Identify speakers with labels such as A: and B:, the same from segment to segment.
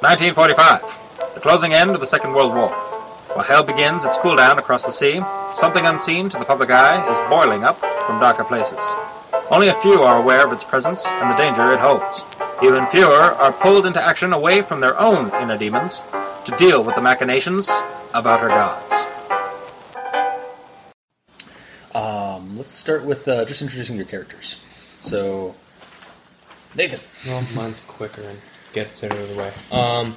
A: 1945, the closing end of the Second World War. While hell begins its cool down across the sea, something unseen to the public eye is boiling up from darker places. Only a few are aware of its presence and the danger it holds. Even fewer are pulled into action away from their own inner demons to deal with the machinations of outer gods.
B: Um, let's start with uh, just introducing your characters. So, Nathan.
C: Well, mine's quicker and gets it out of the way. Um,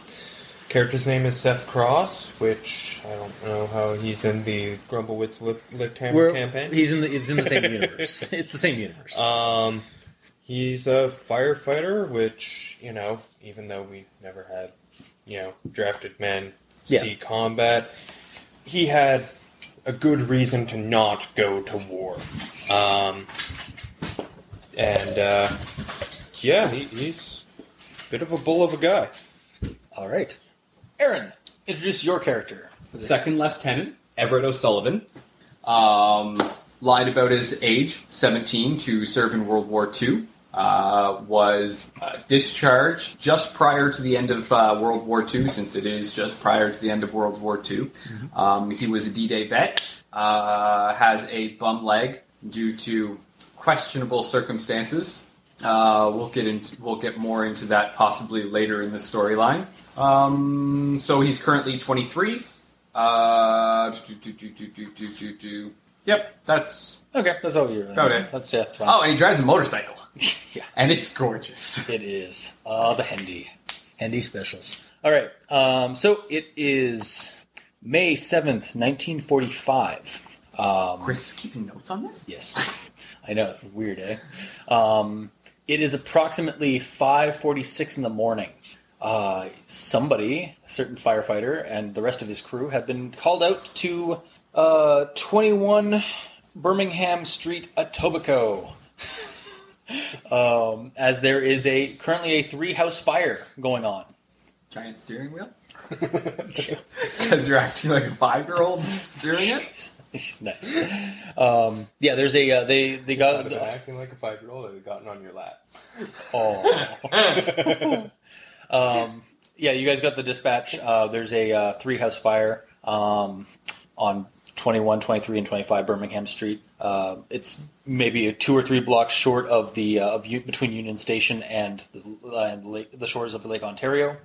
C: character's name is Seth Cross, which I don't know how he's in the Grumblewitz Lip- Licked Hammer
B: We're-
C: campaign.
B: He's in the. It's in the same universe. It's the same universe.
C: Um, he's a firefighter, which you know, even though we never had, you know, drafted men
B: Yeah.
C: see combat, he had a good reason to not go to war. Um, and uh, yeah, he, he's a bit of a bull of a guy.
B: All right, Aaron. Introduce your character.
D: Second Lieutenant Everett O'Sullivan um, lied about his age, 17, to serve in World War II. Uh, was uh, discharged just prior to the end of uh, World War II, since it is just prior to the end of World War II. Um, he was a D-Day vet. Uh, has a bum leg due to questionable circumstances. Uh, we'll get into, we'll get more into that possibly later in the storyline. Um, so he's currently 23. Uh, do, do, do, do, do, do, do, do. Yep, that's.
B: Okay, that's all you're.
D: Got it.
B: That's yeah, that's fine.
D: Oh, and he drives a motorcycle,
B: yeah,
D: and it's gorgeous.
B: it is. Uh, the Hendy, Hendy specials. All right. Um, so it is May seventh, nineteen forty-five. Um,
D: Chris is keeping notes on this.
B: Yes, I know. Weird, eh? Um, it is approximately five forty-six in the morning. Uh, somebody, a certain firefighter, and the rest of his crew have been called out to uh, twenty-one Birmingham Street, Etobicoke. Um, as there is a currently a three-house fire going on.
D: Giant steering wheel. Because you're acting like a five-year-old steering it.
B: nice. Um, yeah, there's a uh, they they
C: I'd have
B: got
C: been acting like a five-year-old had gotten on your lap.
B: oh. um, yeah, you guys got the dispatch. Uh, there's a uh, three house fire um, on 21, 23, and 25 Birmingham Street. Uh, it's maybe two or three blocks short of the uh, of U- between Union Station and the, uh, and lake, the shores of Lake Ontario.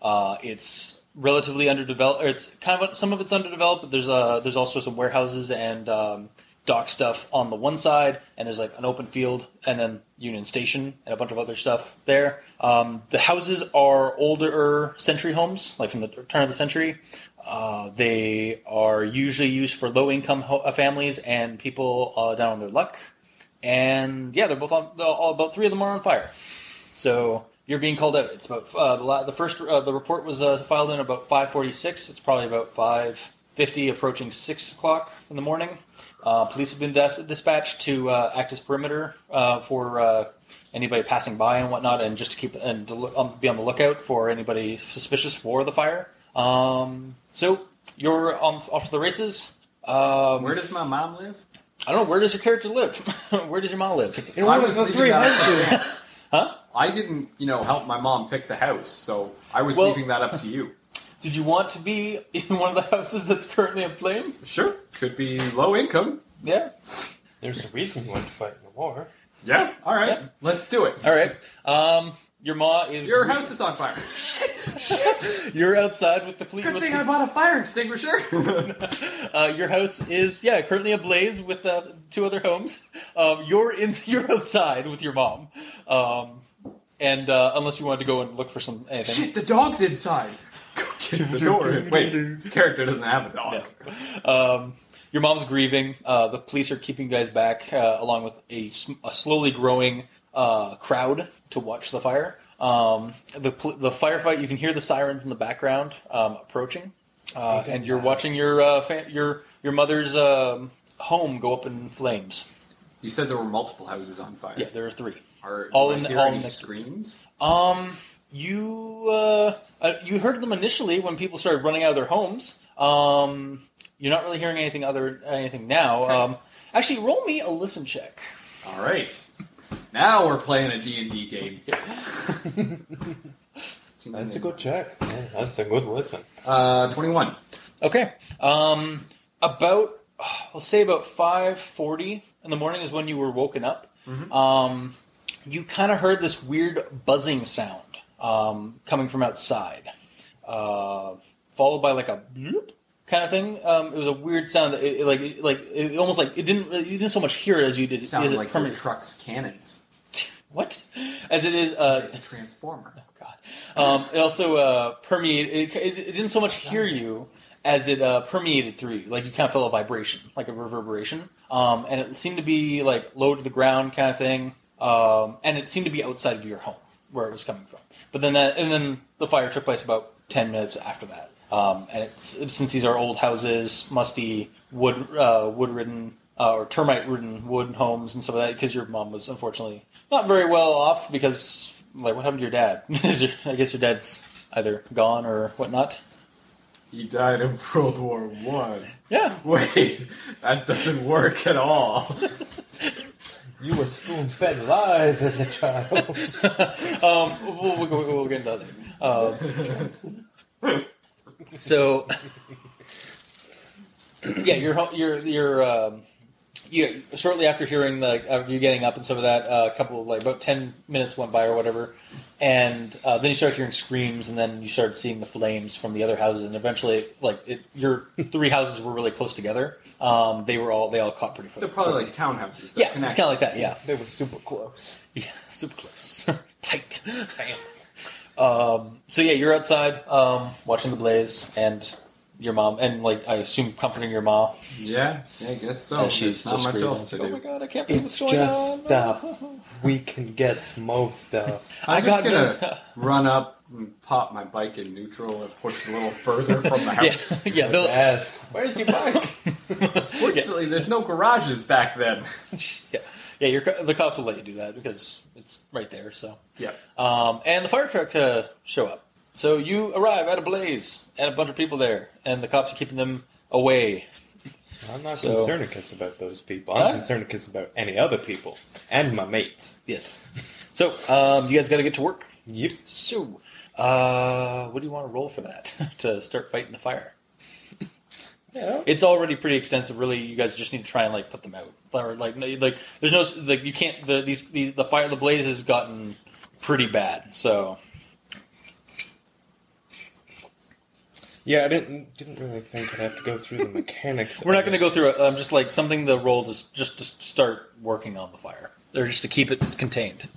B: Uh, it's relatively underdeveloped. Or it's kind of some of it's underdeveloped, but there's uh, there's also some warehouses and um, dock stuff on the one side, and there's like an open field, and then Union Station and a bunch of other stuff there. Um, the houses are older century homes, like from the turn of the century. Uh, they are usually used for low income ho- uh, families and people uh, down on their luck. And yeah, they're both on. they're All about three of them are on fire. So you're being called out. It's about uh, the, la- the first. Uh, the report was uh, filed in about 5:46. It's probably about 5:50, approaching six o'clock in the morning. Uh, police have been dis- dispatched to uh, act as perimeter uh, for uh, anybody passing by and whatnot, and just to keep and to look, um, be on the lookout for anybody suspicious for the fire. Um, so you're on, off to the races. Um,
D: Where does my mom live?
B: I don't know where does your character live? where does your mom live?
C: And
D: I
C: one of
D: was
C: the
D: leaving
C: three
D: that-
C: husbands.
D: I didn't, you know, help my mom pick the house, so I was
B: Well-
D: leaving that up to you.
B: Did you want to be in one of the houses that's currently aflame?
D: Sure, could be low income.
B: Yeah.
C: There's a reason you went to fight in the war.
D: Yeah, all right,
B: Yeah.
D: let's do it.
B: All right. Um, your ma is
D: Your house is on fire.
B: You're outside with the police.
D: Good
B: with
D: thing
B: the-
D: I bought a fire extinguisher.
B: uh, your house is yeah currently ablaze with uh, two other homes. Um, you're in. You're outside with your mom. Um, and uh, unless you wanted to go and look for some anything,
D: Shit, the dog's inside. Go get the door. Wait, this character doesn't have a dog.
B: um, your mom's grieving. Uh, the police are keeping you guys back, uh, along with a, s- a slowly growing uh, crowd to watch the fire. Um, the pl- the firefight. You can hear the sirens in the background um, approaching, uh, and you're watching your uh, fa- your your mother's um, home go up in flames.
D: You said there were multiple houses on fire.
B: Yeah, there are three.
D: Are,
B: All
D: all
B: in-
D: in, hear
B: all in
D: any
B: the-
D: screams?
B: Um, you uh, uh, you heard them initially when people started running out of their homes. Um, you're not really hearing anything other anything now.
D: Okay.
B: Um, actually, roll me a listen check.
D: All right. Now we're playing a D&D game. 16.
C: That's a good check. Yeah, that's a good listen.
D: Uh, 21.
B: Okay. Um, about I'll say about five forty in the morning is when you were woken up. Um, you kind of heard this weird buzzing sound um, coming from outside, uh, followed by like a bloop kind of thing. Um, it was a weird sound, that it, it, like it, like it almost like it didn't you didn't so much hear it as you did.
D: Sounds
B: as it
D: like your
B: permanent-
D: truck's cannons.
B: what as it is uh,
D: It's a transformer.
B: God. Um, it also uh, permeated. It, it, it didn't so much hear you as it uh, permeated through you. Like you kind of felt a vibration, like a reverberation, um, and it seemed to be like low to the ground kind of thing. Um, and it seemed to be outside of your home where it was coming from. But then that, and then the fire took place about ten minutes after that. Um, and it's, since these are old houses, musty wood uh, wood ridden uh, or termite ridden wooden homes and stuff like that because your mom was unfortunately not very well off because like what happened to your dad Is your- i guess your dad's either gone or whatnot
D: He died in World War One.
B: yeah Um,
D: Wait, that doesn't work at all.
C: You were spoon fed lies as a child.
B: um, we'll, we'll, we'll get into that later. Um, so yeah you're ho- you're you're um, you, shortly after hearing the after you getting up and some of that uh, a couple of, like about 10 minutes went by or whatever and uh, then you start hearing screams and then you start seeing the flames from the other houses and eventually like it, your three houses were really close together um, they were all they all caught pretty
D: They're
B: quickly
D: probably like townhouses. They're
B: yeah it's kind of like that yeah
C: they were super close.
B: yeah, super close. Tight. Um, so yeah, you're outside um, watching the blaze and your mom, and like I assume comforting your mom.
D: yeah, yeah, I guess so.
B: And she's
D: There's not
B: just
D: much
B: screaming,
D: else to
B: like, Oh my
D: do.
B: god, I can't believe
C: It's
B: what's going on.
C: just uh, stuff. We can get most stuff.
D: I'm
B: I got
D: just gonna
B: no-
D: run up and pop my bike in neutral and push a little further from the house.
B: Yes, yeah. they'll-
C: Yes. Where's your bike?
B: yeah,
D: Fortunately, there's no garages back then.
B: yeah, yeah. Your, co- the cops will let you do that because it's right there. So,
D: Yeah.
B: um, and the fire truck to show up. So you arrive at a blaze and a bunch of people there, and the cops are keeping them away.
C: I'm not
B: So-
C: concernicus about those people. I'm
B: Huh?
C: concernicus about any other people and my mates.
B: Yes. So um, you guys got to get to work.
C: Yep.
B: So, uh, what do you want to roll for that to start fighting the fire?
C: Yeah.
B: It's already pretty extensive. Really, you guys just need to try and like put them out. Or like, no, like there's no like you can't the these the, the fire the blaze has gotten pretty bad. So
C: Yeah, I didn't didn't really think I'd have to go through the mechanics.
B: we're not going to go through it. I'm just like something the roll just just to start working on the fire or just to keep it contained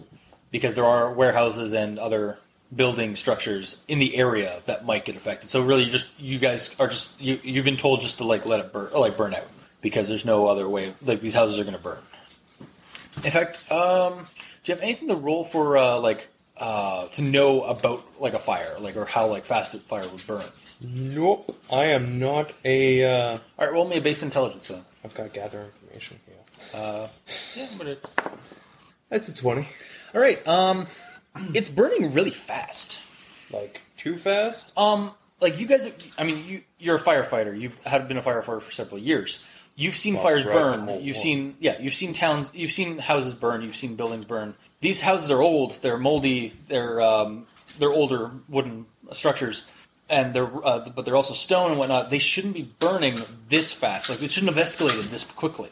B: because there are warehouses and other building structures in the area that might get affected. So really, you just you guys are just you you've been told just to like let it burn or like burn out because there's no other way. Like these houses are going to burn. In fact, um, do you have anything to roll for uh, like uh, to know about like a fire, like or how like fast a fire would burn?
C: Nope. I am not a. Uh,
B: All right, roll me a base intelligence then.
C: I've got to gather information here.
B: Uh, yeah, I'm gonna-
C: That's a twenty.
B: All right. Um, it's burning really fast.
C: Like too fast.
B: Um, like you guys, I mean, you you're a firefighter. You have been a firefighter for several years. You've seen
C: Well,
B: fires
C: throughout the
B: burn.
C: whole
B: You've
C: war.
B: seen yeah. You've seen towns. You've seen houses burn. You've seen buildings burn. These houses are old. They're moldy. They're um, they're older wooden structures, and they're uh, but they're also stone and whatnot. They shouldn't be burning this fast. Like it shouldn't have escalated this quickly.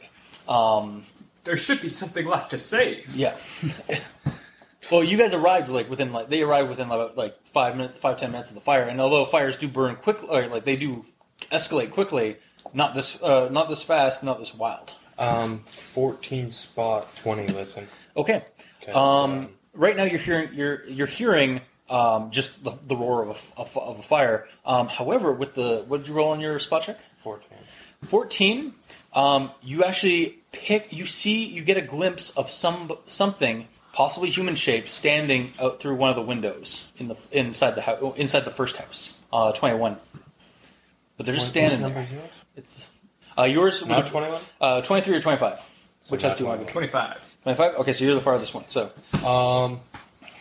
B: Um,
D: There should be something left to save.
B: yeah. well, you guys arrived like within like they arrived within about like five minutes, five ten minutes of the fire, and although fires do burn quickly, or, like they do escalate quickly, not this, uh, not this fast, not this wild.
C: Um, fourteen spot twenty. Listen.
B: Okay.
C: 'Kay,
B: Um,
C: so-
B: right now, you're hearing you're you're hearing um, just the, the roar of a f- of, of a fire. Um, however, with the what did you roll on your spot check?
C: Fourteen.
B: 14 um, you actually pick you see you get a glimpse of some something possibly human shape standing out through one of the windows in the inside the house inside the first house uh, 21 but they're just
C: What- what
B: standing
C: number
B: there
C: is yours?
B: it's uh, yours
C: Not
B: would-
C: twenty-one.
B: uh, 23 or 25 which house do you want to be
D: 25.
B: 25 okay so you're the farthest one so
C: Um,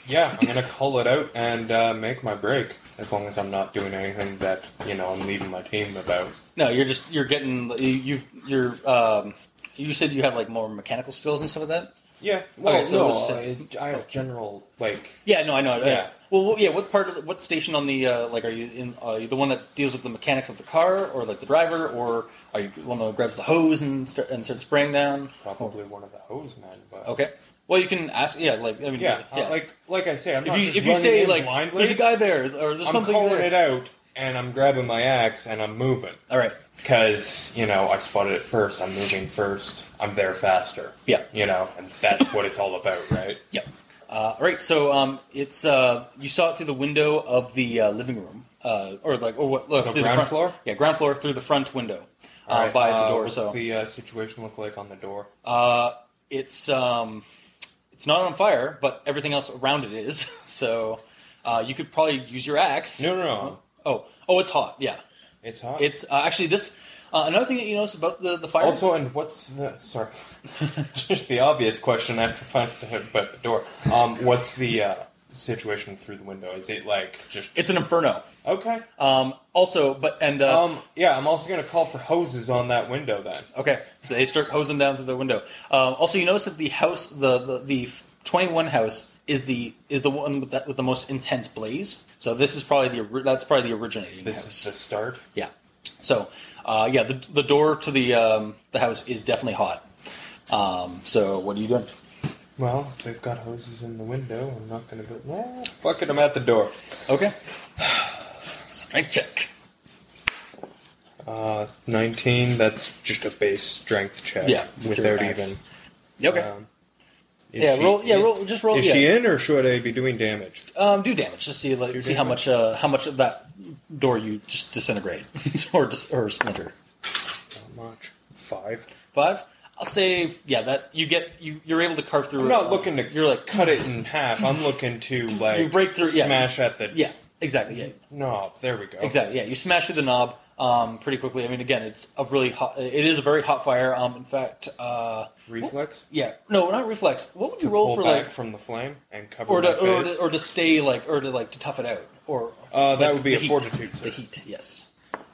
C: yeah, I'm gonna call it out and uh, make my break. As long as I'm not doing anything that you know I'm leaving my team about.
B: no you're just you're getting you- you've you're um, you said you had like more mechanical skills and stuff like that
C: Yeah. Well,
B: Okay, so
C: no,
B: let's-
C: I, I have general like.
B: yeah no i know I-
C: Yeah.
B: Well, well, yeah. What part of the, what station on the uh, like are you in? Uh, are you the one that deals with the mechanics of the car, or like the driver, or are you the one that grabs the hose and start, and starts spraying down?
C: Probably one of the hose men, but
B: Okay. Well, you can ask. Yeah, like I mean,
C: yeah, uh, like like I say, I'm
B: if
C: not
B: you
C: just
B: if you
C: running
B: say
C: in
B: like
C: blindly.
B: there's a guy there or there's
C: I'm
B: something
C: calling
B: there.
C: it out, and I'm grabbing my axe and I'm moving
B: All right.
C: because you know I spotted it first. I'm moving first. I'm there faster.
B: Yeah.
C: you know, and that's what it's all about, right?
B: Yep. Uh, all right. So um, it's uh, you saw it through the window of the uh, living room, uh, or like or what? Look,
C: So
B: through the
C: ground
B: front,
C: floor?
B: Yeah, ground floor through the front window uh,
C: All right,
B: by
C: uh,
B: the door.
C: What's
B: So
C: the uh, situation look like on the door?
B: uh, it's um, it's not on fire, but everything else around it is. So uh, you could probably use your axe.
C: No, no, no.
B: Oh, oh, it's hot. Yeah,
C: It's hot.
B: it's uh, actually this. Uh, another thing that you notice about the the fire.
C: also, and what's the sorry? Just the obvious question I have to find out about the door. Um, what's the uh, situation through the window? Is it like just
B: it's an inferno.
C: okay?
B: Um, also, but and uh,
C: Um, yeah, I'm also gonna call for hoses on that window then.
B: Okay, so they start hosing down through the window. Um, also, you notice that the house, the the, the twenty one house, is the is the one with, that, with the most intense blaze. So this is probably the ori- that's probably the originating
C: This
B: house.
C: is the start.
B: yeah. So uh, yeah, the, the door to the um, the house is definitely hot. Um, so what are you doing?
C: Well, if they've got hoses in the window, I'm not gonna go. Nah, fuck it, I'm at the door.
B: Okay. Strength check.
C: Uh, 19. That's just a base strength check.
B: Yeah, with your
C: without
B: axe.
C: even.
B: Okay.
C: um, is
B: yeah.
C: she
B: roll. Yeah.
C: in-
B: Roll. Just roll.
C: Is
B: yeah.
C: she in, or should I be doing damage? Uh,
B: Um, do damage. Just see like,
C: Do
B: see how
C: damage.
B: much uh, how much of that door you just disintegrate or dis- or splinter.
C: Not much. Five.
B: Five. I'll say yeah. That you get you you're able to carve through.
C: I'm
B: it.
C: not looking to
B: You're like
C: cut it in half. I'm looking to like
B: You break through- yeah.
C: smash at the
B: yeah. Exactly. Yeah.
C: knob. There we go.
B: Exactly. Yeah. You smash through the knob um, pretty quickly. I mean, again, it's a really hot. It is a very hot fire. Um, in fact, uh,
C: Reflex.
B: yeah. No, not reflex. What would you roll
C: Pull
B: for
C: back
B: like
C: from the flame and cover
B: or
C: my
B: to or
C: face.
B: to, or to stay like or to like to tough it out or
C: Uh, that
B: like,
C: would be
B: the
C: a
B: heat.
C: fortitude save.
B: The heat. Yes.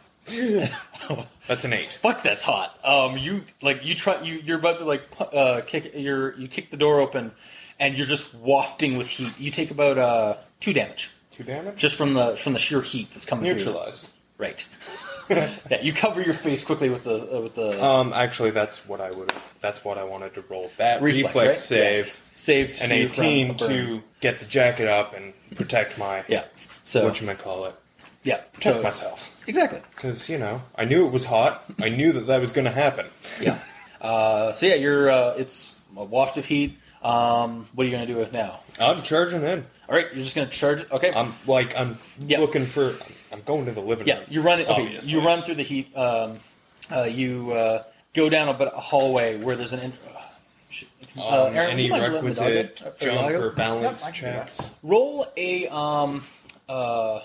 C: That's an eight.
B: fuck that's hot um you like you try you you're about to like pu- uh kick your you kick the door open and you're just wafting with heat you take about uh two damage
C: Two damage.
B: just from the from the sheer heat that's coming through
C: neutralized.
B: right yeah you cover your face quickly with the uh, with the
C: Um, actually, that's what I would. That's what I wanted to roll. That reflex,
B: right?
C: save
B: Yes. save
C: an
B: you from a
C: eighteen
B: burn.
C: to get the jacket up and protect my
B: yeah so
C: what you might call it.
B: yeah
C: Protect
B: so
C: myself
B: exactly
C: because you know I knew it was hot. I knew that that was going to happen.
B: yeah uh so yeah you're uh it's a waft of heat um what are you gonna do with now
C: I'm charging in.
B: all right you're just gonna charge it okay
C: I'm like I'm
B: Yeah.
C: looking for. I'm going to the living
B: Yeah,
C: room.
B: you run it. Okay,
C: obviously.
B: you run through the heat. Um, uh, you uh, go down a, bit, a hallway where there's an. In- uh, shit. Uh,
C: Um,
B: Aaron, would
C: any
B: Uh, you mind letting the dog
C: requisite
B: out? Or the
C: jump
B: dog out?
C: or balance
D: Yep, I can do
C: checks?
B: Roll a. Um, uh,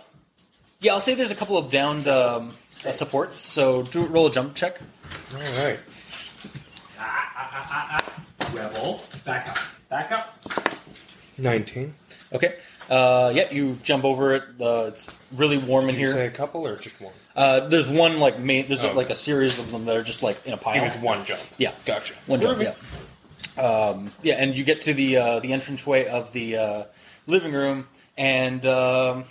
B: yeah, I'll say there's a couple of downed um, uh, supports. So do roll a jump check.
C: All right.
D: Rebel, back up, back up.
C: Nineteen.
B: Okay. Uh, yeah, you jump over it. Uh, it's really warm in
C: Did you say
B: here.
C: a couple or just one?
B: Uh, there's one like main. There's
C: Oh,
B: like
C: okay.
B: a series of them that are just like in a pile.
C: It was one jump.
B: Yeah.
C: Gotcha.
B: One jump, yeah. Um, yeah, and you get to the uh, the entranceway of the uh, living room, and um,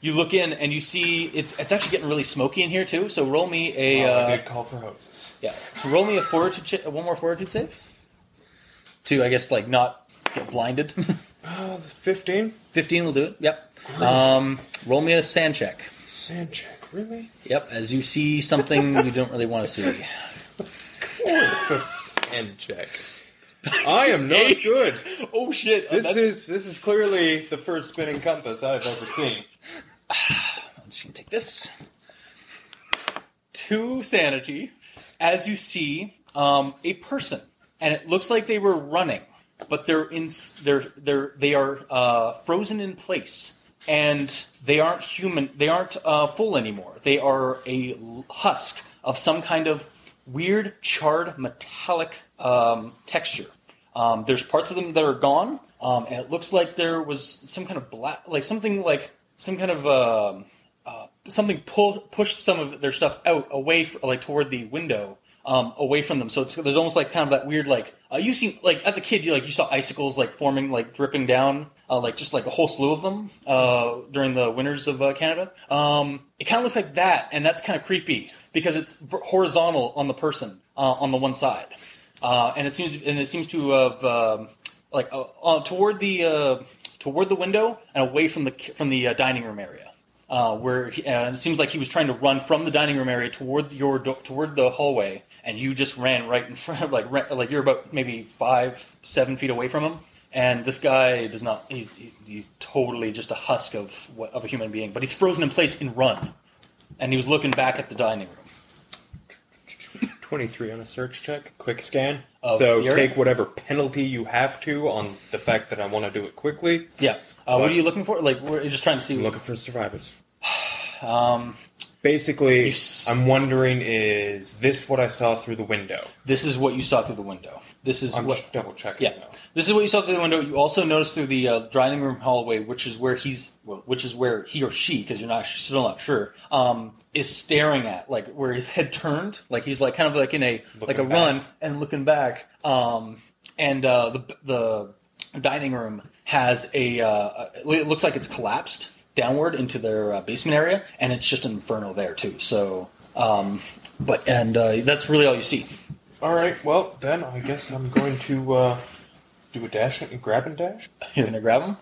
B: you look in, and you see it's it's actually getting really smoky in here too. So roll me a
C: Oh, I
B: uh,
C: did call for hoses.
B: yeah, so roll me a fortitude che- one more fortitude save to I guess like not get blinded.
C: Fifteen.
B: Fifteen will do it. Yep. Um, roll me a sand check.
C: Sand check. Really?
B: Yep. As you see something you don't really want to see.
C: and check. I am not
B: Eight.
C: good.
B: Oh shit!
C: This is this is clearly the first spinning compass I've ever seen.
B: I'm just gonna take this. Two sanity. As you see, um, a person, and it looks like they were running, but they're in. s- They're they're they are uh, frozen in place, and they aren't human. They aren't uh, full anymore. They are a l- husk of some kind of weird, charred, metallic um, texture. Um, there's parts of them that are gone, um, and it looks like there was some kind of black, like something like some kind of um, uh, something pull, pushed some of their stuff out away, fr like toward the window, um, away from them. So it's, there's almost like kind of that weird like uh, you seen like as a kid you like you saw icicles like forming like dripping down uh, like just like a whole slew of them uh, during the winters of uh, Canada. Um, it kind of looks like that, and that's kind of creepy because it's v- horizontal on the person uh, on the one side, uh, and it seems and it seems to have um like uh, uh, toward the uh, toward the window and away from the ki- from the uh, dining room area uh, where he, uh, it seems like he was trying to run from the dining room area toward your do- toward the hallway, and you just ran right in front of like ran, like you're about maybe five seven feet away from him. And this guy does not. He's he's totally just a husk of what, of a human being, but he's frozen in place and run. And he was looking back at the dining room.
C: 23 on a search check, quick scan.
B: Of
C: so
B: your-
C: take whatever penalty you have to on the fact that I want to do it quickly.
B: Yeah. Uh, what are you looking for? Like we're just trying to see.
C: I'm looking for survivors.
B: Um,
C: Basically,
B: You s-
C: I'm wondering is this what I saw through the window?
B: this is what you saw through the window. This is
C: I'm
B: what
C: just double checking.
B: Yeah,
C: now.
B: this is what you saw through the window. You also noticed through the uh, dining room hallway, which is where he's, well, which is where he or she, because you're not still not sure, um, is staring at, like where his head turned, like he's like kind of like in a like a
C: Looking
B: run and looking back. Um, and uh, the the dining room has a, uh, it looks like it's collapsed downward into their uh, basement area, and it's just an inferno there too. So, um, but and uh, that's really all you see.
C: All right, well, then I guess I'm going to uh, do a dash and grab and dash.
B: You're gonna grab him.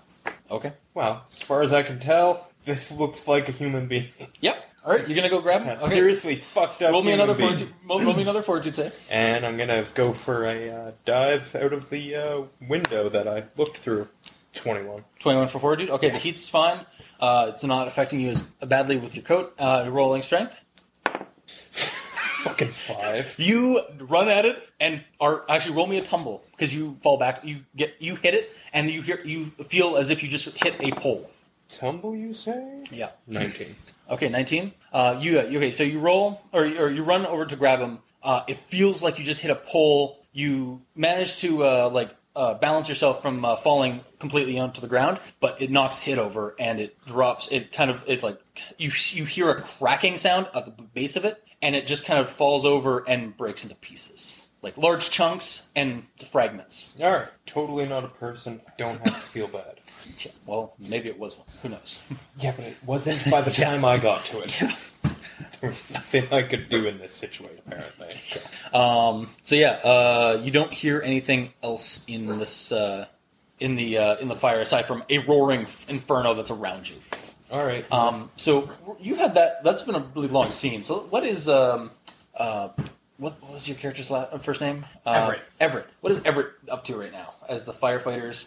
B: Okay.
C: Well, as far as I can tell, this looks like a human being.
B: Yep. All right, you're gonna go grab him.
C: A
B: Okay.
C: Seriously fucked up.
B: Roll me
C: human
B: another
C: being.
B: fortitude. Roll, roll me another fortitude save.
C: And I'm gonna go for a uh, dive out of the uh, window that I looked through. 21.
B: Twenty-one for fortitude. Okay, the heat's fine. Uh, it's not affecting you as badly with your coat. Uh, rolling strength.
C: Fucking five.
B: You run at it and are actually roll me a tumble because you fall back. You get you hit it and you hear you feel as if you just hit a pole.
C: Tumble, you say?
B: Yeah.
C: 19.
B: Okay, nineteen. Uh, you okay? So you roll or, or you run over to grab him. Uh, it feels like you just hit a pole. You manage to uh, like uh, balance yourself from uh, falling completely onto the ground, but it knocks hit over and it drops. It kind of it like you you hear a cracking sound at the base of it, and it just kind of falls over and breaks into pieces, like large chunks and fragments.
C: Alright, totally not a person. I don't have to feel bad.
B: Yeah, well, maybe it was one. Who knows?
C: Yeah, but it wasn't by the time I got to it. There was nothing I could do in this situation, apparently.
B: Um, so yeah, uh, you don't hear anything else in this uh, in the uh, in the fire aside from a roaring inferno that's around you.
C: Alright.
B: Um, so you had that. That's been a really long scene. So what is um, uh, what, what was your character's last, first name? Uh,
D: Everett.
B: Everett. What is Everett up to right now? As the firefighters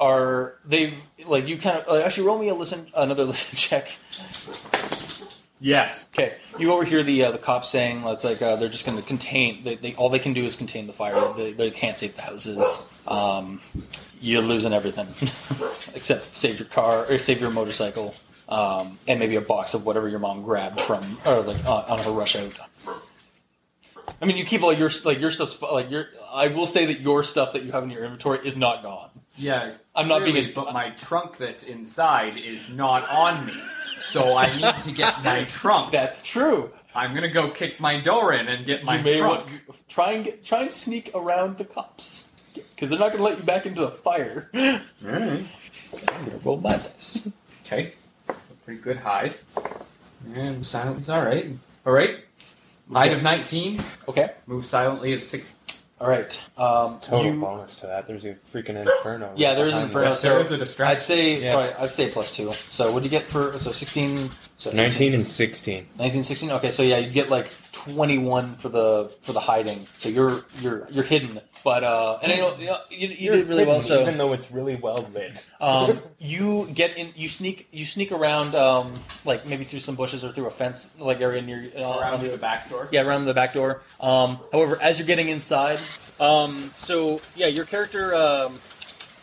B: are they like you kind of uh, actually roll me a listen another listen check.
D: Yes.
B: Okay, you overhear the uh, the cops saying that's like uh, they're just going to contain. They, they all they can do is contain the fire. They, they can't save the houses. Um, you're losing everything except save your car or save your motorcycle um, and maybe a box of whatever your mom grabbed from or like on, on her rush out. I mean, you keep all your like your stuff's like your. I will say that your stuff that you have in your inventory is not gone.
D: Yeah.
B: I'm not being
D: clearly,
B: a-
D: but my trunk that's inside is not on me. So I need to get my trunk.
B: That's true.
D: I'm gonna go kick my door in and get my
B: you may
D: trunk.
B: want- try and get, try and sneak around the cops because they're not going to let you back into the fire. I'm gonna roll my dice.
D: Okay. Pretty good hide. And silently's alright. Alright. Hide of 19.
B: Okay,
D: Move silently of 6.
B: all right. Um,
C: Total
B: you-
C: bonus to that. There's a freaking inferno.
B: Yeah, there is an
C: behind
B: inferno.
C: me.
B: So
D: There is a
B: I'd
D: distraction.
B: say
C: Yeah.
B: probably- I'd say plus two. So what do you get for so sixteen? So
C: 19 and 16.
B: 19, 16? Okay, so yeah, you get like twenty one for the for the hiding. So you're you're you're hidden, but uh, and you know, you, know, you, you did really well. So
C: Even though it's really well lit.
B: Um, you get in. You sneak. You sneak around, um, like maybe through some bushes or through a fence, like area near. Uh,
D: Around
B: on
D: to the back door.
B: Yeah, around the back door. Um, however, as you're getting inside, um, so yeah, your character um,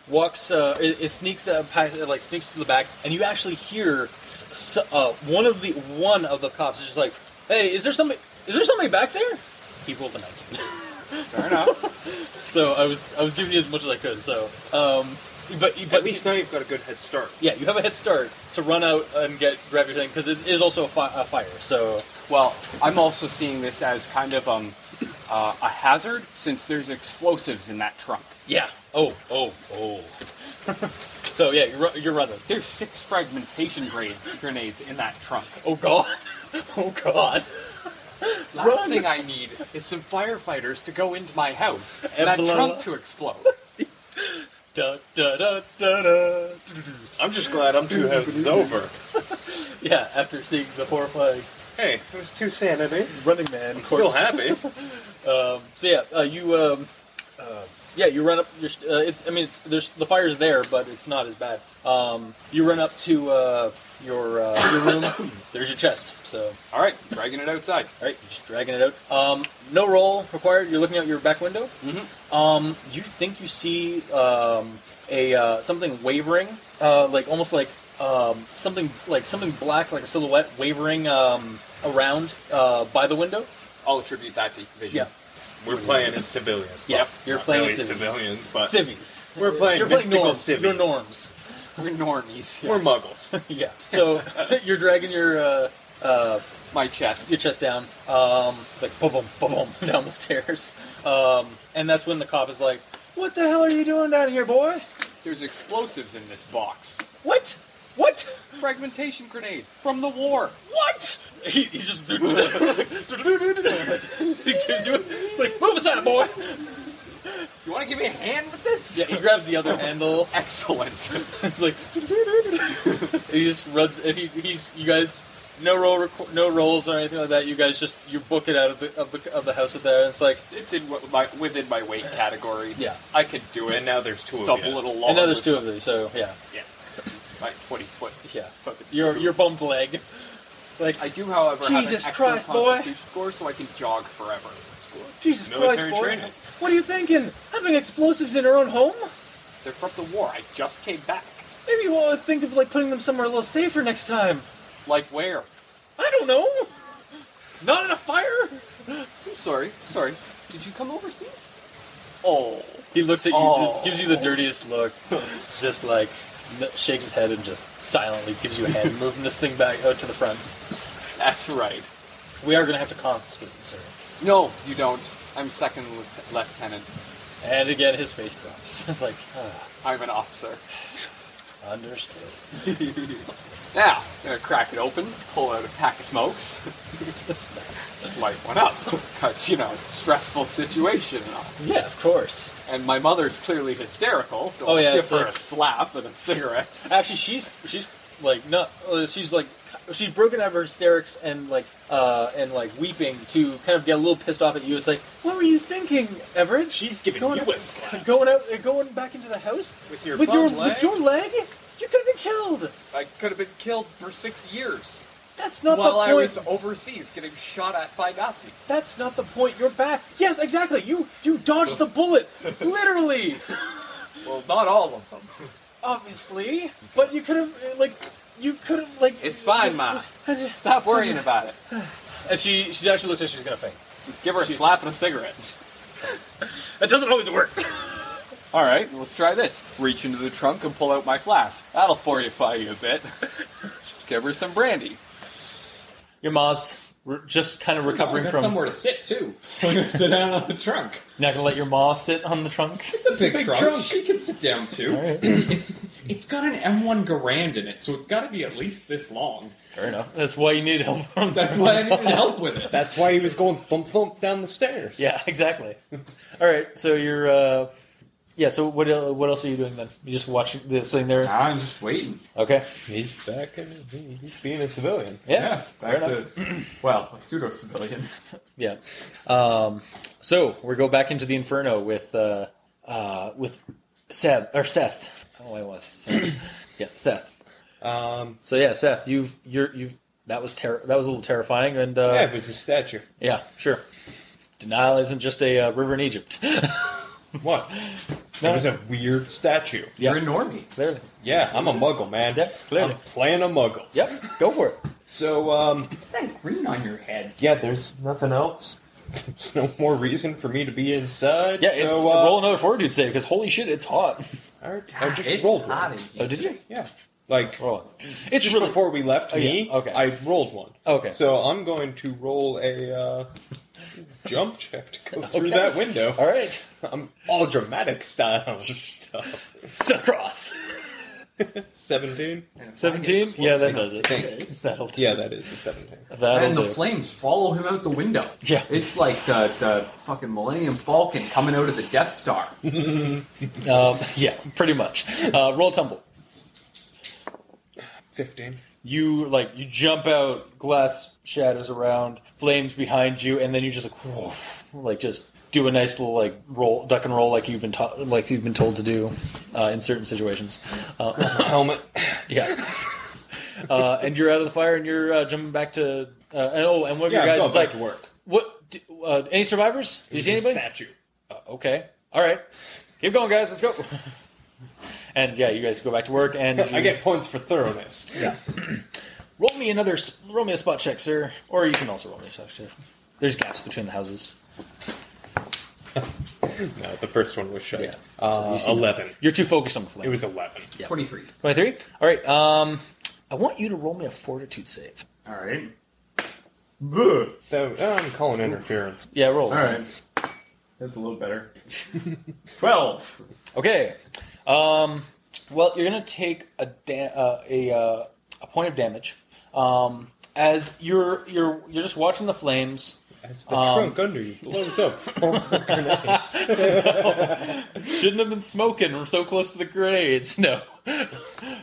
B: walks. Uh, it, it sneaks uh, past, like sneaks to the back, and you actually hear s- s- uh, one of the one of the cops is just like, "Hey, is there somebody? Is there somebody back there?" He rolled a nineteen.
D: Fair enough.
B: so I was I was giving you as much as I could. So, um, but but
C: now you've got a good head start.
B: yeah, you have a head start to run out and get grab your thing because it is also a, fi- a fire. So
E: Well, I'm also seeing this as kind of um, uh, a hazard since there's explosives in that trunk.
B: Yeah. Oh, oh, oh.
E: So yeah, you're, ri- you're right. There's six fragmentation grade grenades in that trunk.
B: Oh, God. Oh, God.
E: Last thing I need is some firefighters to go into my house and,
B: And
E: that
B: blow
E: trunk
B: up.
E: to explode.
B: Da, da, da, da, da.
C: I'm just glad I'm two houses over.
B: Yeah, after seeing the horrifying
C: Hey, it was two sanity.
B: Running Man
C: Still
B: corpse.
C: happy.
B: Um, so yeah, uh, you um, uh, yeah you run up. Your, st- uh, it's, I mean, it's, there's the fire's there, but it's not as bad. Um, you run up to uh, your uh, your room. there's your chest. So
E: All right, dragging it outside.
B: all right, you're just dragging it out. Um, no roll required. You're looking out your back window. Mm-hmm. Um, you think you see um, a uh, something wavering, uh, like almost like um, something like something black, like a silhouette wavering um, around uh, by the window.
E: I'll attribute that to vision.
B: Yeah.
C: We're playing as civilians.
B: Yeah,
C: Well,
B: you're
C: not
B: playing
C: really
B: civvies.
C: civilians, but
B: Civvies.
C: we're playing
B: You're playing
C: mystical
B: norms.
C: civvies.
B: You're norms.
E: We're normies.
C: We're muggles.
B: Yeah. So you're dragging your uh, uh,
E: My chest.
B: your chest down, um, like boom, boom, boom, boom, down the stairs, um, and that's when the cop is like, "What the hell are you doing down here, boy?
E: There's explosives in this box.
B: What? What?
E: Fragmentation grenades from the war.
B: What?" He, he just he gives you. It's like move aside, boy.
E: You want to give me a hand with this?
B: Yeah, he grabs the other handle.
E: Excellent.
B: It's like he just runs. If he, he's you guys, no roll, reco- no rolls or anything like that. You guys just you book it out of the of the, of the house with that. And it's like
E: It's in what my, within my weight category.
B: Yeah.
E: I could do it.
C: and now there's two
E: Stumble
C: of you.
E: it along.
B: and now there's
E: with
B: two of these. So yeah,
E: Yeah. My 20 foot.
B: yeah. Your your bummed leg. It's like
E: I do, however,
B: Jesus
E: have an excellent
B: Christ, boy.
E: constitution score, so I can jog forever.
B: Jesus Christ,
C: military
B: boy.
C: training.
B: What are you thinking? Having explosives in our own home?
E: They're from the war. I just came back.
B: Maybe you ought to think of like putting them somewhere a little safer next time.
E: Like where?
B: I don't know. Not in a fire.
E: I'm sorry. Sorry. Did you come overseas? Oh.
B: He looks at you,
E: Oh.
B: gives you the dirtiest look, just like n- shakes his head and just silently gives you a hand, moving this thing back out to the front.
E: That's right.
B: We are going to have to confiscate it, sir.
E: No, you don't. I'm second lieutenant- lieutenant.
B: And again, his face drops. it's like, ah,
E: I'm an officer.
B: understood.
E: Now, I'm gonna crack it open, pull out a pack of smokes, light one up, because, you know, stressful situation and all.
B: Yeah, of course.
E: And my mother's clearly hysterical, so
B: Oh, yeah,
E: I'll give
B: it's
E: her
B: like-
E: a slap and a cigarette.
B: Actually, she's she's like not. Uh, she's like she's broken out of her hysterics and like uh and like weeping to kind of get a little pissed off at you. It's like, what were you thinking, Everett?
C: She's giving
B: Going-
C: you a slap.
B: going out, uh, going back into the house
C: With your
B: with
C: bum
B: your
C: leg?
B: with your leg. You could have been killed.
E: I could have been killed for six years
B: That's not
E: while
B: the
E: I
B: point.
E: was overseas getting shot at by Nazis.
B: That's not the point. You're back. Yes, exactly. You you dodged the bullet, literally.
E: Well, not all of them.
B: Obviously, but you could have uh, like you could have like.
E: It's fine, Ma. Stop worrying about it.
B: And she she actually looks like she's gonna faint.
E: Give her a slap and a cigarette.
B: That doesn't always work.
E: All right, let's try this. Reach into the trunk and pull out my flask. That'll fortify you a bit. Give her some brandy.
B: Your mom's re- just kind of recovering
D: I got
B: from.
D: somewhere to sit too. I'm gonna sit down on the trunk.
B: Not gonna let your mom sit on the trunk.
D: It's a big,
C: big
D: trunk.
C: trunk.
D: She can sit down too.
B: Alright.
D: it's it's got an M1 Garand in it, so it's got to be at least this long.
B: Fair enough. That's why you need help. From
D: That's why I needed help with it.
C: That's why he was going thump thump down the stairs.
B: Yeah, exactly. All right, so you're. Uh, yeah. So what? el- What else are you doing then? You just watching this thing there.
E: Ah,
D: I'm just waiting.
B: Okay.
C: He's back in he- he's being a civilian.
B: Yeah.
D: Yeah,
B: fair
D: back
B: enough.
D: to well, a pseudo civilian.
B: Yeah. Um, so we go back into the inferno with uh, uh, with Seb or Seth. Oh, I was Seth. yeah, Seth.
C: Um
B: So yeah, Seth, you've you're you. That was ter- That was a little terrifying, and uh,
C: yeah, it was his stature.
B: yeah, sure. Denial isn't just a uh, river in Egypt.
C: What? It was a weird statue.
B: Yeah.
D: You're a normie.
B: Clearly.
C: Yeah, I'm a muggle, man.
B: Yeah, clearly.
C: I'm playing a muggle.
B: Yep. Go for it.
C: So um
D: What's that green on your head?
C: yeah, there's nothing else. There's no more reason for me to be inside.
B: Yeah,
C: so,
B: it's
C: uh,
B: roll another fortitude save because holy shit, it's hot.
C: I, I just
D: it's
C: rolled
D: hot
C: one.
D: in here.
B: Oh, did you? Oh,
C: Yeah. Like
B: Roll it. It's
C: just
B: really
C: before we left
B: Oh, yeah,
C: me,
B: okay.
C: I rolled one.
B: Okay.
C: So I'm going to roll a uh, jump check to go through that window.
B: All right.
C: I'm all dramatic style stuff.
B: It's a cross.
C: 17?
B: Seventeen. Yeah, that does it.
D: Okay.
B: That'll do.
C: Yeah, that is a 17.
B: That'll
D: And the
B: do.
D: flames follow him out the window.
B: Yeah.
D: It's like the, the fucking Millennium Falcon coming out of the Death Star.
B: Um, yeah, pretty much. Uh, roll tumble.
C: 15.
B: You like you jump out, glass shadows around, flames behind you, and then you just like woof, like just do a nice little like roll, duck and roll, like you've been taught, like you've been told to do uh, in certain situations. Uh,
C: Helmet.
B: yeah. Uh, and you're out of the fire, and you're uh, jumping back to. Uh, and, oh, and one of you
C: Yeah, I'm
B: guys
C: going
B: is
C: back
B: like,
C: to work.
B: "What? d- Uh, any survivors? Did you see anybody?"
C: Statue.
B: Uh, okay. All right. Keep going, guys. Let's go. and yeah, you guys go back to work, and you,
C: I get points for thoroughness.
B: roll me another s- roll me a spot check, sir. Or you can also roll me a spot check. There's gaps between the houses.
C: No, the first one was shut.
B: Yeah. So
C: Uh,
B: you see-
C: 11.
B: You're too focused on the flame.
C: It was 11.
D: 23.
B: 23. All right. Um, I want you to roll me a fortitude save.
D: All right. Ugh.
C: That, I'm calling interference.
B: Yeah, roll.
D: All right. That's a little better. 12.
B: Okay. Um, well, you're gonna take a da- uh, a uh, a point of damage. Um, as you're you're you're just watching the flames.
C: As the
B: Um,
C: trunk under you blows up. Oh, fucking hell.
B: Shouldn't have been smoking. We're so close to the grenades. No,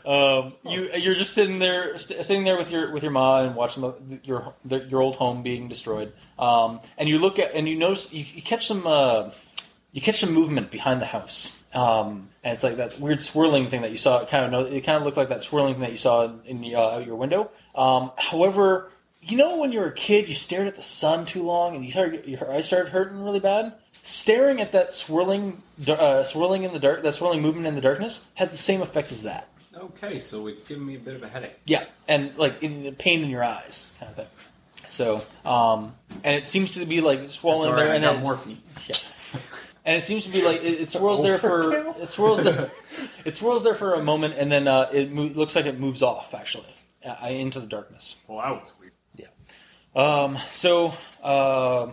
B: um, you you're just sitting there, st- sitting there with your with your ma and watching the, your the, your old home being destroyed. Um, and you look at and you notice you, you catch some uh, you catch some movement behind the house. Um, and it's like that weird swirling thing that you saw. It kind of no- it kind of looked like that swirling thing that you saw in, in the, uh, out your window. Um, however, you know when you were a kid, you stared at the sun too long, and you started, your eyes started hurting really bad. Staring at that swirling, uh, swirling in the dark, that swirling movement in the darkness has the same effect as that.
D: Okay, so it's giving me a bit of a headache.
B: Yeah, and like in the pain in your eyes, kind of thing. So, um, and it seems to be like swirling
D: All
B: there,
D: right, I
B: and
D: got
B: then
D: morphine.
B: yeah. And it seems to be like it, it swirls there for
C: Overkill.
B: it swirls there, it swirls there for a moment, and then uh, it mo- looks like it moves off actually uh, into the darkness.
D: Well, that was weird.
B: Um, so uh,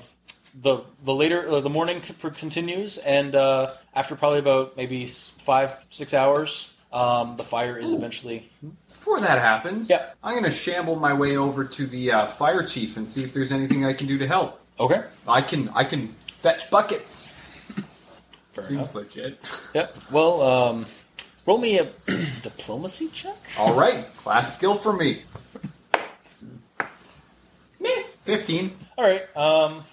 B: the the later uh, the morning c- continues, and uh, after probably about maybe s- five six hours, um, the fire is
D: Ooh.
B: eventually
D: Before that happens,
B: Yeah.
D: I'm going to shamble my way over to the uh, fire chief and see if there's anything I can do to help.
B: okay.
D: I can I can fetch buckets.
B: Fair
D: Seems
B: enough.
D: legit.
B: Yep. Well, um, roll me a diplomacy check.
D: All right, class skill for me. Meh, Fifteen.
B: All right. Um,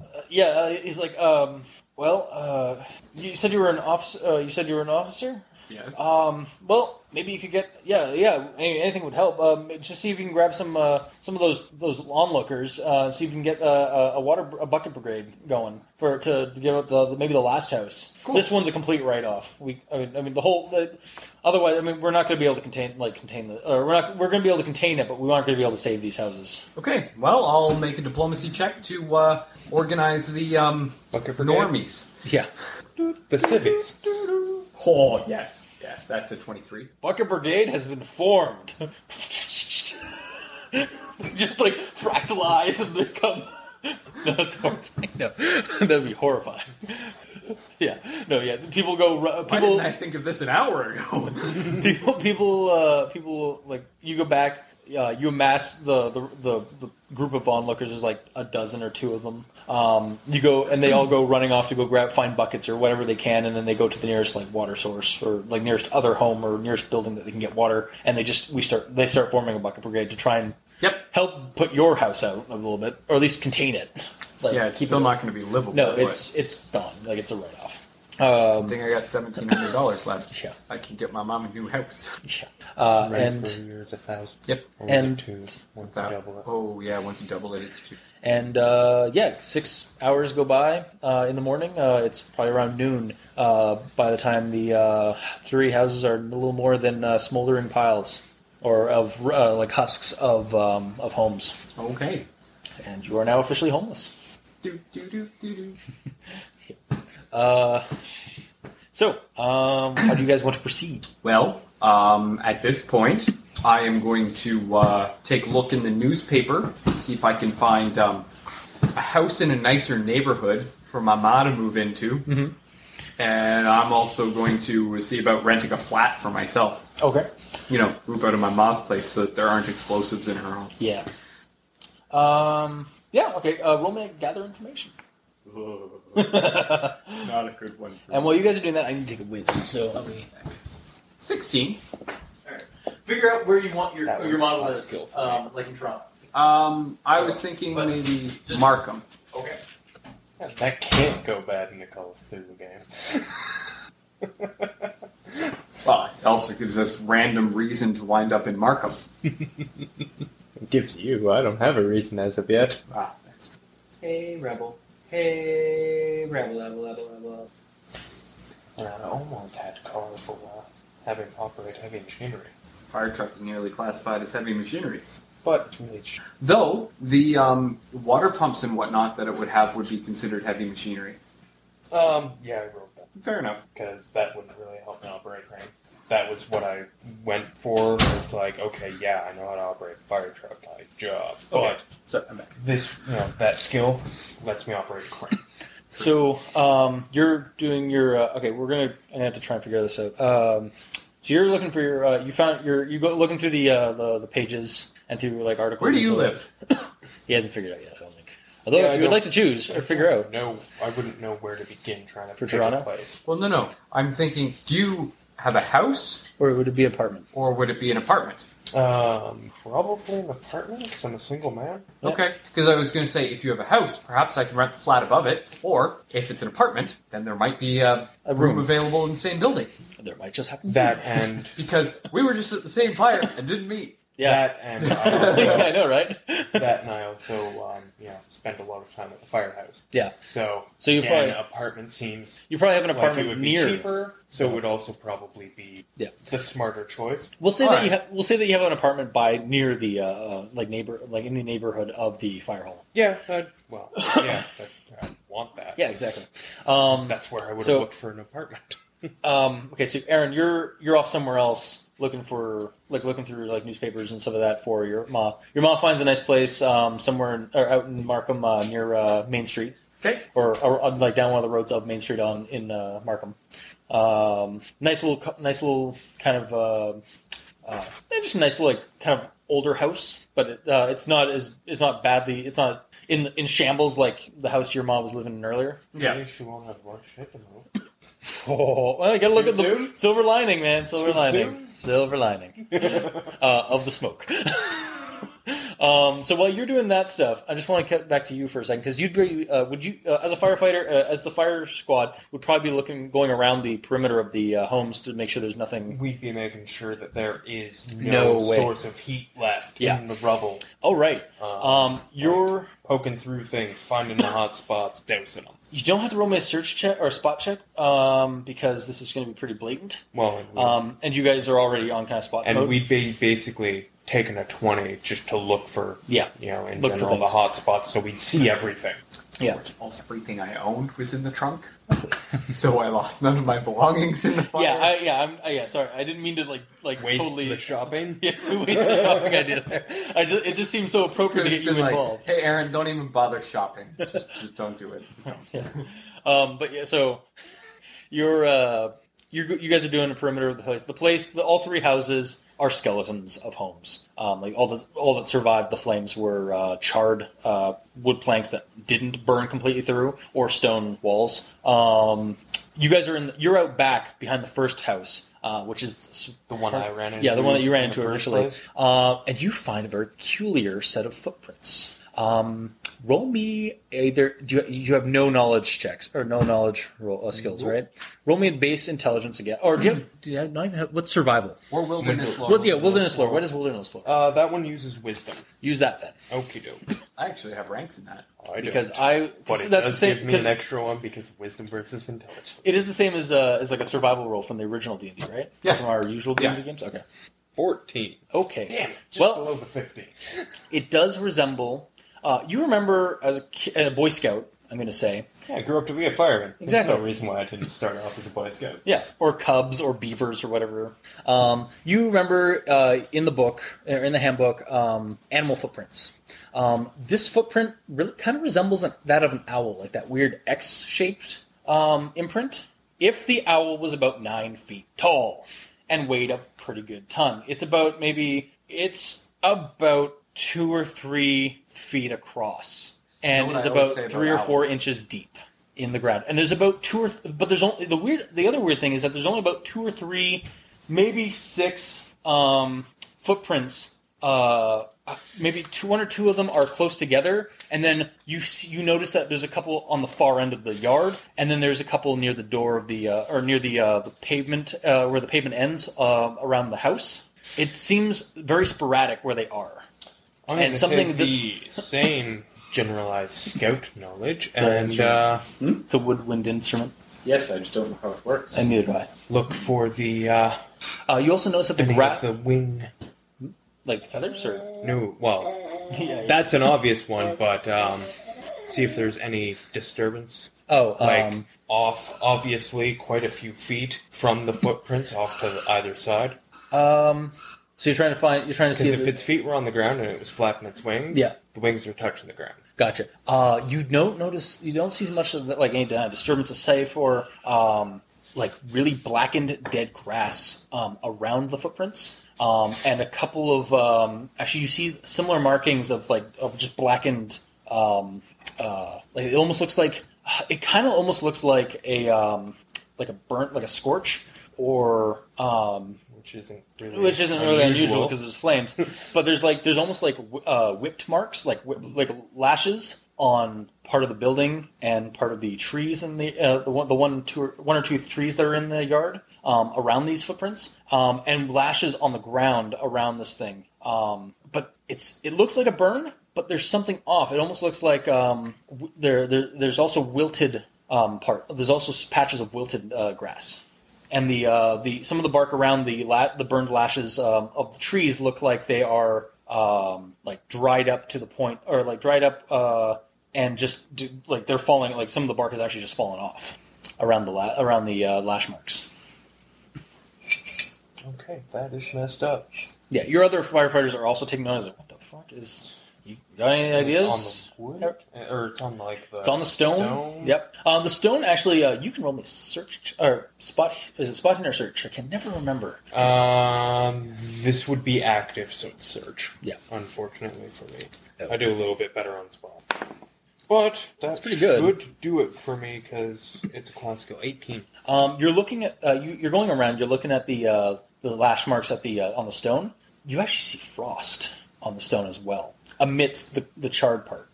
B: uh, yeah, uh, he's like, um, well, uh, you said you were an officer. Uh, you said you were an officer.
D: Yes.
B: Um, well, maybe you could get. Yeah, yeah. any- Anything would help. Um, just see if you can grab some uh, some of those those onlookers. Uh, see if you can get uh, a, a water a bucket brigade going for to give up the, the maybe the last house.
D: Cool.
B: This one's a complete write off. We, I mean, I mean the whole. The, otherwise, I mean, we're not going to be able to contain like contain the. Or we're not. We're going to be able to contain it, but we aren't going to be able to save these houses.
D: okay. Well, I'll make a diplomacy check to uh, organize the um,
C: Bucket brigade.
D: normies.
B: Yeah.
C: The civvies.
D: Oh yes, yes. That's a twenty-three.
B: Bucket Brigade has been formed. Just like fractal eyes and they come. No, that's horrifying. No, that'd be horrifying. Yeah, no, yeah. People go. ru- uh,
D: Why
B: People,
D: didn't I think of this an hour ago?
B: people, people, uh, people. Like you go back. Uh, you amass the, the the the group of onlookers. There's like a dozen or two of them. Um, you go and they all go running off to go grab find buckets or whatever they can, and then they go to the nearest like water source or like nearest other home or nearest building that they can get water. And they just we start they start forming a bucket brigade to try and
D: Yep.
B: help put your house out a little bit or at least contain it. Like,
D: Yeah, it's still not going to be livable.
B: No,
D: but
B: it's it's gone. Like it's a write off. Um,
D: I think I got seventeen hundred dollars left.
B: Yeah.
D: I can get my mom a new house.
B: yeah. Uh,
C: Right
B: and
C: for years, a thousand.
D: Yep.
C: Or was it
B: And-
C: two? Once
D: That-
C: double it.
D: oh yeah, once you double it, it's two.
B: And uh, yeah, six hours go by uh, in the morning. Uh, it's probably around noon uh, by the time the uh, three houses are a little more than uh, smoldering piles or of uh, like husks of um, of homes.
D: Okay.
B: And you are now officially homeless.
D: Do do do do do.
B: Uh, so, um, how do you guys want to proceed?
D: Well, um, at this point, I am going to uh, take a look in the newspaper and see if I can find um, a house in a nicer neighborhood for my ma to move into, and I'm also going to see about renting a flat for myself.
B: Okay.
D: You know, move out of my ma's place so that there aren't explosives in her home.
B: Yeah. Um. Yeah. Okay. Uh, roll me a gather information. and
C: Not a good one.
B: while you guys are doing that, I need to take a whiz. So help me.
D: Sixteen.
B: Figure out where you want your
D: That
B: your
D: one's
B: model
D: not
B: is.
D: skill for
B: Um, like in Toronto.
D: Um, I was thinking
B: But-
D: maybe
B: just-
D: Markham.
B: Okay.
C: That can't go bad in the Call of Cthulhu game.
D: Well, it also gives us random reason to wind up in Markham.
C: it gives you. I don't have a reason as of yet.
D: Ah, that's true.
B: Hey, rebel. Hey, rebel, rebel, rebel, rebel.
C: And I almost had Carl for uh, having operate heavy machinery,
D: fire truck is nearly classified as heavy machinery.
C: but it's really ch-
D: Though the um, water pumps and whatnot that it would have would be considered heavy machinery.
C: um yeah I wrote that
D: Fair enough.
C: because that wouldn't really help me operate crane. That was what I went for. It's like okay, yeah, I know how to operate a fire truck, my job, but
B: Okay. So I'm back.
C: this you know that skill lets me operate a crane.
B: So um, you're doing your uh, okay. We're gonna I have to try and figure this out. Um, so you're looking for your uh, you found your you go looking through the uh, the, the pages and through like articles.
D: Where do
B: and
D: you
B: so-
D: live?
B: He hasn't figured out yet. I don't think. Although
C: Yeah, I
B: if you would
C: don't-
B: like to choose or figure out,
C: No, I wouldn't know where to begin trying to
B: For
C: pick a
B: Toronto?
C: place.
D: Well, no, no. I'm thinking, do you have a house
B: or would it be apartment?
D: or would it be an apartment?
C: Um, probably an apartment because I'm a single man.
B: Yeah.
D: Okay. Because I was going to say, if you have a house, perhaps I can rent the flat above it, or if it's an apartment, then there might be a,
B: A
D: room.
B: room.
D: available in the same building.
B: There might just happen to
C: That
B: be.
C: and
D: Because we were just at the same fire and didn't meet.
B: Yeah.
C: that and I also,
B: I know, right?
C: that and I also um, you know spend a lot of time at the firehouse.
B: Yeah.
C: So
B: So you
C: again,
B: probably-
C: apartment seems
B: You probably have an
C: like
B: apartment
C: it would
B: near.
C: be cheaper, so it would also probably be
B: Yeah.
C: the smarter choice.
B: We'll say that
D: Alright.
B: you ha- we'll say that you have an apartment by near the uh, uh, like neighbor like in the neighborhood of the fire hall.
C: Yeah. That, well, yeah, that, I want that.
B: Yeah, exactly. Um,
C: That's where I would have
B: So-
C: looked for an apartment.
B: um, okay, so Aaron, you're you're off somewhere else looking for like looking through like newspapers and stuff of that for your ma. Your mom finds a nice place um, somewhere in, or out in Markham uh, near uh, Main Street.
D: Okay.
B: or, or on, like down one of the roads of Main Street on in uh, Markham. Um, nice little, co- nice little kind of, uh, uh, eh, just a nice like kind of older house, but it, uh, it's not as it's not badly, it's not in in shambles like the house your mom was living in earlier.
D: Yeah.
C: Maybe she won't have much shit to move.
B: Oh, well, you gotta look
D: Too
B: at the
D: soon?
B: silver lining, man. Silver
C: Too
B: lining, silver lining uh, of the smoke. um, so while you're doing that stuff, I just want to cut back to you for a second because you'd be uh, would you uh, as a firefighter uh, as the fire squad would probably be looking going around the perimeter of the uh, homes to make sure there's nothing.
C: We'd be making sure that there is
B: No
C: no,
B: way.
C: source of heat left
B: Yeah.
C: in the rubble.
B: Oh right,
C: Um,
B: um, you're
C: poking through things, finding the hot spots, dousing them.
B: you don't have to roll me a search check or a spot check um, because this is going to be pretty blatant.
C: Well, and, we,
B: Um, and you guys are already on kind of spot
C: and
B: mode.
C: we'd be basically taking a twenty just to look for
B: yeah,
C: you know in
B: Look for
C: general the
B: things.
C: hot spots, so we'd see everything.
B: yeah.
D: Also, everything I owned was in the trunk, so I lost none of my belongings in the fire.
B: Yeah, I, yeah, I'm, I, yeah. Sorry, I didn't mean to like, like
C: Waste
B: totally.
C: the shopping.
B: yes, we waste the shopping idea there. I just, it just seems so appropriate to
D: Could've
B: get you
D: been like,
B: involved.
D: hey, Aaron, don't even bother shopping. Just, just don't do it.
B: Yeah. Um, but yeah, so you're, uh, you're, you guys are doing a perimeter of the place. The place, the, all three houses are skeletons of homes. Um, like all the, all that survived the flames were uh, charred uh, wood planks that didn't burn completely through, or stone walls. Um, you guys are in. You're out back behind the first house, uh, which is
C: The one I ran into.
B: Yeah, the one that you ran
C: in the
B: into
C: first
B: originally.
C: place.
B: Uh, and you find a very peculiar set of footprints. Um, roll me either. Do you, you have no knowledge checks or no knowledge roll, uh, skills, right? Roll me a base intelligence again. Or do you have, do you have, not even have what's survival?
D: Or wilderness lore.
B: Well, yeah, wilderness lore. What is wilderness lore?
C: Uh, that one uses wisdom.
B: Use that then,
C: Okie doke.
D: I actually have ranks in that.
C: I
B: because
C: don't.
B: I
C: but
B: so
C: it
B: that's
C: does
B: the same,
C: give me an
B: 'cause
C: extra one because of wisdom versus intelligence.
B: It is the same as uh, as like a survival roll from the original D and D, right?
D: Yeah.
B: From our usual D
D: Yeah.
B: and D games. Okay.
C: Fourteen.
B: Okay.
C: Damn, it, just
B: well,
C: below the fifteen.
B: it does resemble. Uh, you remember as a, ki- a Boy Scout, I'm going to say.
C: Yeah, I grew up to be a fireman.
B: Exactly.
C: There's no reason why I didn't start off as a Boy Scout.
B: Yeah, or cubs or beavers or whatever. Um, you remember uh, in the book, or in the handbook, um, animal footprints. Um, this footprint really kind of resembles an- that of an owl, like that weird X shaped um, imprint. If the owl was about nine feet tall and weighed a pretty good ton, it's about maybe, it's about two or three feet across and
D: You know what
B: is
D: I always
B: about
D: say about
B: three or four
D: owls?
B: inches deep in the ground. And there's about two or th- but there's only the weird the other weird thing is that there's only about two or three, maybe six um, footprints. Uh, uh, maybe two, one or two of them are close together, and then you s- you notice that there's a couple on the far end of the yard, and then there's a couple near the door of the uh, or near the uh, the pavement uh, where the pavement ends uh, around the house. It seems very sporadic where they are.
C: I'm
B: And
C: gonna
B: something
C: take the same generalized scout knowledge
B: Sounds
C: and
B: right.
C: uh,
B: It's a woodwind instrument,
F: Yes, I just don't know how it works.
B: and neither do I.
C: look for the uh,
B: Uh, you also notice that the
C: any
B: grass,
C: of the wing.
B: like the feathers, or
C: No, well,
B: yeah,
C: that's an obvious one, but um, see if there's any disturbance.
B: oh,
C: Like
B: um,
C: off, obviously, quite a few feet from the footprints off to the either side.
B: um, so you're trying to find, you're trying to see
C: Because if
B: the-
C: its feet were on the ground and it was flapping its wings,
B: Yeah.
C: the wings are touching the ground.
B: Gotcha. Uh, you don't notice. You don't see much of that, like any di- disturbance of safe or um, like really blackened dead grass um, around the footprints, um, and a couple of um, actually you see similar markings of like of just blackened. Um, uh, like it almost looks like it kind of almost looks like a um, like a burnt like a scorch or um,
C: Which isn't really
B: which isn't really unusual because there's flames. but there's like there's almost like wh- uh, whipped marks, like whip, like lashes on part of the building and part of the trees in the uh, the one the one two or, one or two trees that are in the yard um, around these footprints, um, and lashes on the ground around this thing. Um, but it's it looks like a burn, but there's something off. It almost looks like um, w- there, there there's also wilted um, part. There's also s- patches of wilted uh, grass and the uh, the some of the bark around the la- the burned lashes um, of the trees look like they are um, like dried up to the point, or like dried up uh, and just do, like they're falling. Like some of the bark has actually just fallen off around the la- around the uh, lash marks.
C: Okay, that is messed up.
B: Yeah, your other firefighters are also taking notice. Like, what the fuck is? You got any ideas?
C: It's on the wood, Eh, or it's on like the.
B: It's on the stone.
C: Stone.
B: Yep. Um, the stone actually, uh, you can roll me search or spot. Is it spot hidden or search? I can never remember.
C: Um, this would be active, so it's search.
B: Yeah.
C: Unfortunately for me,
B: Oh.
C: I do a little bit better on spot, but that's
B: pretty good.
C: Would do it for me because it's a classical eighteen.
B: Um, you're looking at uh, you, you're going around. You're looking at the uh, the lash marks at the uh, on the stone. You actually see frost on the stone as well, amidst the, the charred part.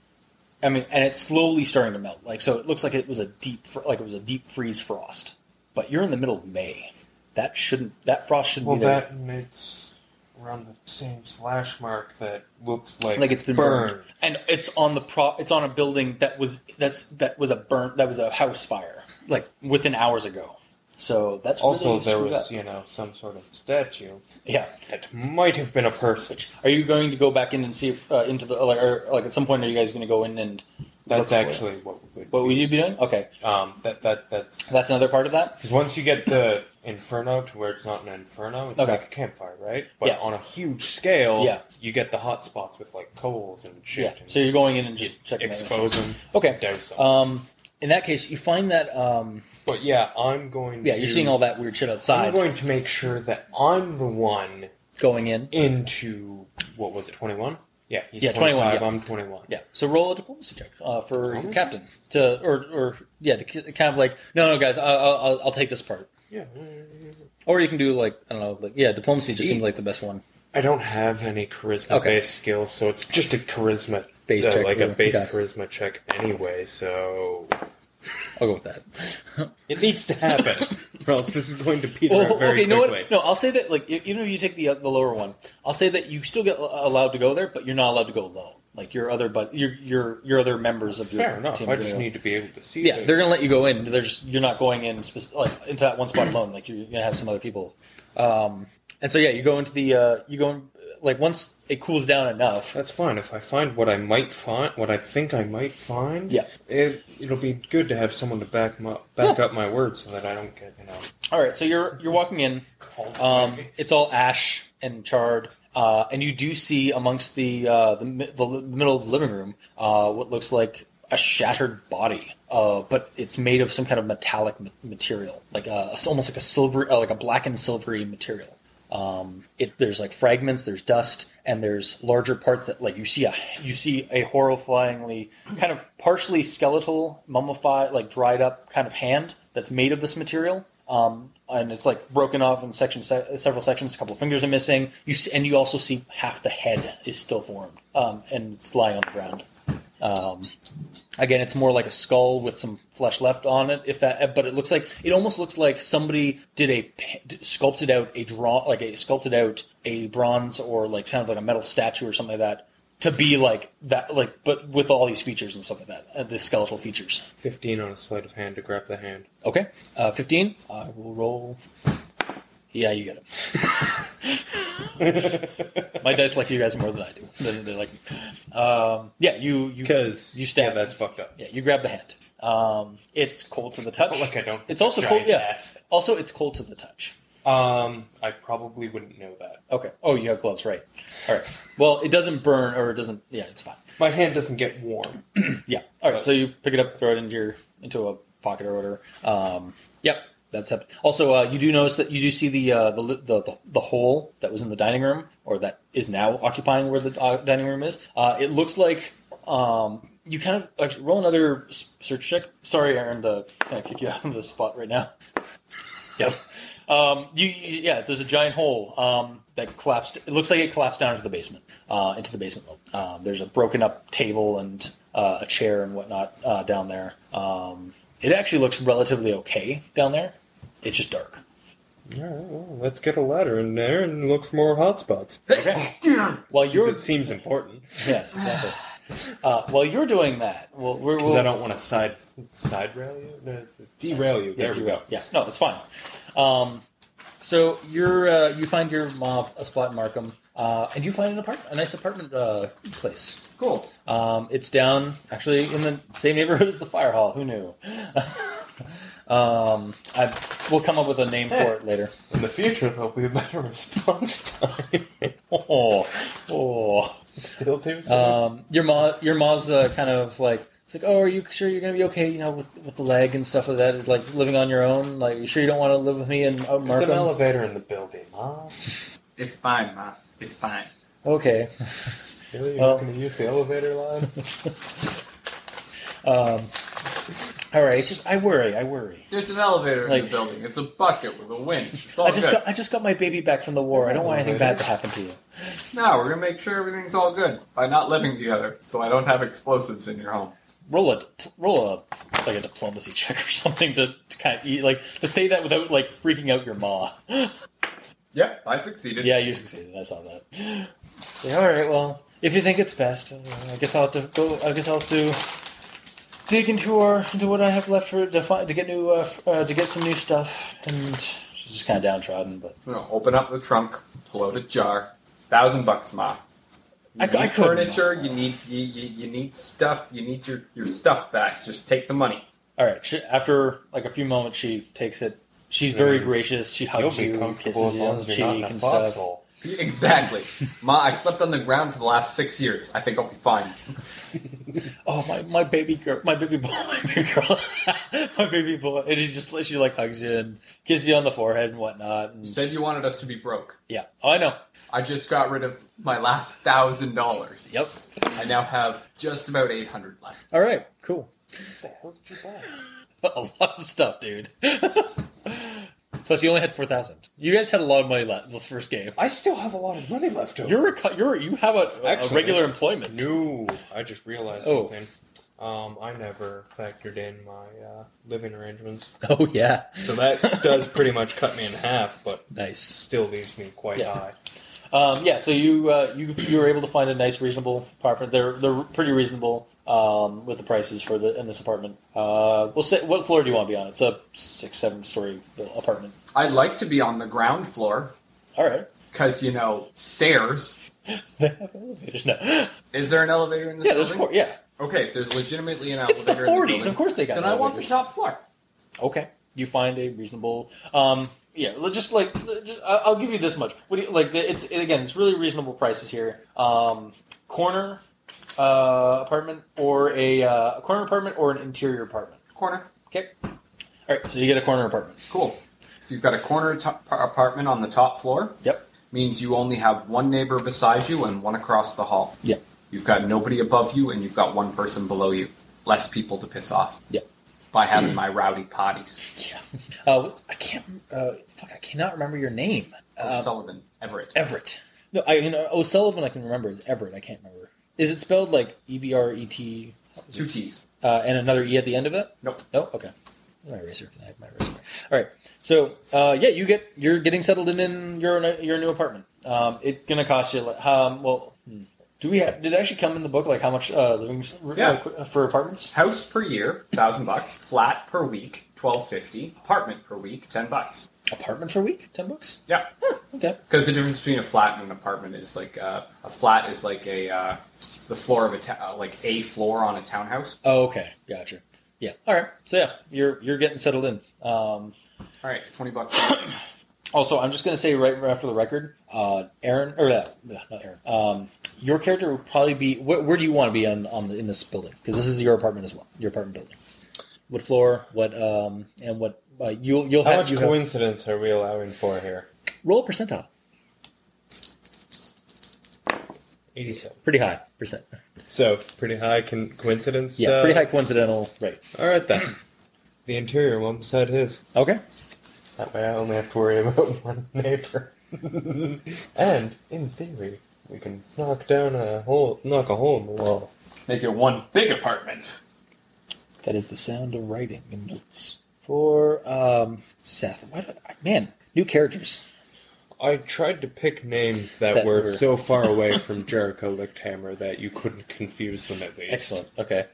B: I mean, and it's slowly starting to melt. Like so, it looks like it was a deep fr- like it was a deep freeze frost. But you're in the middle of May. That shouldn't that frost shouldn't
C: Well,
B: be there.
C: that and it's around the same slash mark that looks like
B: like it's been burned. and it's on the pro. It's on a building that was that's that was a burnt that was a house fire like within hours ago. So that's
C: Also,
B: really
C: there
B: screwed
C: was
B: up.
C: you know some sort of statue
B: yeah.
C: that might have been a person.
B: Are you going to go back in and see if uh, into the like, or, like at some point are you guys going to go in and look
C: That's
B: for it?
C: actually what we would.
B: what would you be doing? Okay,
C: Um, that that that's
B: that's another part of that.
C: Because once you get the inferno to where it's not an inferno, it's
B: Okay.
C: like a campfire, right? But
B: Yeah.
C: on a huge scale,
B: Yeah.
C: you get the hot spots with like coals and shit.
B: Yeah.
C: And
B: So you're going in and just checking. that out.
C: expose them,
B: Okay.
C: douse them.
B: Um, in that case, you find that um,
C: but yeah, I'm going.
B: yeah,
C: to,
B: you're seeing all that weird shit
C: I'm
B: outside. Going,
C: going to make sure that I'm the one
B: in.
C: into what was it, 21? Yeah, he's
B: Yeah, 21,
C: 25,
B: yeah.
C: I'm 21.
B: Yeah. So roll a diplomacy check uh, for your
C: Diplomacy?
B: captain to or or yeah to ki- kind of like no no guys I, I'll I'll- I'll take this part
C: Yeah.
B: or you can do like I don't know like yeah diplomacy just seems like the best one.
C: I don't have any charisma
B: Okay.
C: based skills, so it's just a charisma
B: Base
C: uh,
B: check,
C: like a
B: yeah.
C: base
B: Okay.
C: charisma check anyway. So
B: I'll go with that.
C: It needs to happen, or else this is going to peter
B: Well,
C: out very
B: Oh, okay, you know
C: quickly.
B: what? No, I'll say that like e- even if you take the uh, the lower one, I'll say that you still get a- allowed to go there, but you're not allowed to go alone. Like your other but your your your other members of your
C: Fair enough.
B: team.
C: I
B: are
C: just
B: gonna-
C: need to be able to see.
B: Yeah,
C: things.
B: they're gonna let you go in. They're just you're not going in spec- like into that one spot alone. Like you're gonna have some other people. Um, and so yeah, you go into the uh, you go in, like once it cools down enough,
C: That's fine. If I find what I might find, what I think I might find,
B: Yeah.
C: it it'll be good to have someone to back my, back up my words so that I don't get you know.
B: All right, so you're you're walking in. Um, it's all ash and charred, uh, and you do see amongst the uh, the, mi- the li- middle of the living room uh, what looks like a shattered body, uh, but it's made of some kind of metallic ma- material, like uh, it's almost like a silver, uh, like a black and silvery material. Um, it, there's like fragments, there's dust, and there's larger parts that like you see a you see a horrifyingly kind of partially skeletal, mummified, like dried up kind of hand that's made of this material. Um, and it's like broken off in section se- several sections. A couple of fingers are missing. You see, and you also see half the head is still formed, um, and it's lying on the ground. Um, again, it's more like a skull with some flesh left on it. If that, but it looks like it almost looks like somebody did a pa- sculpted out a draw, like a sculpted out a bronze or like kind of like a metal statue or something like that to be like that, like but with all these features and stuff like that, uh, the skeletal features.
C: Fifteen on a sleight of hand to grab the hand.
B: Okay, uh, fifteen. I will roll. Yeah, you get it. My dice like you guys more than I do. They, they like me. Um, yeah, you you
C: Because
B: you stab.
C: yeah, that's fucked up.
B: Yeah, you grab the hand. Um, it's cold to the touch.
C: Like I don't.
B: It's also
C: giant
B: cold. Yeah.
C: ass.
B: Also, it's cold to the touch.
C: Um, I probably wouldn't know that.
B: Okay. Oh, you have gloves, right? All right. Well, it doesn't burn, or it doesn't. Yeah, it's fine.
C: My hand doesn't get warm.
B: Yeah. All right. So you pick it up, throw it into your into a pocket or whatever. Um, yep. That's up. Also, uh, you do notice that you do see the, uh, the li- the the the hole that was in the dining room, or that is now occupying where the uh, dining room is. Uh, it looks like um, you kind of actually, roll another s- search check. Sorry, Aaron, to kind of kick you out of the spot right now. Yep. Um, you, you- yeah, there's a giant hole um, that collapsed. It looks like it collapsed down into the basement, uh, into the basement level. Um, there's a broken up table and uh, a chair and whatnot uh, down there. Um, it actually looks relatively okay down there. It's just dark.
C: All right, well, let's get a ladder in there and look for more hotspots.
B: Okay. While
C: Because
B: you're
C: it seems important
B: yes, exactly. Uh, while you're doing that, well, we're,
C: because
B: we'll
C: I don't want to side side rail you, no, derail you.
B: Yeah,
C: There we
B: do
C: go.
B: that. Yeah, no, it's fine. Um, so you're uh, you find your mob a spot in Markham, uh, and you find an apartment, a nice apartment uh, place.
D: Cool.
B: Um, it's down actually in the same neighborhood as the fire hall. Who knew? um, I, we'll come up with a name for it later.
C: In the future, there'll be a better response time.
B: Oh, oh.
C: Still do
B: Um, your ma, your ma's uh, kind of like it's like, oh, are you sure you're gonna be okay? You know, with, with the leg and stuff like that. Like living on your own. Like, you sure you don't want to live with me and out in
C: There's an
B: Markham?
C: elevator in the building, huh?
D: It's fine, Ma. It's fine.
B: Okay.
C: Really? You're
B: Well-
C: not going to use the elevator line?
B: Um, all right, it's just I worry, I worry.
D: There's an elevator in
B: Like-
D: the building. It's a bucket with a winch. It's all
B: I just
D: good.
B: got I just got my baby back from the war. I don't want anything bad to happen to you.
D: No, we're gonna make sure everything's all good by not living together, so I don't have explosives in your home.
B: Roll a roll a like a diplomacy check or something to, to kind of eat, like to say that without like freaking out your ma.
D: Yep, I succeeded.
B: yeah, you succeeded. I saw that. It's like, all right, well, if you think it's best, uh, I guess I'll have to go. I guess I'll have to dig into our into what I have left for to find to get new uh, f- uh, to get some new stuff and she's just kind of downtrodden, but.
D: You know, open up the trunk, pull out a jar. Thousand bucks, ma. You
B: I c-
D: need
B: I couldn't.
D: furniture. You need you, you, you need stuff. You need your, your stuff back. Just take the money.
B: All right. She, after like a few moments, she takes it. She's very
C: Yeah.
B: gracious. She
C: You'll
B: hugs
C: be
B: you,
C: comfortable
B: kisses
C: as
B: you
C: long
B: on
C: as
B: the
C: you're
B: cheek
C: not in a
B: and stuff.
C: foxhole.
D: Exactly, ma. I slept on the ground for the last six years. I think I'll be fine.
B: Oh my, my baby girl, my baby boy, my baby girl, my baby boy. And she just she like hugs you and kisses you on the forehead and whatnot. And
D: You said you wanted us to be broke.
B: yeah, oh, I know.
D: I just got rid of my last thousand dollars.
B: Yep.
D: I now have just about eight hundred left.
B: All right. Cool.
C: What the hell did you buy?
B: A lot of stuff, dude. Plus, you only had four thousand. You guys had a lot of money left the first game.
C: I still have a lot of money left over.
B: You're a, co- you're you have a, a
C: Actually,
B: regular employment.
C: No, I just realized
B: Oh.
C: something. Um, I never factored in my uh, living arrangements,
B: Oh yeah,
C: so that does pretty much cut me in half, but
B: nice.
C: still leaves me quite
B: Yeah.
C: high.
B: Um, yeah, so you uh, you you were able to find a nice, reasonable apartment. They're they're pretty reasonable um, with the prices for the in this apartment. Uh, well, say, what floor do you want to be on? It's a six, seven story apartment.
D: I'd like to be on the ground floor
B: All right.
D: because you know stairs.
B: They have elevators now. Yeah,
D: Is there an elevator in this
B: there's
D: building?
B: four. Yeah,
D: Okay, if there's legitimately an
B: it's
D: elevator.
B: the
D: in the
B: forties.
D: building,
B: Of course they got.
D: Then I want the
B: elevators.
D: top floor.
B: Okay, you find a reasonable. Um, yeah, let- just like just, I- I'll give you this much. What do you, like the- it's again, it's really reasonable prices here. Um, corner uh, apartment or a, uh, a corner apartment or an interior apartment.
D: Corner.
B: Okay. All right, so you get a corner apartment.
D: Cool. If you've got a corner to- apartment on the top floor,
B: Yep.
D: means you only have one neighbor beside you and one across the hall.
B: Yep.
D: You've got nobody above you and you've got one person below you. Less people to piss off.
B: Yep.
D: By having my rowdy potties.
B: Yeah. Uh, I can't. Uh, fuck, I cannot remember your name. Uh,
D: Sullivan, Everett.
B: Everett. No, I you know O'Sullivan. I can remember is Everett. I can't remember. Is it spelled like E V R E T
D: Two T's.
B: uh, and another E at the end of it?
D: Nope.
B: No. Okay. My eraser. I have my eraser. All right. So uh, yeah, you get you're getting settled in, in your your new apartment. Um, it's gonna cost you. like, Um, well, hmm. do we have? Did it actually come in the book? Like how much uh, living
D: Yeah.
B: uh, for apartments?
D: House per year, thousand bucks. Flat per week, twelve fifty. Apartment per week, ten bucks.
B: Apartment for a week? Ten bucks?
D: Yeah.
B: Okay.
D: Because the difference between a flat and an apartment is like uh, a flat is like a uh, the floor of a ta- uh, like a floor on a townhouse.
B: Oh, okay. Gotcha. Yeah. All right. So yeah, you're you're getting settled in. Um,
D: All right, twenty bucks.
B: Also, I'm just going to say right, right for the record, uh, Aaron or uh, not Aaron. Um, your character would probably be where, where do you want to be on, on the, in this building? Because this is your apartment as well, your apartment building. What floor? What um and what uh, you'll you'll
C: How
B: have,
C: much
B: you have-
C: coincidence are we allowing for here?
B: roll a percentile,
C: Eighty-seven.
B: pretty high percent,
C: So pretty high con- coincidence.
B: yeah,
C: uh,
B: pretty high coincidental rate.
C: All right then. The interior one beside his.
B: Okay,
C: That way, I only have to worry about one neighbor. and in theory, we can knock down a hole, knock a hole in the wall.
D: Make it one big apartment.
B: that is the sound of writing in notes for um Seth. Why do, man, new characters.
C: I tried to pick names that,
B: That
C: were,
B: were-
C: so far away from Jericho Lichthammer that you couldn't confuse them at least.
B: Excellent. Okay.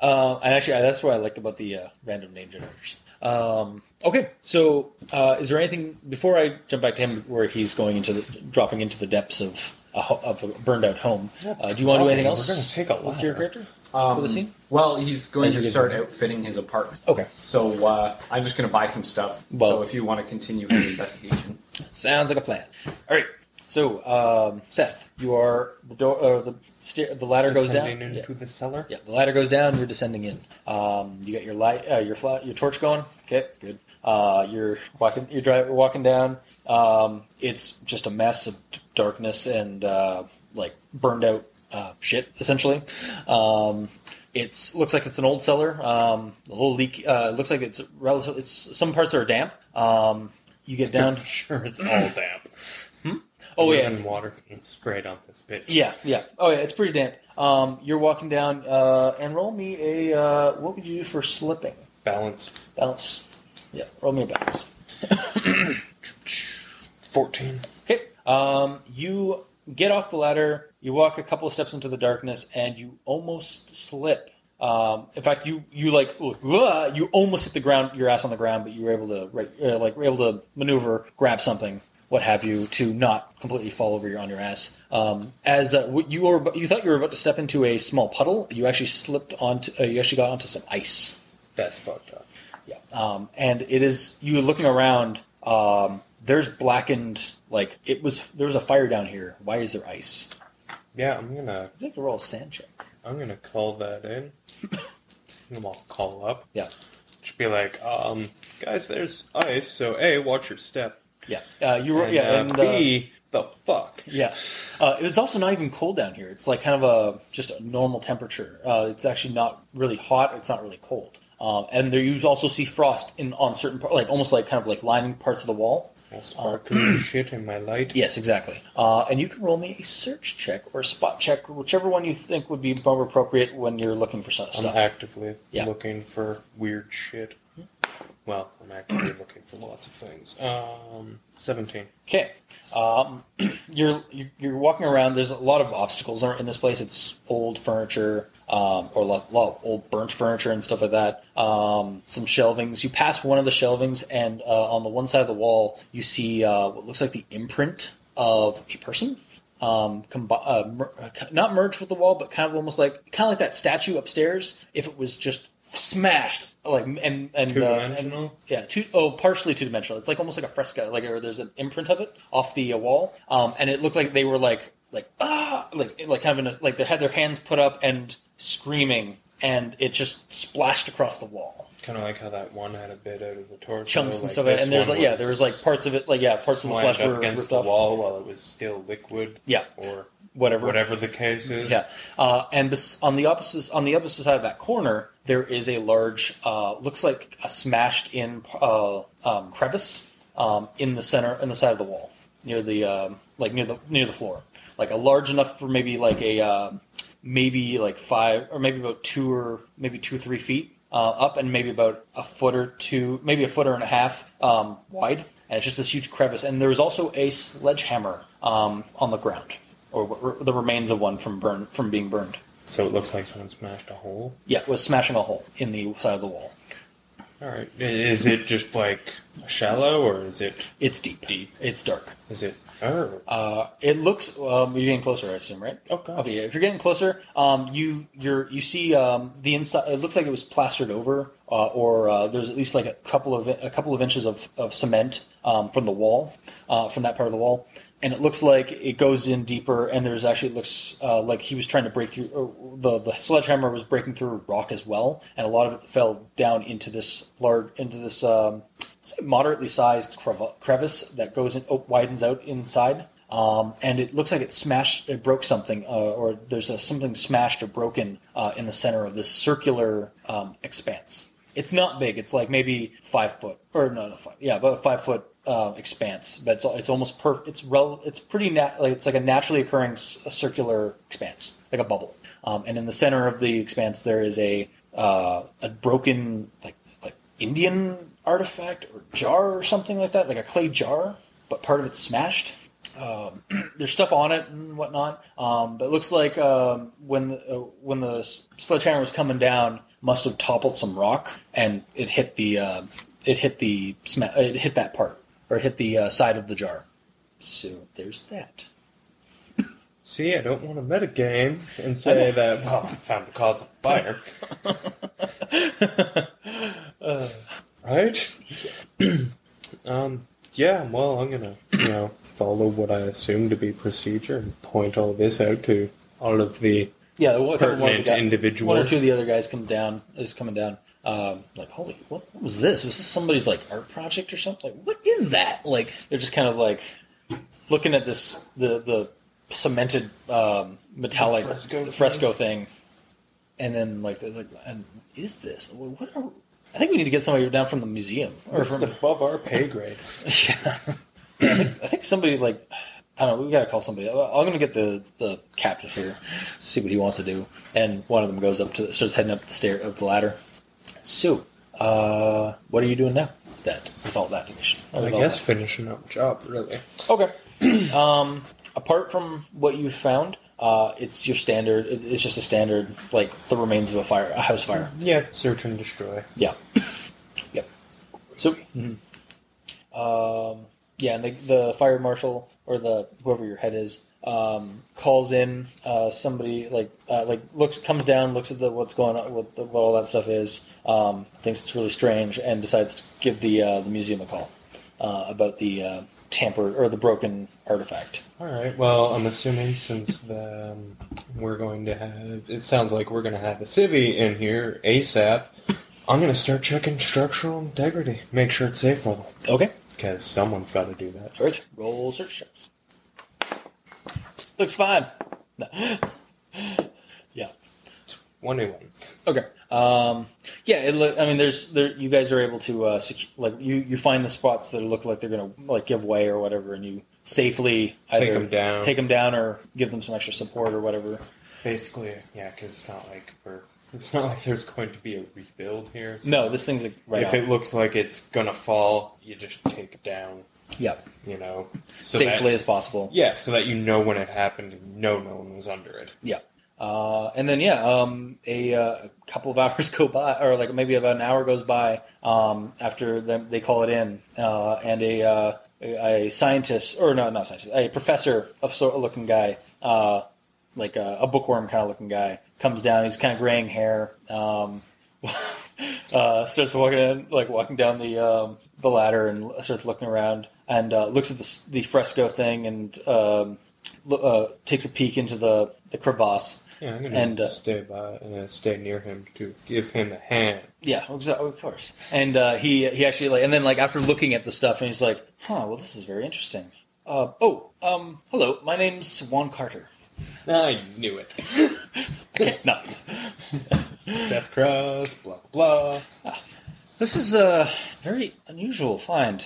B: Uh, and actually, I- that's what I liked about the uh, random name generators. Um, okay, so uh, is there anything before I jump back to him where he's going into the dropping into the depths of a, ho- of a burned out home? Uh, do you want to do anything
C: We're
B: else?
C: gonna take a
B: with your
C: ladder.
B: character
D: Um,
B: for the scene.
D: Well, he's going
B: As you
D: to
B: get-
D: start outfitting his apartment.
B: Okay,
D: So uh, I'm just going to buy some stuff.
B: Well-
D: so if you want to continue his investigation,
B: sounds like a plan. All right. So, um, Seth, you are the door. Uh, the stair, the ladder goes down.
C: Descending into the cellar.
B: Yeah, the ladder goes down. You're descending in. Um, you got your light, uh, your flat, your torch going. Okay, good. Uh, you're walking. You're driving, walking down. Um, it's just a mess of d- darkness and uh, like burned out uh, shit, essentially. Um, it's looks like it's an old cellar. Um, the whole leak. Uh, it looks like it's relative. It's some parts are damp. Um, you get down.
C: Sure, it's all damp.
B: Oh yeah,
C: and
B: it's-
C: water can sprayed on this bitch.
B: Yeah, yeah. Oh yeah, it's pretty damp. Um, you're walking down, uh, and roll me a. Uh, what would you do for slipping?
C: Balance
B: Bounce. Yeah, roll me a bounce.
C: fourteen.
B: Okay. Um, you get off the ladder. You walk a couple of steps into the darkness, and you almost slip. Um, in fact, you you like "Wah!" you almost hit the ground, your ass on the ground, but you were able to right, uh, like were able to maneuver, grab something, what have you, to not completely fall over your on your ass. Um, as uh, what you were, you thought you were about to step into a small puddle, but you actually slipped onto, uh, you actually got onto some ice.
C: That's fucked up.
B: Yeah. Um, and it is you looking around. Um, there's blackened like it was. There was a fire down here. Why is there ice?
C: Yeah, I'm gonna
B: I think roll a sand check.
C: I'm gonna call that in. I'm all call up.
B: Yeah.
C: Just be like, um, guys, there's ice, so A, watch your step.
B: Yeah. Uh, you were.
C: And,
B: yeah.
C: uh,
B: and, uh,
C: B, the fuck.
B: yeah. Uh, it was also not even cold down here. It's like kind of a just a normal temperature. Uh, it's actually not really hot. It's not really cold. Um, and there you also see frost in on certain par- like almost like kind of like lining parts of the wall.
C: All
B: Oh.
C: sparkly shit in my light.
B: Yes, exactly. Uh, and you can roll me a search check or a spot check, whichever one you think would be more appropriate when you're looking for some
C: I'm
B: stuff.
C: actively
B: Yeah.
C: looking for weird shit. Well, I'm actively looking for lots of things. Um, 17.
B: Okay, um, you're you're you're walking around. There's a lot of obstacles ar- in this place. It's old furniture, um, or a lot, lot of old burnt furniture and stuff like that. Um, some shelvings. You pass one of the shelvings, and uh, on the one side of the wall, you see uh, what looks like the imprint of a person. um, com- uh, mer- uh, not merged with the wall, but kind of almost like kind of like that statue upstairs. If it was just smashed, like and and
C: Two
B: Uh, and-
C: dimensional.
B: yeah, two oh, partially two dimensional. It's like almost like a fresco, like or there's an imprint of it off the uh, wall, um, and it looked like they were like like ah, like like kind of in a, like they had their hands put up and screaming, and it just splashed across the wall,
C: Kind of like how that one had a bit out of the torso,
B: chunks and
C: Oh, like
B: stuff.
C: this
B: And there's
C: one
B: like yeah, there was like parts of it, like yeah, parts of the
C: slammed
B: flesh were
C: up against
B: ripped
C: the
B: off,
C: wall while it was still liquid.
B: Yeah.
C: or
B: whatever,
C: whatever the case is.
B: Yeah, uh, and bes- on the opposite on the opposite side of that corner, there is a large, uh, looks like a smashed in uh, um, crevice um, in the center in the side of the wall near the um, like near the near the floor, like a large enough for maybe like a um maybe like five or maybe about two or maybe two three feet uh, up and maybe about a foot or two, maybe a foot or and a half um, wide. And it's just this huge crevice, and there is also a sledgehammer um, on the ground or w- the remains of one from burn from being burned.
C: So it looks like someone smashed a hole.
B: Yeah, it was smashing a hole in the side of the wall.
C: All right. I- Is it just like shallow, or is it?
B: It's deep. It's dark.
C: Is it? Oh,
B: Uh, it looks. Um, you're getting closer, I assume, right?
C: Oh, God.
B: Okay. yeah, If you're getting closer, um, you you're you see um, the inside. It looks like it was plastered over, uh, or uh, there's at least like a couple of a couple of inches of, of cement um, from the wall, uh, from that part of the wall, and it looks like it goes in deeper. And there's actually it looks uh, like he was trying to break through. Or the the sledgehammer was breaking through a rock as well, and a lot of it fell down into this large into this. Um, say moderately sized crev- crevice that goes and op- widens out inside um, and it looks like it smashed, it broke something, uh, or there's a, something smashed or broken uh, in the center of this circular um, expanse. It's not big. It's like maybe five foot, or no, no, five, yeah, about a five foot uh, expanse. But it's, it's almost per, it's rel, it's pretty nat, like it's like a naturally occurring s- a circular expanse, like a bubble. Um, and in the center of the expanse, there is a uh, a broken like like Indian artifact or jar or something like that, like a clay jar, but part of it's smashed Um, there's stuff on it and whatnot. Um, but it looks like um, when the, uh, when the sledgehammer was coming down, must have toppled some rock and it hit the uh, it hit the sma- uh, it hit that part or it hit the uh, side of the jar. So there's that.
C: see, I don't want to metagame and say that. Well, I found the cause of fire. Uh, right? um, yeah, well, I'm gonna, you know, follow what I assume to be procedure and point all this out to all of the.
B: Yeah, well, a couple- one, of the
C: Pertinent
B: guy-
C: individuals.
B: one or two of the other guys come down is coming down. Um, like, holy, what, what was this? Was this somebody's like art project or something? Like, what is that? Like, they're just kind of like looking at this the the cemented um, metallic fresco, thing, and then like they're like, and is this? What are? I think we need to get somebody down from the museum or
C: It's
B: from
C: above our pay grade.
B: I think somebody like I don't know. We gotta call somebody. I- I'm gonna get the the captain here, see what he wants to do. And one of them goes up to starts heading up the stair up the ladder. So, uh, what are you doing now? with That with all that condition.
C: I guess finishing up job, really.
B: Okay. um, apart from what you found, uh, it's your standard. it- It's just a standard like the remains of a fire, a house fire.
C: Yeah, search and destroy.
B: Yeah. yep. So, um, yeah, and the, the fire marshal or the whoever your head is um, calls in uh, somebody like uh, like looks comes down, looks at the what's going on, what, the, what all that stuff is, um, thinks it's really strange, and decides to give the uh, the museum a call uh, about the uh, tampered or the broken artifact.
C: All right. Well, I'm assuming since the, um, we're going to have, it sounds like we're going to have a civvy in here ASAP. I'm going to start checking structural integrity, make sure it's safe level,
B: Okay,
C: because someone's got to do that.
B: George, roll search checks. Looks fine. No. yeah.
C: Twenty-one.
B: Okay. Um, yeah, it look, I mean, there's there. You guys are able to uh, secu- like you you find the spots that look like they're gonna like give way or whatever, and you safely
C: Take
B: either
C: 'em down.
B: take them down, or give them some extra support or whatever.
C: Basically, yeah, because it's not like we're, it's not like there's going to be a rebuild here. so
B: No, this thing's like, right.
C: if
B: off.
C: it looks like it's gonna fall, you just take it down.
B: yeah,
C: You know, so that-
B: safely as possible.
C: yeah, so that you know when it happened and know no one was under it.
B: Yeah. Uh, and then yeah, um, a, uh, a couple of hours go by, or like maybe about an hour goes by um, after them, they call it in, uh, and a uh, a, a scientist, or no, not scientist, a professor of sort of looking guy, uh, like a, a bookworm kind of looking guy, comes down. He's kind of graying hair. Um, uh, starts walking in, like walking down the um, the ladder and starts looking around and uh, looks at the, s- the fresco thing and um, lo- uh, takes a peek into the the crevasse.
C: Yeah, I'm gonna
B: And, uh,
C: stay by and uh, stay near him to give him a hand.
B: Yeah, exa- of course. And uh, he he actually like, and then like after looking at the stuff, and he's like, "Huh, well, this is very interesting." Uh, oh, um, hello, my name's Juan Carter.
C: I knew it.
B: I can't, no,
C: Seth Cross, blah blah.
B: this is a very unusual find.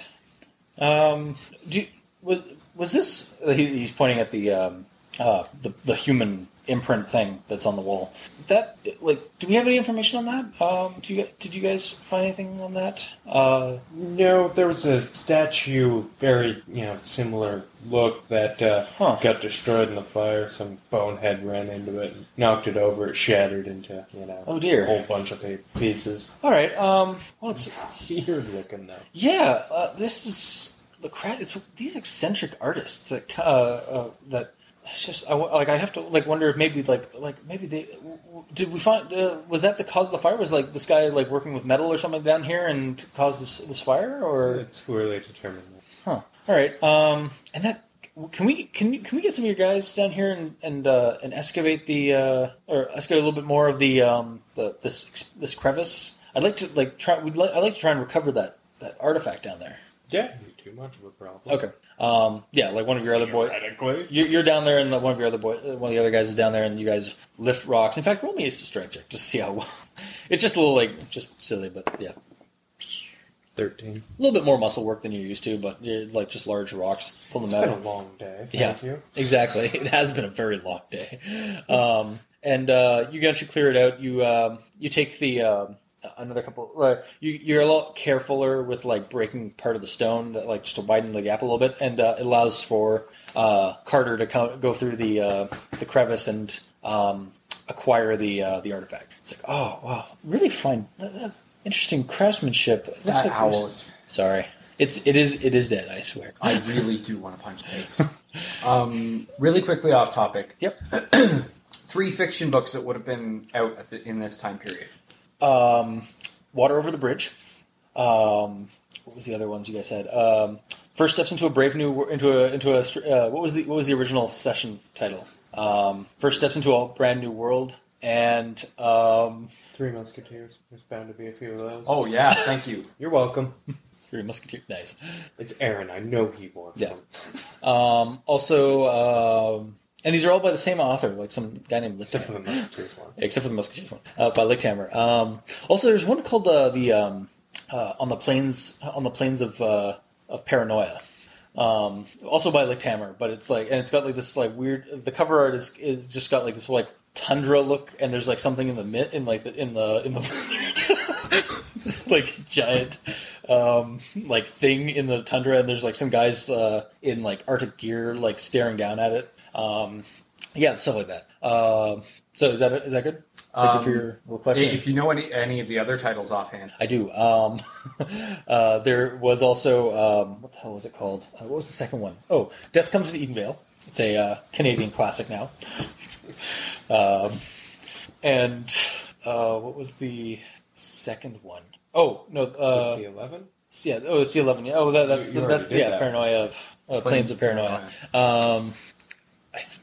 B: Um, do you- was was this? He, he's pointing at the um, uh, the the human imprint thing that's on the wall. That like, do we have any information on that? Um, do you did you guys find anything on that? Uh,
C: No, there was a statue, very you know similar look that uh,
B: Huh.
C: got destroyed in the fire. Some bonehead ran into it, and knocked it over, it shattered into you know
B: Oh, dear.
C: a whole bunch of pa- pieces.
B: all right. Um, well, it's, it's
C: Weird looking though.
B: Yeah, uh, this is the crap. It's these eccentric artists that uh, uh, that. It's just I, wa- like I have to like wonder if maybe like like maybe they w- w- did we find uh, was that the cause of the fire was like this guy like working with metal or something down here and caused this this fire or
C: It's too early to determine. That.
B: huh all right um and that can we can you- can we get some of your guys down here and and uh, and excavate the uh, or excavate a little bit more of the um the this ex- this crevice I'd like to like try we'd li- I'd like to try and recover that that artifact down there
C: Yeah, too much of a problem.
B: Okay. Um, yeah, like one of your other boys.
C: Theoretically.
B: You're, you're down there, and like, one of your other boy, uh, one of the other guys is down there, and you guys lift rocks. In fact, roll me a strength check just to see how well. It's just a little like just silly, but yeah, a
C: Thirteen.
B: little bit more muscle work than you're used to, but you're, like just large rocks, pull them
C: It's
B: out.
C: been a long day. Thank
B: Yeah.
C: you.
B: Exactly. It has been a very long day. Um, and uh, you got to clear it out. You um, you take the um, another couple. Uh, you you're a lot carefuler with like breaking part of the stone that like just to widen the gap a little bit, and uh, it allows for uh, Carter to come, go through the uh, the crevice and um, acquire the uh, the artifact. It's like oh wow, really fine, uh, uh, interesting craftsmanship. It looks
D: That
B: like
D: owl is
B: Sorry, it's it is it is dead. I swear.
D: I really do want to punch things. um, really quickly off topic.
B: Yep.
D: Three fiction books that would have been out at the, in this time period.
B: um, Water Over the Bridge. Um, what was the other ones you guys had? Um, First Steps into a Brave New Wor- into a into a str- uh, what was the what was the original session title? Um, First Steps into a Brand New World and um,
C: Three Musketeers. There's bound to be a few of those.
D: Oh yeah, thank you.
C: you're welcome.
B: Three Musketeers. Nice.
C: It's Aaron. I know he wants
B: Yeah.
C: them.
B: Um, also, um, and these are all by the same author, like some guy named
C: Except for
B: Lichthammer.
C: the Musketeers one.
B: Except for the Musketeers one uh, by Lichthammer. Um, also, there's one called uh, the um, uh, on the plains on the plains of uh, of paranoia. um, also by Lichthammer, but it's like, and it's got like this like weird. The cover art is is just got like this like tundra look, and there's like something in the mid in like the in the in the it's just, like giant um, like thing in the tundra, and there's like some guys uh, in like arctic gear like staring down at it. Um, yeah, stuff like that. Um so is that is that good? Is that good for
D: Um,
B: your little
D: I-
B: collection?
D: If you know any any of the other titles offhand,
B: I do. Um, uh, there was also um, what the hell was it called? Uh, what was the second one? Oh, Death Comes to Edenvale. It's a uh, Canadian classic now. um, and uh, what was the second one? Oh no, uh,
C: the C11?
B: yeah, oh, it's the eleven. Yeah, oh, that, that's
C: You-
B: the,
C: you
B: that's
C: already did
B: yeah,
C: that.
B: paranoia of uh, planes of paranoia. Um,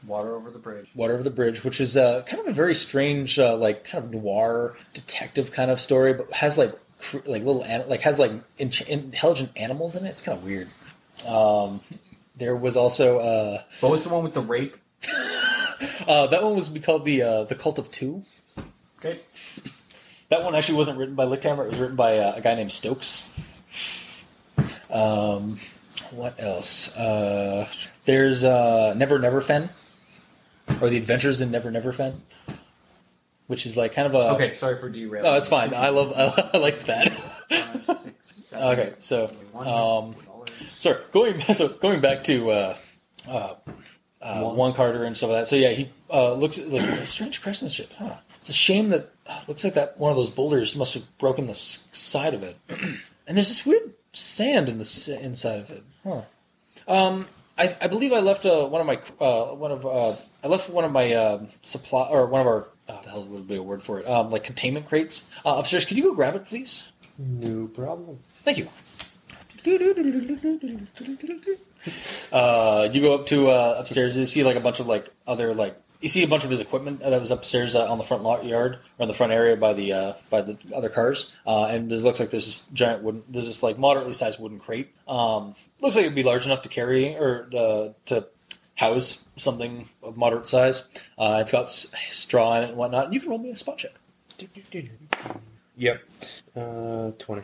D: Water Over the Bridge.
B: Water Over the Bridge, which is uh, kind of a very strange, uh, like kind of noir detective kind of story, but has like cr- like little an- like has like in- intelligent animals in it. It's kind of weird. Um, there was also uh,
D: What was the one with the rape?
B: uh, that one was called the uh, the Cult of Two.
D: Okay.
B: That one actually wasn't written by Lichthammer. It was written by uh, a guy named Stokes. Um, what else? Uh, there's uh, Never Never Fen, or The Adventures in Never Never Fen, which is like kind of a
D: Okay, sorry for derailing.
B: Uh, No, it's fine. I love. I, I like that.
D: Five, six, seven,
B: okay, so
D: one,
B: um,
D: dollars.
B: sorry. Going so going back to uh, uh, uh,
C: Juan.
B: Juan Carter and stuff like that. So yeah, he uh, looks at, like strange craftsmanship. Huh. It's a shame that uh, looks like that one of those boulders must have broken the s- side of it. and there's this weird sand in the s- inside of it. Huh. Um, I, I believe I left uh, one of my uh, one of uh, I left one of my uh, supply or one of our uh, the hell would be a word for it um, like containment crates uh, upstairs. Could you go grab it, please?
C: No problem.
B: Thank you. Uh, you go up to uh, upstairs. You see like a bunch of like other like you see a bunch of his equipment that was upstairs uh, on the front lot yard or in the front area by the uh, by the other cars. Uh, and it looks like there's this giant wooden there's this like moderately sized wooden crate. Um, looks like it'd be large enough to carry or uh, to house something of moderate size. Uh, it's got s- straw in it and whatnot. You can roll me a spot check.
C: Yep. Uh, twenty.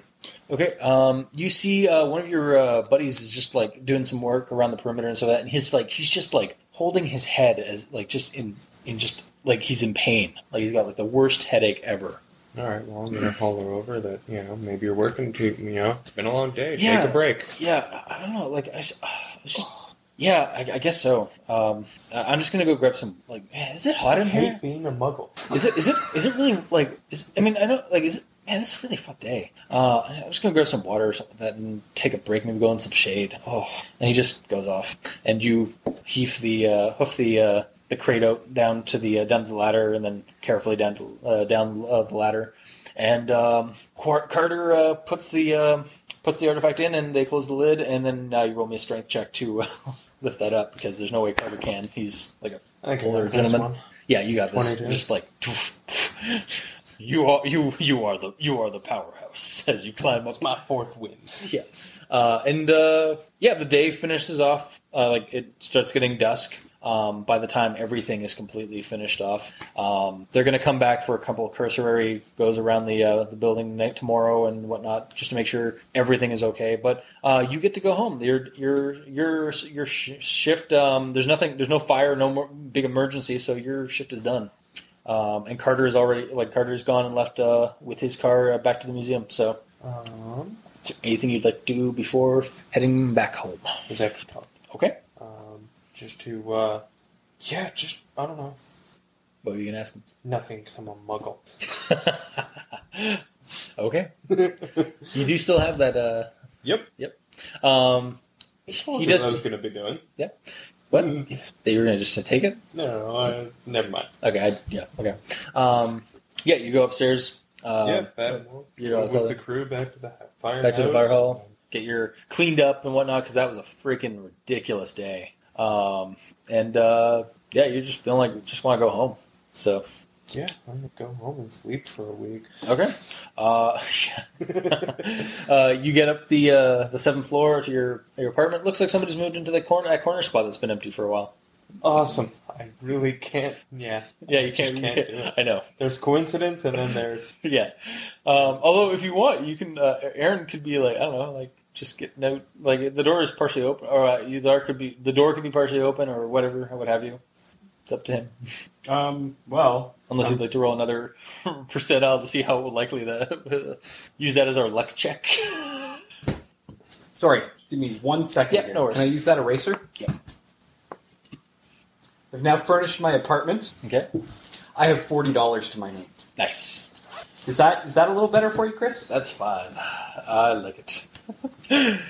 B: Okay. Um, you see, uh, one of your uh, buddies is just like doing some work around the perimeter and so that, and he's like, he's just like holding his head as like just in, in just like he's in pain. Like he's got like the worst headache ever.
C: All right. Well, I'm gonna holler over that. You know, maybe you're working too. You know, it's been a long day.
B: Yeah.
C: Take a break.
B: Yeah, I I don't know. Like I, s- uh, it's just, yeah, I, I guess so. Um, I- I'm just gonna go grab some. Like, man, is it hot in
C: I
B: here?
C: hate being a muggle.
B: Is it? Is it? Is it really like? Is I mean, I know. Like, is it? Man, this is a really fun day. Uh, I'm just gonna grab some water or something like that and take a break. Maybe go in some shade. Oh, and he just goes off, and you heave the uh, hoof the uh, the crate out down to the uh, down to the ladder, and then carefully down to, uh, down uh, the ladder. And um, Quar- Carter uh, puts the uh, puts the artifact in, and they close the lid. And then uh, you roll me a strength check to uh, lift that up because there's no way Carter can. He's like a
C: I can
B: older
C: lift this
B: gentleman.
C: one.
B: Yeah, you got this.
C: 22.
B: Just like you are you you are the you are the powerhouse as you climb up.
C: It's my fourth win.
B: Yeah, uh, and uh, yeah, the day finishes off. Uh, like it starts getting dusk. Um, by the time everything is completely finished off, um, they're going to come back for a couple of cursory goes around the uh, the building night tomorrow and whatnot, just to make sure everything is okay. But uh, you get to go home. Your your your your sh- shift. Um, there's nothing. There's no fire. No more big emergency. So your shift is done. Um, and Carter is already like Carter's gone and left uh, with his car uh, back to the museum. So.
C: Um,
B: Is there anything you'd like to do before heading back home?
C: there's extra time.
B: Okay.
C: Um, just to, uh, yeah, just I don't know,
B: What were you going to ask
C: nothing because I'm a muggle.
B: him? okay. You do still have that. Uh,
C: yep.
B: um,
C: He
B: does-
C: does. I was gonna be doing.
B: what?
C: Mm,
B: That you were going to just take it?
C: No, I, never mind.
B: Okay. I, yeah. Okay. Um, yeah, you go upstairs. Um,
C: yeah, back,
B: you know,
C: with
B: so-
C: the crew back to the ha- fire.
B: Back to the
C: house.
B: fire hall. get your cleaned up and whatnot because that was a freaking ridiculous day. Um, and uh, yeah, you're just feeling like you just want to go home. So
C: Yeah, I'm gonna go home and sleep for a week.
B: okay. Uh, uh, you get up the uh, the seventh floor to your your apartment. Looks like somebody's moved into the corner that corner spot that's been empty for a while.
C: awesome. I really can't. Yeah,
B: Yeah, you can't.
C: Just can't do it.
B: I know.
C: there's coincidence, and then there's
B: Yeah. Um, although, if you want, you can. Uh, Aaron could be like I don't know, like just get no. Like the door is partially open, or uh, you- the door could be the door could be partially open, or whatever, or what have you. It's up to him.
F: Um, well,
B: Unless you'd like to roll another percentile to see how likely that use that as our luck check.
D: Sorry, give me one second.
B: Yeah,
D: here.
B: no worries.
D: Can I use that eraser?
B: Yeah.
D: I've now furnished my apartment.
B: okay.
D: I have forty dollars to my name.
B: Nice.
D: Is that is that a little better for you, Chris?
B: That's fine. I like it.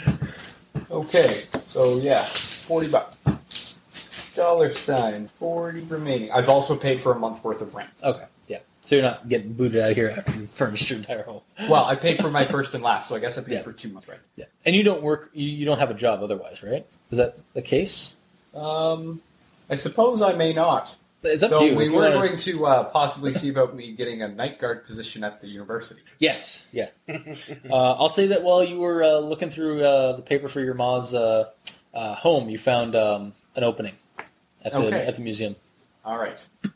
D: Okay, so yeah, forty bucks. Dollar sign, forty remaining. I've also paid for a month worth of rent.
B: Okay. Yeah. So you're not getting booted out of here after you furnished your entire home.
D: Well, I paid for my first and last, so I guess I paid
B: Yeah.
D: for two months rent.
B: Yeah. And you don't work. You, you don't have a job otherwise, right? Is that the case?
D: Um, I suppose I may not.
B: It's up
D: Though
B: to you.
D: we
B: If you
D: were
B: wanna-
D: going to uh, possibly see about me getting a night guard position at the university.
B: Yes. Yeah. uh, I'll say that while you were uh, looking through uh, the paper for your mom's uh, uh, home, you found um, an opening at the
D: Okay.
B: at the museum.
D: All right.
B: All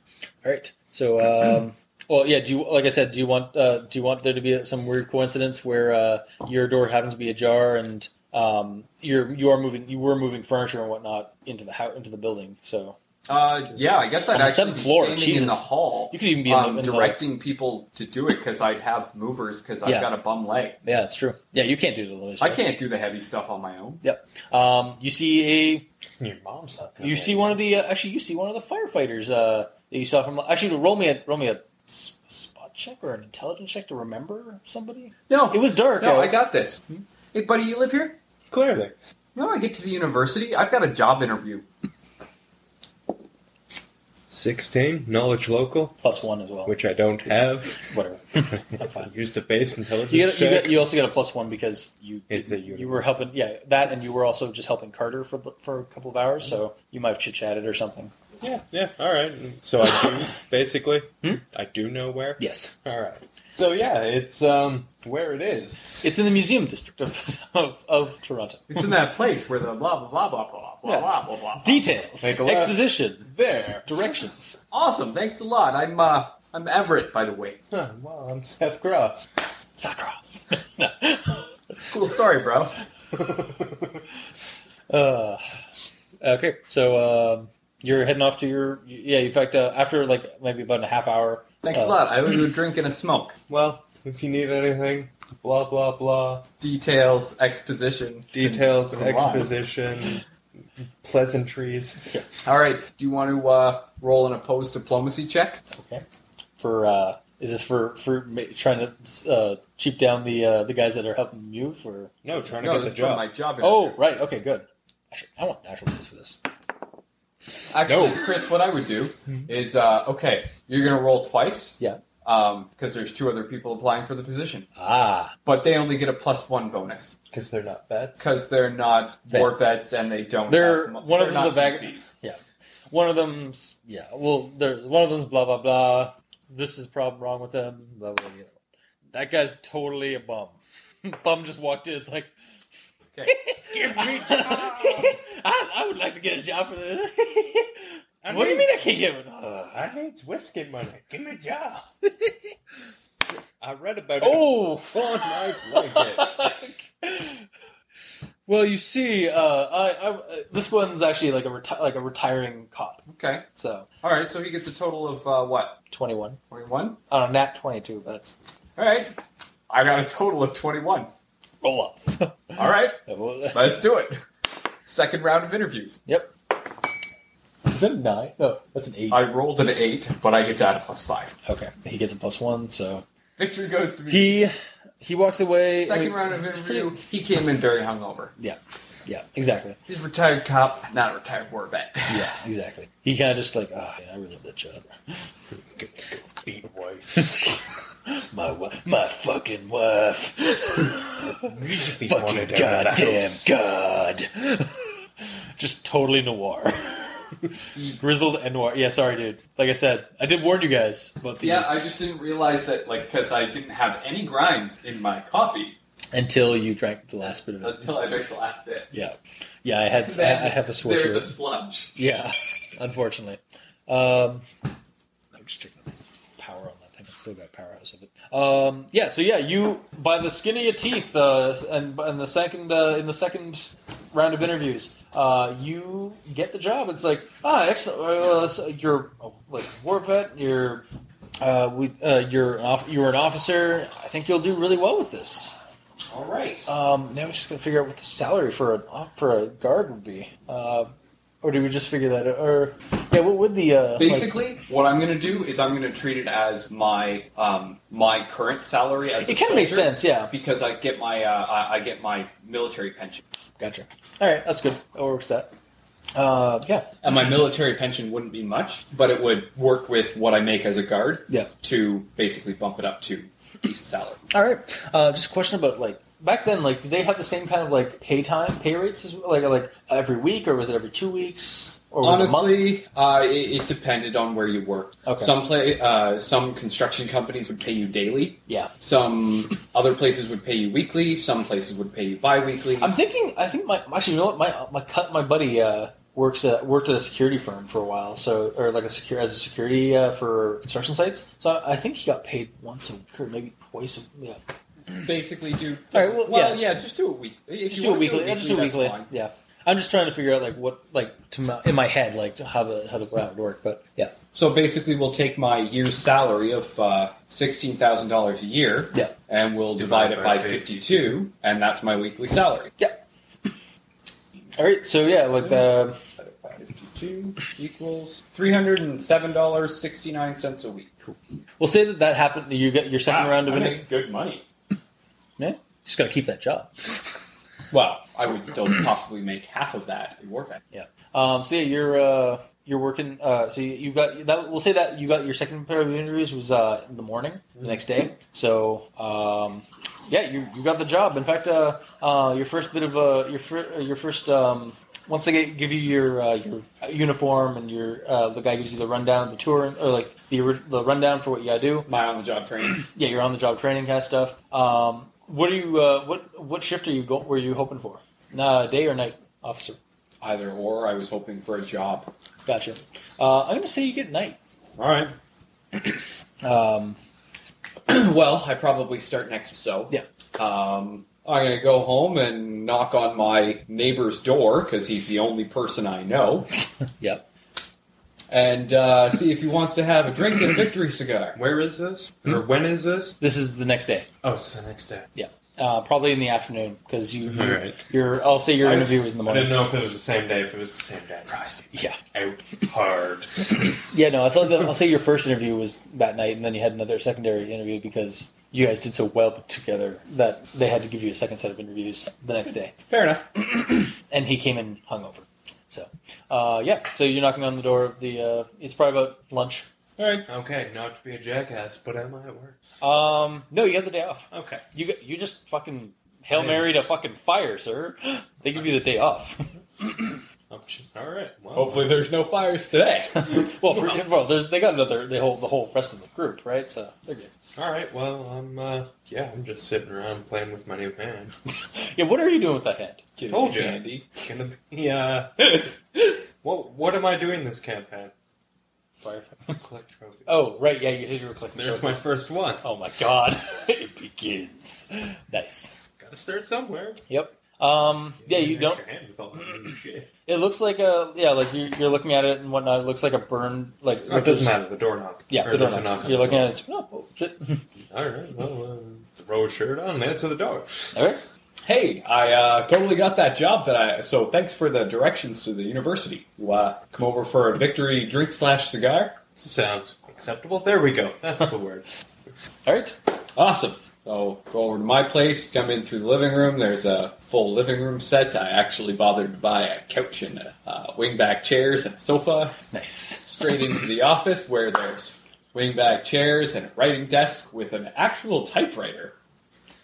B: right. So, um, well, yeah. Do you like I said? Do you want uh, do you want there to be some weird coincidence where uh, your door happens to be ajar and um, you're you are moving you were moving furniture and whatnot into the house into the building? So
D: Uh, yeah, I guess
B: On
D: I'd
B: the
D: actually
B: seventh
D: be
B: floor,
D: standing
B: Jesus.
D: in the hall,
B: you could even be in
D: um,
B: the, in the-
D: directing people to do it because I'd have movers because I've
B: Yeah.
D: got a bum leg.
B: yeah, it's true. Yeah, you can't do the low
D: I can't do the heavy stuff on my own.
B: Um, you see a
C: your mom's not. gonna
B: You
C: be
B: see one of the uh, actually you see one of the firefighters uh, that you saw from actually roll me a roll me a s- spot check or an intelligence check to remember somebody.
D: No,
B: It was dark.
D: no,
B: uh,
D: I got this. Hey, buddy, you live here?
C: Clearly,
D: No, I get to the university. I've got a job interview.
C: 16, knowledge local,
B: Plus one as well.
C: which I don't have.
B: Whatever. I'm fine.
C: Use the base intelligence
B: You, get, you,
C: check.
B: get, you also get a plus one because you
C: It's a
B: did, you
C: universe.
B: were helping yeah that and you were also just helping Carter for the- for a couple of hours so you might have chit chatted or something.
C: Yeah, yeah, all right. So I do, basically. I do know where.
B: Yes,
C: All right. So yeah, it's um where it is.
B: it's in the museum district of of, of Toronto.
D: It's in that place where the blah blah blah blah blah blah
B: Yeah.
D: blah blah blah.
B: Details,
C: Make a left.
B: exposition,
C: There.
B: directions.
D: Awesome. Thanks a lot. I'm uh I'm Everett, by the way.
C: Huh, well, I'm Seth Cross.
B: Sacros.
D: Cool story, bro.
B: uh, okay, so um you're heading off to your yeah. In fact, uh, after like maybe about a half hour.
D: Thanks
C: Oh.
B: uh,
D: a lot. I owe you a drink and a smoke.
C: Well, if you need anything, blah blah blah.
D: Details, exposition,
C: Details,
D: and a lot.
C: exposition, pleasantries.
D: All right. Do you want to uh, roll an opposed diplomacy check?
B: for uh, is this for for ma- trying to uh, cheap down the uh, the guys that are helping you for?
C: No, trying to
D: No,
C: get
D: this
C: the
D: is from
C: job.
D: my job.
B: Oh,
D: interview.
B: right. Okay, good. Actually, I want natural dice for this.
D: Actually,
C: No.
D: Chris, what I would do is uh, okay. You're gonna roll twice.
B: Yeah.
D: Um, because there's two other people applying for the position,
B: Ah,
D: but they only get a plus one bonus.
C: Because they're not vets.
D: because they're not war
B: Vets.
D: vets and they don't.
B: They're-
D: have, mo-
B: one of
D: they're
B: them's
D: not
B: a vag-
D: PCs.
B: one of them's yeah. Well, there one of them's blah blah blah. This is problem wrong with them. Blah blah. blah. That guy's totally a bum. bum just walked in. It's like.
D: Okay.
B: I, I would like to get a job for this. what do you mean I can't get one? Uh,
C: I need whiskey money. Give me a job. I read about it.
B: oh,
C: on my blanket.
B: well, you see, uh, I, I, uh, this one's actually like a reti- like a retiring cop.
D: Okay.
B: So
D: All right. So he gets a total of uh, what?
B: twenty one
D: Twenty-one.
B: on a Uh, nat twenty two. That's
D: All right. I got a total of twenty-one.
B: roll up.
D: All right.
B: Is
D: Let's do it. Second round of interviews.
B: that a nine? No, that's an eight.
D: I rolled an eight, but I get to add a plus five.
B: okay, he gets a plus one. So
D: Victory goes to me.
B: he uh, he walks away. I
D: Second
B: mean,
D: round of
B: pretty-
D: interview. He came in very hungover.
B: Yeah, exactly.
D: He's a retired cop, not a retired war vet.
B: Yeah, exactly. He kind of just like, oh, man, I really love that job. Go, go beat wife. my wife, my fucking wife. fucking goddamn god. just totally noir. Grizzled and noir. Yeah, sorry, dude. Like I said, I did warn you guys about the
D: Yeah, I just didn't realize that, like, because I didn't have any grinds in my coffee
B: until you drank the last bit of it.
D: until I drank the last bit.
B: Yeah, yeah. I had.
D: Then
B: I, I have a switch.
D: There's a sludge.
B: Yeah, unfortunately. Um, I'm just checking the power on that thing. I still got power out of it. Um, yeah, so yeah, you by the skin of your teeth, uh, and and the second uh, in the second round of interviews, uh, you get the job. It's like ah, excellent. Uh, so you're a, like war vet. You're uh, we, uh, you're an off, you're an officer. I think you'll do really well with this.
D: All right.
B: Um, now we're just gonna figure out what the salary for an for a guard would be, uh, or do we just figure that? out? Or yeah, what would the uh, like-
D: Basically, what I'm going to do is I'm going to treat it as my um, my current salary as a
B: it kind of makes
D: soldier
B: sense. Yeah,
D: because I get my uh, I, I get my military pension,
B: gotcha. All right, that's good. That works. That. Uh, yeah,
D: and my military pension wouldn't be much, but it would work with what I make as a guard
B: yeah.
D: to basically bump it up to decent salary.
B: All right. Uh, just a question about like back then. Like, did they have the same kind of like pay time, pay rates, as, like like every week, or was it every two weeks, or was it a month?
D: Honestly, uh, it, it depended on where you worked.
B: Okay.
D: Some play, uh, some construction companies would pay you daily.
B: Yeah.
D: Some other places would pay you weekly. Some places would pay you bi-weekly.
B: I'm thinking. I think my actually, you know what? My my cut. My buddy uh, works at worked at a security firm for a while, so or like a secure as a security uh, for construction sites. So I, I think he got paid once a week or maybe twice. A, yeah,
D: Basically, do
B: All right, well,
D: yeah. just do it week. If
B: just
D: you
B: do it
D: wanna
B: weekly. yeah, just do it
D: that's
B: weekly.
D: fine.
B: Yeah, I'm just trying to figure out like what like to my, in my head like how the how the how would work. But yeah,
D: So basically, we'll take my year's salary of uh, sixteen thousand dollars a year.
B: Yeah.
D: And we'll divide,
C: Divide
D: it by
C: by
D: fifty-two, and that's my weekly salary.
B: all right. So yeah, like uh, the
D: Divided by Fifty-two equals three hundred and seven dollars sixty-nine cents a week.
B: we'll say that that happened. Ah, You get your second round of
C: I
B: it.
C: make good money.
B: Just gotta keep that job.
D: Well, I would still possibly make half of that in Warpath.
B: Yeah. Um, so yeah, you're uh, you're working. Uh, so you, you've got that. We'll say that you got your second pair of interviews was uh, in the morning, the next day. So um, yeah, you you got the job. In fact, uh, uh, your first bit of uh, your fir- uh, your first um, once they get, give you your uh, your uniform and your uh, the guy gives you the rundown, the tour, or like the ori- the rundown for what you gotta do.
D: My on the job training.
B: Yeah, you're on the job training kind of stuff. Um, what are you? Uh, what what shift are you go- were you hoping for? Uh, day or night, officer?
D: Either or, I was hoping for a job.
B: Gotcha. Uh, I'm gonna say you get night.
C: All right.
B: Um,
D: well, I probably start next, so.
B: Yeah.
D: Um, I'm going to go home and knock on my neighbor's door because he's the only person I know
B: yep.
D: and uh, see if he wants to have a drink and a victory cigar.
C: Where is this? Or when is this?
B: This is the next day.
C: Oh, it's the next day.
B: Yeah. Uh, probably in the afternoon because you. you
C: All right.
B: Your I'll say your
C: I
B: interview
C: just-
B: was in the
C: I didn't
B: morning.
C: know if it was the same day. If it was the same day, Christ,
B: Yeah.
C: out hard.
B: Yeah. No. I thought that- I'll say your first interview was that night, and then you had another secondary interview because you guys did so well together that they had to give you a second set of interviews the next day.
D: Fair enough.
B: and he came in hungover. So, uh, yeah. So you're knocking on the door of the. Uh, it's probably about lunch.
C: All right. Okay, not to be a jackass, but am I at work?
B: Um, no, you have the day off.
C: Okay.
B: You got- you just fucking hail
C: Yes.
B: mary to fucking fire, sir. They give you the day off.
C: I'm just, all right. Well,
D: Hopefully, there's no fires today.
B: well, for, well, there's, they got another the whole the whole rest of the group, right? So they're good.
C: uh, All right. Well, I'm. Uh, yeah, I'm just sitting around playing with my new hand.
B: Yeah, what are you doing with that hand?
D: Get
C: Told
D: it
C: ya.
D: handy.
C: It's gonna be. Uh, what What am I doing this campaign? Collect trophies.
B: Oh, right. Yeah, you said you were collecting.
C: There's my
B: trophies.
C: first one.
B: Oh my god, it begins. Nice.
C: Gotta start somewhere.
B: Yep. Um, yeah, you don't.
C: Extra hand with all that shit.
B: It looks like a yeah, like you're, you're looking at it and whatnot. It looks like a burn, like
C: Oh, it doesn't matter. The door knock.
B: Yeah,
C: Or
B: the door
C: there's a
B: knocks.
C: knock on
B: You're
C: the
B: looking
C: door.
B: at it. Oh, oh, shit.
C: All right. Well, uh, throw a shirt on. Answer the door.
B: All right.
D: Hey, I uh, totally got that job that I. So thanks for the directions to the university. You uh, come over for a victory drink slash cigar.
C: Sounds acceptable. There we go. That's the word.
B: All right.
D: Awesome. So go over to my place, come in through the living room. There's a full living room set. I actually bothered to buy a couch and a, uh, wingback chairs and a sofa.
B: Nice.
D: Straight into the office where there's wingback chairs and a writing desk with an actual typewriter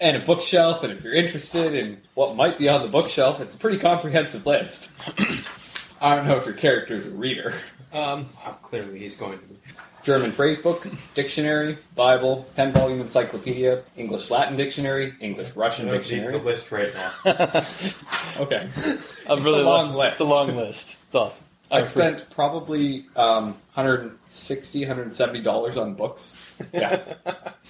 D: and a bookshelf. And if you're interested in what might be on the bookshelf, it's a pretty comprehensive list. I don't know if your character is a reader.
C: Um, well, clearly he's going to be.
D: German phrase book, dictionary, Bible, 10 volume encyclopedia, English Latin dictionary, English Russian
C: No, keep the
D: dictionary.
C: list right now.
D: Okay.
B: I'm
D: It's
B: really
D: a long
B: lo-
D: list.
B: It's a long list. It's awesome.
D: I
B: I'm pretty-
D: spent probably um, 160 $170 on books. Yeah.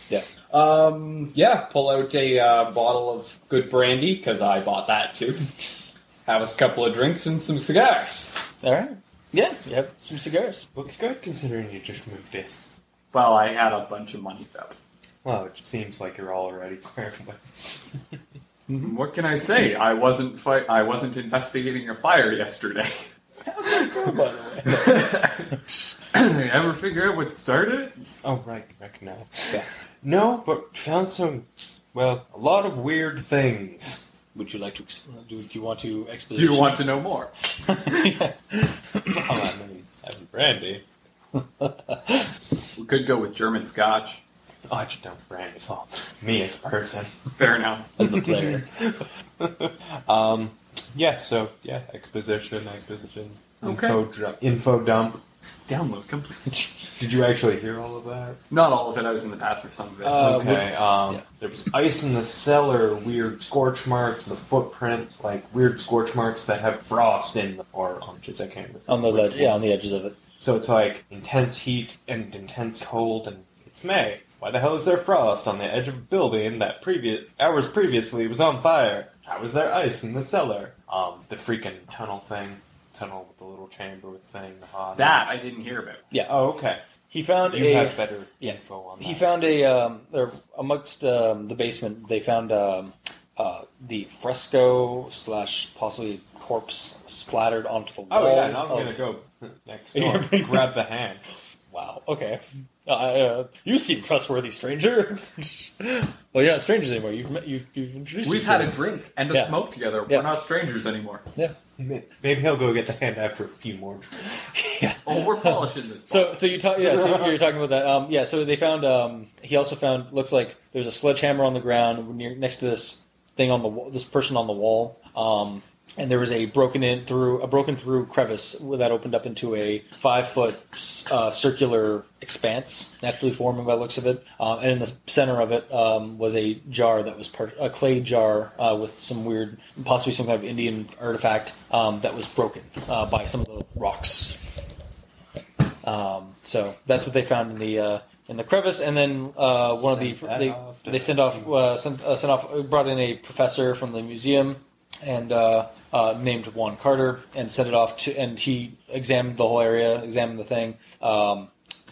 D: yeah. Um, yeah, pull out a uh, bottle of good brandy, because I bought that too. Have us a couple of drinks and some cigars.
B: All right. Yeah, you have some cigars.
C: Looks good considering you just moved in.
F: Well, I had a bunch of money though.
C: Well, it seems like you're already squared away.
F: What can I
D: say?
F: I wasn't fight. I wasn't investigating a fire yesterday. Ever figure out what started it?
C: Oh, right, Rick, no.
D: Yeah.
C: No, but found some, well, a lot of weird things.
B: Would you like to? Ex- do, do you want to
F: Do
B: exposition?
F: you want to know more?
C: Oh, I mean, that's brandy.
F: We could go with German Scotch.
C: Oh, I just don't brandy all me as a person.
F: Fair enough.
B: as the player?
C: um, yeah, so, yeah, exposition, exposition,
F: Okay.
C: info, dru- info dump.
F: Download complete.
C: Did you actually hear all of that?
F: Not all of it. I was in the bathroom. Some of it.
B: Uh,
C: okay, um,
B: yeah.
C: there was ice in the cellar, weird scorch marks, the footprint, like weird scorch marks that have frost in them, or arches, I can't remember.
B: on the
C: which
B: ledge.
C: one.
B: Yeah, on the edges of it.
C: So it's like intense heat and intense cold, and it's May. Why the hell is there frost on the edge of a building that previous hours previously was on fire? How was there ice in the cellar? Um, the freaking tunnel thing, tunnel with the little chamber with thing. the hot-
F: that I didn't hear about.
C: Oh, okay.
B: He found
C: You
B: a.
C: have better
B: yeah.
C: info on that.
B: He found a um, or amongst um, the basement. They found um, uh, the fresco slash possibly corpse splattered onto the wall.
C: Oh yeah, now Oh, I'm
B: of-
C: gonna go next
B: You're
C: door.
B: bringing-
C: grab the hand.
B: Wow. Okay. Uh, uh, you seem trustworthy, stranger. well, you're not strangers anymore. You've met, you've, you've introduced.
D: We've
B: each
D: had
B: other.
D: a drink and a
B: Yeah.
D: smoke together.
B: Yeah.
D: We're not strangers anymore.
B: Yeah.
C: Maybe he'll go get the hand after a few more.
B: yeah.
D: Oh, we're polishing this.
B: So, so you talk, yeah. So you're talking about that. Um, yeah. So they found. Um, he also found. Looks like there's a sledgehammer on the ground near next to this thing on the wa- this person on the wall. Um, and there was a broken in through a broken through crevice that opened up into a five foot uh, circular expanse, naturally forming by the looks of it. Um, and in the center of it um, was a jar that was part, a clay jar uh, with some weird, possibly some kind of Indian artifact um, that was broken uh, by some of the rocks um, so that's what they found in the uh, in the crevice, and then uh, one of the
C: Sent that
B: they
C: off to
B: they sent off uh, sent, uh, sent off brought in a professor from the museum and uh, uh, named Juan Carter and sent it off to and he examined the whole area, examined the thing. Um,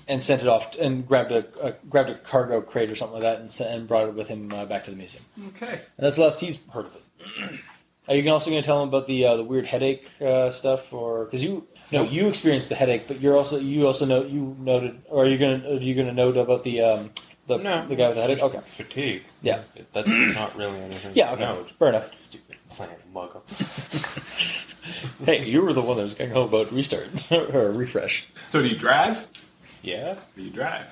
B: and sent it off t- and grabbed a, a grabbed a cargo crate or something like that and, sent, and brought it with him uh, back to the museum.
D: Okay.
B: And that's the last he's heard of it. Are you also going to tell him about the uh, the weird headache uh, stuff, or because you no you experienced the headache, but you're also you also know you noted, or are you going to are you going to note about the um, the
C: No.
B: the guy with the headache? Okay,
C: Fatigue.
B: Yeah.
C: That's not really anything.
B: yeah, okay,
C: No,
B: fair enough.
C: stupid plant mug up.
B: Hey, you were the one that was going to go about restart or refresh.
D: So do you drive?
C: Yeah?
D: Do you drive?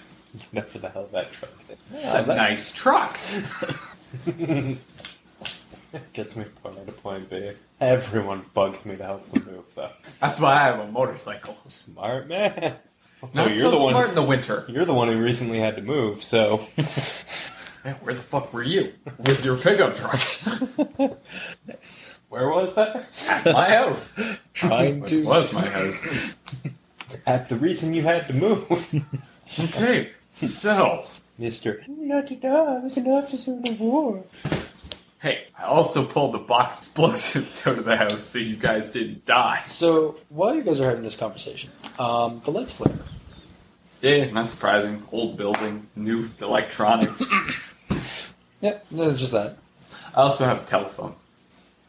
C: Not for the hell of that truck.
D: It's a
B: that-
D: nice truck.
C: Gets me from point A to point B. Everyone bugs me to help them move, though.
D: That's why I have a motorcycle.
C: Smart man.
D: Not
C: you're
D: so
C: the
D: smart
C: one.
D: in the winter.
C: You're the one who recently had to move, so
D: Man, where the fuck were you with your pickup truck?
B: Nice.
C: where was that?
D: my house.
B: Trying
D: It
B: to
D: was my house.
C: At the reason you had to move,
D: Okay. So,
C: Mister. Not to I was an officer in the war.
D: hey, I also pulled the box explosives out of the house so you guys didn't die.
B: so while you guys are having this conversation, um, the lights flare.
D: Yeah, not surprising. Old building, new electronics.
B: Yep, no, just that.
D: I also have a telephone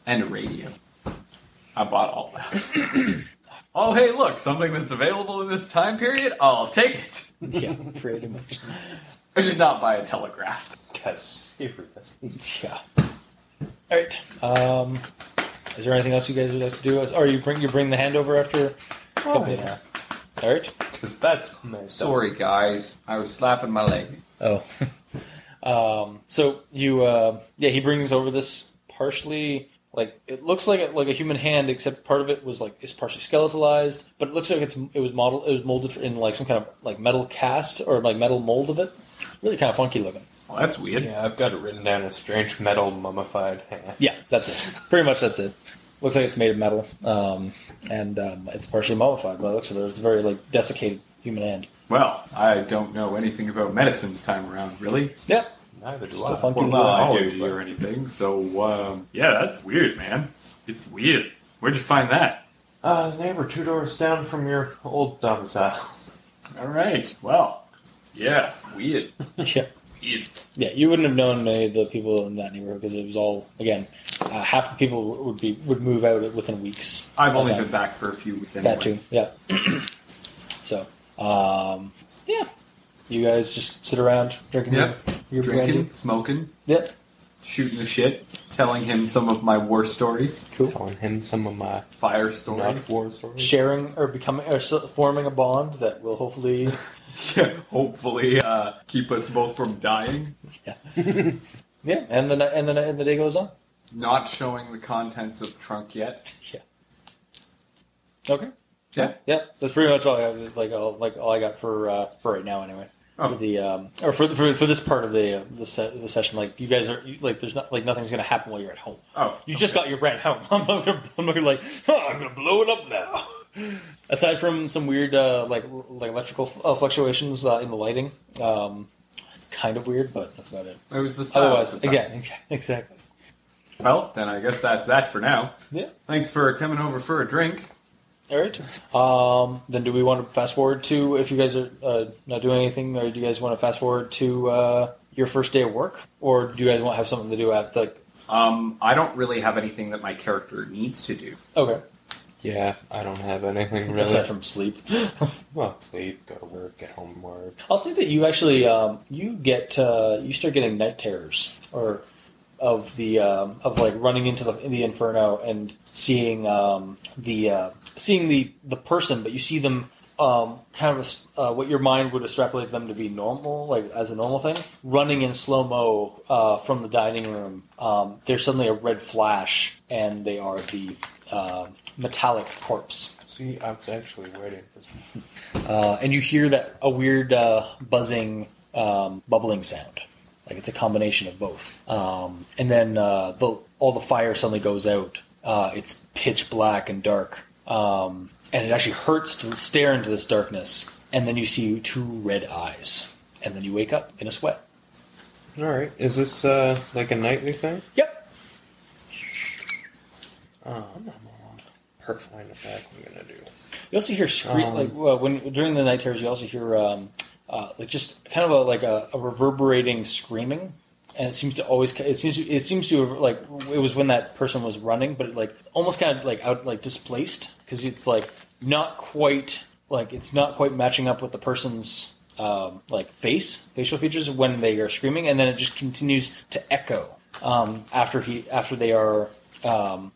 D: and a radio. I bought all that. oh, hey, look, something that's available in this time period. I'll take it.
B: Yeah, pretty much.
D: I did not buy a telegraph.
C: Yes, serious.
B: Yeah. All right. Um, is there anything else you guys would like to do? As, or you bring you bring the handover after? A couple of-
C: yeah.
B: All right.
C: Because that's messed
D: Sorry, guys. I was slapping my leg.
B: Oh. um, so you, uh, yeah, he brings over this partially like it looks like a, like a human hand, except part of it was like is partially skeletalized, but it looks like it's it was model it was molded in like some kind of like metal cast or like metal mold of it. Really kind of funky looking.
D: Well, that's weird.
C: Yeah, I've got it written down as strange metal mummified hand.
B: Yeah, that's it. Pretty much that's it. Looks like it's made of metal, um, and um, it's partially mummified. By the looks of it, it's a very like desiccated human hand.
D: Well, I don't know anything about medicines time around, really.
B: Yeah,
C: Neither do
B: Just
C: I.
B: a funky
D: Or
B: Well,
C: I do,
D: neurology
C: but-
D: or anything. So, um, yeah, that's weird, man. It's weird. Where'd you find that?
C: Uh, they were two doors down from your old domicile.
D: All right. Well, yeah, weird.
B: yeah,
D: weird.
B: yeah. You wouldn't have known many of the people in that neighborhood because it was all again. Uh, half the people w- would be would move out within weeks.
D: I've only
B: Okay.
D: been back for a few weeks anyway.
B: That too. Yeah. so, um, yeah. You guys just sit around drinking.
D: Yep.
B: Your, your
D: Drinking,
B: brandy.
D: smoking,
B: Yep.
D: shooting the shit, telling him some of my war stories,
B: Cool.
C: Telling him some of my
D: fire
C: not
D: stories.
C: war stories.
B: Sharing or becoming or so- forming a bond that will hopefully
D: Yeah, hopefully, uh, keep us both from dying.
B: Yeah, and the ni- and the ni- and the day goes on.
D: Not showing the contents of the trunk yet.
B: Yeah. Okay.
D: Yeah.
B: Yeah, that's pretty much all I got, like all like all I got for uh, for right now anyway.
D: Oh.
B: For the um, or for, for for this part of the uh, the, se- the session, like you guys are you, like there's not like nothing's gonna happen while you're at home.
D: Oh,
B: You just got your brand home. I'm not gonna, I'm not gonna like "Huh, I'm gonna blow it up now. Aside from some weird uh, like like electrical uh, fluctuations uh, in the lighting, um, it's kind of weird, but that's about it.
D: it was the style.
B: Otherwise,
D: at the time.
B: again, exactly.
D: Well, then I guess that's that for now.
B: Yeah.
D: Thanks for coming over for a drink.
B: All right. Um, then do we want to fast forward to if you guys are uh, not doing anything, or do you guys want to fast forward to uh, your first day of work, or do you guys want to have something to do at the?
D: Um, I don't really have anything that my character needs to do.
B: Okay.
C: Yeah, I don't have anything
B: aside
C: really.
B: from sleep.
C: Well, sleep, go to work, get homework.
B: I'll say that you actually um, you get uh, you start getting night terrors or of the um, of like running into the the inferno and seeing um, the uh, seeing the the person, but you see them um, kind of as- uh, what your mind would extrapolate them to be normal, like as a normal thing, running in slow mo uh, from the dining room. Um, there's suddenly a red flash, and they are the uh, metallic corpse.
C: See, I was actually waiting for.
B: Uh, and you hear that a weird uh, buzzing, um, bubbling sound. Like it's a combination of both. Um, and then uh, the, all the fire suddenly goes out. Uh, it's pitch black and dark, um, and it actually hurts to stare into this darkness. And then you see two red eyes, and then you wake up in a sweat.
C: All right, is this uh, like a nightly thing?
B: Yep.
C: Um, perfect line of fact. I'm gonna do.
B: You also hear scree
C: Um,
B: like well, when during the night terrors. You also hear um, uh, like just kind of a, like a, a reverberating screaming, and it seems to always it seems to, it seems to have, like it was when that person was running, but it, like almost kind of like out like displaced because it's like not quite like it's not quite matching up with the person's um, like face facial features when they are screaming, and then it just continues to echo um, after he after they are um,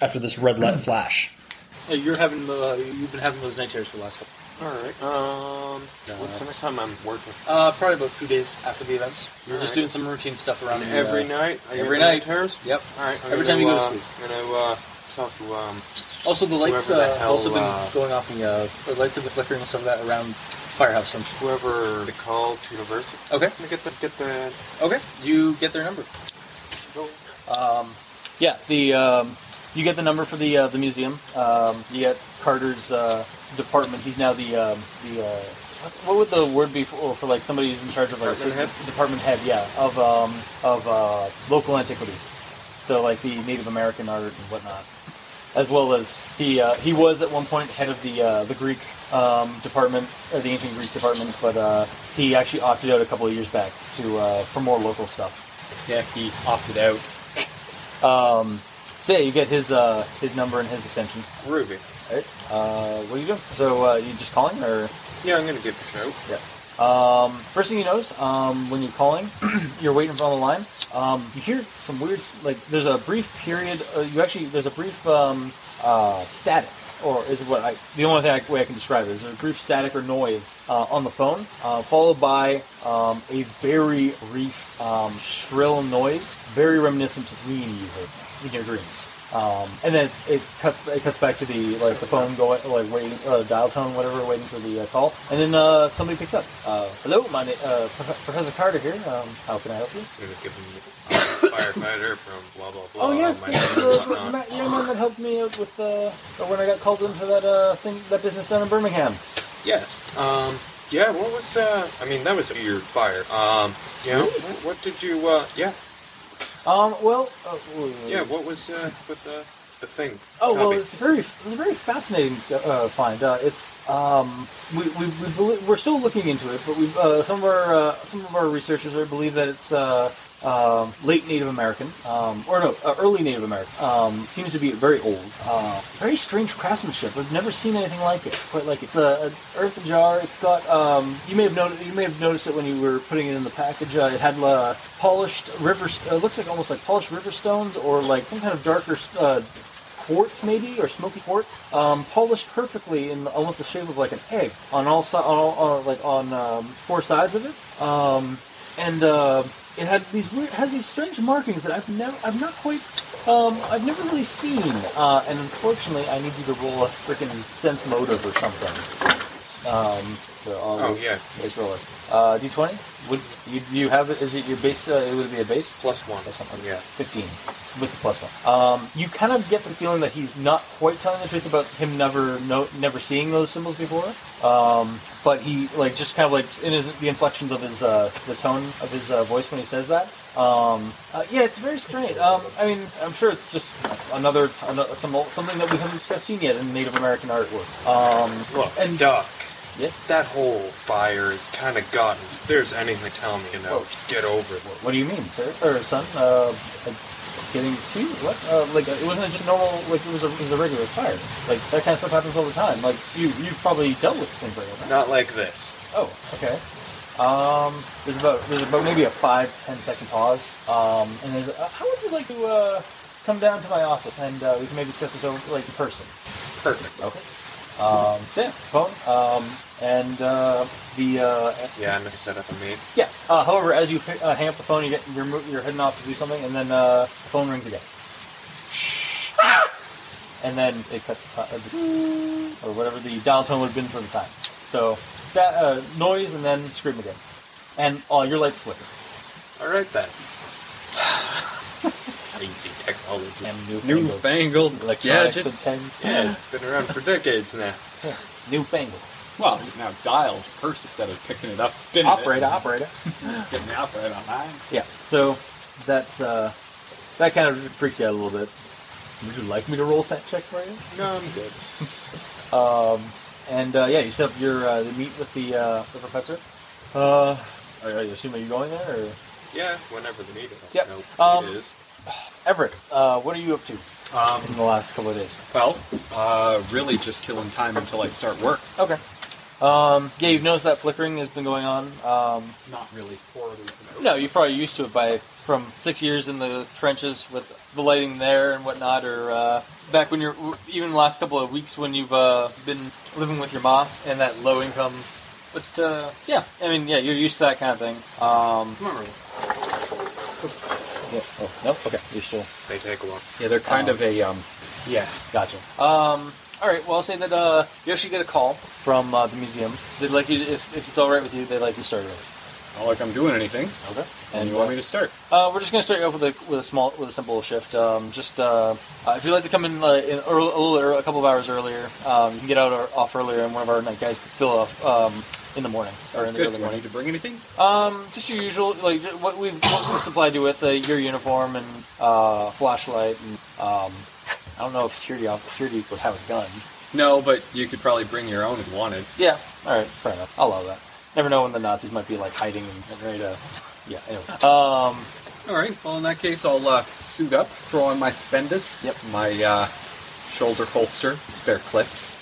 B: after this red light flash. you're having uh, you've been having those night terrors for the last couple.
E: All right. Um, what's the next time I'm working?
B: Uh, probably about two days after the events. We're just
E: Alright.
B: doing some routine stuff around the,
E: every
B: uh,
E: night. I get
B: every
E: the
B: night.
E: Terrors.
B: Yep.
E: All right. I'm
B: Every
E: gonna,
B: time you go to
E: uh,
B: sleep.
E: I'm gonna uh, talk to um.
B: Also, the lights
E: Whoever the
B: uh,
E: hell,
B: also been
E: uh,
B: going off. The, uh, the lights have been flickering and stuff like that around firehouse. And,
E: whoever they call to university.
B: okay.
E: I'm gonna get the get the
B: Okay. You get their number.
C: Oh,
E: go.
B: Um, yeah. The um, you get the number for the uh, the museum. Um, you get Carter's uh, department. He's now the um, the. Uh, what- what would the word be for, for like somebody who's in charge of like
E: Department
B: head? Department head, yeah, of um, of uh, local antiquities. So like the Native American art and whatnot, as well as he uh, he was at one point head of the uh, the Greek um, department or the ancient Greek department, but uh, he actually opted out a couple of years back to uh, for more local stuff.
D: Yeah, he opted out.
B: Um, so yeah, you get his uh, his number and his extension.
E: Ruby.
B: Alright. Uh, what are you doing? So uh, you just calling or?
E: Yeah, I'm gonna give it a shout.
B: Yeah. Um, first thing you notice um, when you're calling, you're waiting for on the line. Um, you hear some weird, s- like there's a brief period. Uh, you actually there's a brief um, uh, static, or is what I the only thing I, way I can describe it is a brief static or noise uh, on the phone, uh, followed by um, a very brief um, shrill noise, very reminiscent to me you heard in your dreams. Um, and then it, it cuts it cuts back to the like the phone go like waiting uh, dial tone whatever waiting for the uh, call and then uh, somebody picks up uh, hello my na- uh, Prof- Professor Carter here um, how can I help you
C: I'm gonna give him uh, firefighter from blah blah blah.
B: oh yes
C: Uh, my
B: that's
C: name and
B: the,
C: whatnot.
B: Matt, you're the one that helped me out with uh, when I got called in for that uh, thing that business down in Birmingham
C: Yes.
E: Um,
C: Yeah. What was? Uh, I mean, that was a weird fire. Um. Yeah. What, what did you? Uh. Yeah.
B: um well uh, wait, wait,
C: Yeah. What was? Uh. With the the thing.
B: Oh well,
C: Copy.
B: it's very it's a very fascinating uh, find. Uh, it's um, we, we, we believe, we're still looking into it, but we've, uh, some of our uh, some of our researchers are believe that it's uh, um late Native American um, or no uh, early Native American. Um, seems to be very old. Uh, very strange craftsmanship. We've never seen anything like it. Quite like it's a an earth jar. It's got um, you may have noticed you may have noticed it when you were putting it in the package. Uh, it had uh, polished river. It looks like almost like polished river stones or like some kind of darker. Uh, quartz maybe or smoky quartz um, polished perfectly in almost the shape of like an egg on all si- on, all, on like on um, four sides of it um, and uh, it had these weird has these strange markings that I've never I've not quite um, I've never really seen uh, and unfortunately I need you to roll a freaking sense motive or something um, so I'll
C: Oh yeah.
B: let's roll it uh, d20 would you, you have it is it your base uh, it would be a base
C: Plus one.
B: Plus one.
C: Yeah.
B: 15 with the plus one. Um, you kind of get the feeling that he's not quite telling the truth about him never no, never seeing those symbols before. Um, but he like just kind of like in his, the inflections of his uh, the tone of his uh, voice when he says that. Um, uh, yeah, it's very strange. Um, I mean, I'm sure it's just another, Uh, another some, something that we haven't discussed- seen yet in Native American artwork. Um,
C: Look.
B: and
C: Duck.
B: Yes.
C: That whole fire kind of got me. If there's anything telling me, you know,
B: Oh.
C: get over it.
B: What do you mean, sir or son? Uh, uh, getting to what? Uh, like uh, it wasn't just normal. Like it was, a, it was a regular fire. Like that kind of stuff happens all the time. Like you you've probably dealt with things like that.
C: Not like this.
B: Oh, okay. Um, there's about there's about maybe a five ten second pause. Um, and there's uh, how would you like to uh, come down to my office and uh, we can maybe discuss this over like in person.
C: Perfect.
B: Okay. Um, so yeah, phone. Um, and uh, the uh,
C: Yeah, I messed that up a me.
B: yeah. Uh, however, as you pick, uh, hang up the phone, you get you're, mo- you're heading off to do something, and then uh, the phone rings again. And then it cuts ti- uh, the, or whatever the dial tone would have been for the time. So that uh, noise and then scream again, and all your lights flicker.
C: All right then. Crazy technology.
B: And new
F: Newfangled
B: electronics
F: gadgets.
B: and things.
C: Yeah, it's been around for decades now.
B: Newfangled.
E: Well, you can now dial to purse instead of picking it up, spinning
B: Operator, operator.
E: it, getting the operator online.
B: Yeah. So that's uh, that kind of freaks you out a little bit. Would you like me to roll set check for you?
C: No, I'm good.
B: And uh, yeah, you set up your uh, the meet with the uh, the professor. Uh, are, are you assuming you're going there? Or?
C: Yeah, whenever the need. I
B: Yep.
C: don't know what
B: Um,
C: it is.
B: Everett, uh, what are you up to
E: Um,
B: in the last couple of days?
E: well, uh, really just killing time until I start work.
B: Okay. Um, yeah, you've noticed that flickering has been going on. Um,
E: Not really horribly familiar.
B: no, you're probably used to it by from six years in the trenches with the lighting there and whatnot, or uh, back when you're even the last couple of weeks when you've uh, been living with your ma and that low income. But uh, yeah, I mean, yeah, you're used to that kind of thing. Um,
C: Tomorrow.
B: yeah, oh, no, okay, you're still.
C: They take a while.
E: Yeah, they're kind
B: Um,
E: of a um,
B: Yeah, gotcha. Um, all right. Well, I'll say that uh, you actually get a call from uh, the museum. They'd like you, if, if it's all right with you, they'd like you to start early.
E: not like I'm doing anything.
B: Okay.
E: And you want me to start?
B: Uh, we're just gonna start you off with a with a small with a simple shift. Um, just uh, uh, if you'd like to come in, uh, in earl a little ear- a couple of hours earlier, um, you can get out or, off earlier, and one of our night guys can fill off um, in the morning or in the
E: Good.
B: early
E: Do I
B: morning.
E: need to bring anything?
B: Um, just your usual, like ju- what we've, what we've supplied you with, uh, your uniform and uh, flashlight, and um, I don't know if security op- security would have a gun.
E: No, but you could probably bring your own if wanted.
B: Yeah. All right. Fair enough. I'll allow that. Never know when the Nazis might be like hiding and ready to. Yeah. Anyway. Um.
E: All right. Well, in that case, I'll uh, suit up, throw on my spendus,
B: Yep.
E: my uh, shoulder holster, spare clips,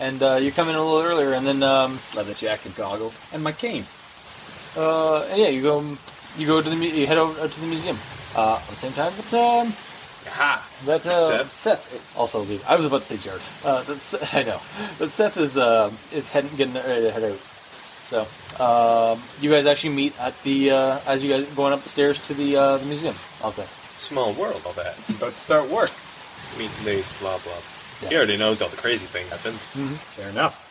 B: And uh, you come in a little earlier, and then um.
E: leather jacket, goggles, and my cane.
B: Uh. And yeah. You go. You go to the. mu- You head over to the museum. Uh. At the same time. But um.
C: Aha!
B: That's uh,
C: Seth?
B: Seth. also leave. I was about to say Jared. Uh, that's I know, but Seth is uh, is heading getting ready to head out. So um, you guys actually meet at the uh, as you guys going up the stairs to the uh, the museum. I'll say.
C: Small world, all that.
E: About to start work.
C: Meet the blah blah.
B: Yeah.
C: He already knows all the crazy thing happens.
E: Fair enough.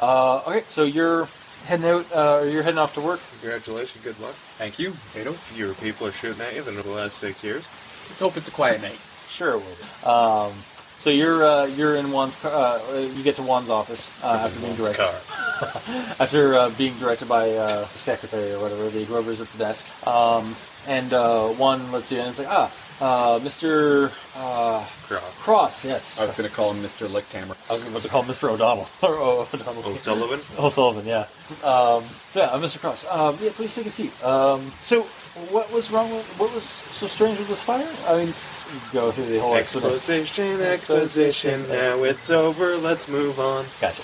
B: Uh, okay, so you're heading out, uh, or you're heading off to work.
C: Congratulations, good luck.
E: Thank you, Potato.
C: Fewer people are shooting at you than over the last six years.
E: Let's hope it's a quiet night.
B: Sure, it will be. Um, so you're uh, you're in Juan's car. Uh, you get to Juan's office uh, after being directed
C: Car.
B: after uh, being directed by uh, the secretary or whatever. The whoever's at the desk. Um, and uh, Juan lets you in. and It's like ah, uh, Mr. Uh,
C: Car.
B: Cross. Yes,
E: I was going to call him Mr. Lickhammer.
B: I was about to call him Mr. O'Donnell or O- O'Donnell.
C: O'Sullivan?
B: O'Sullivan, yeah. Um, so, yeah, uh, Mr. Cross. Um, yeah, please take a seat. Um, so, what was wrong with what was so strange with this fire? I mean, go through the whole explanation.
C: Oh, Exposition, exposition, now it's over, let's move on.
B: Gotcha.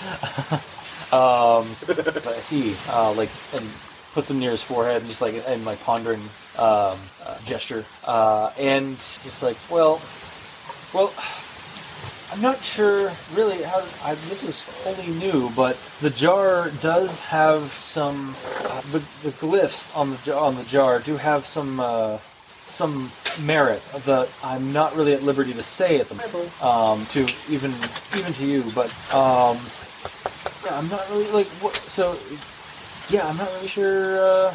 B: um, but I see, uh, like, and puts him near his forehead and just like and like pondering um, uh, gesture, uh, and just like, well, well, I'm not sure really how I, this is wholly new, but the jar does have some uh, the, the glyphs on the jar- on the jar do have some. Uh, some merit that I'm not really at liberty to say at the moment, um, to even even to you, but um, yeah, I'm not really like what, so. Yeah, I'm not really sure uh,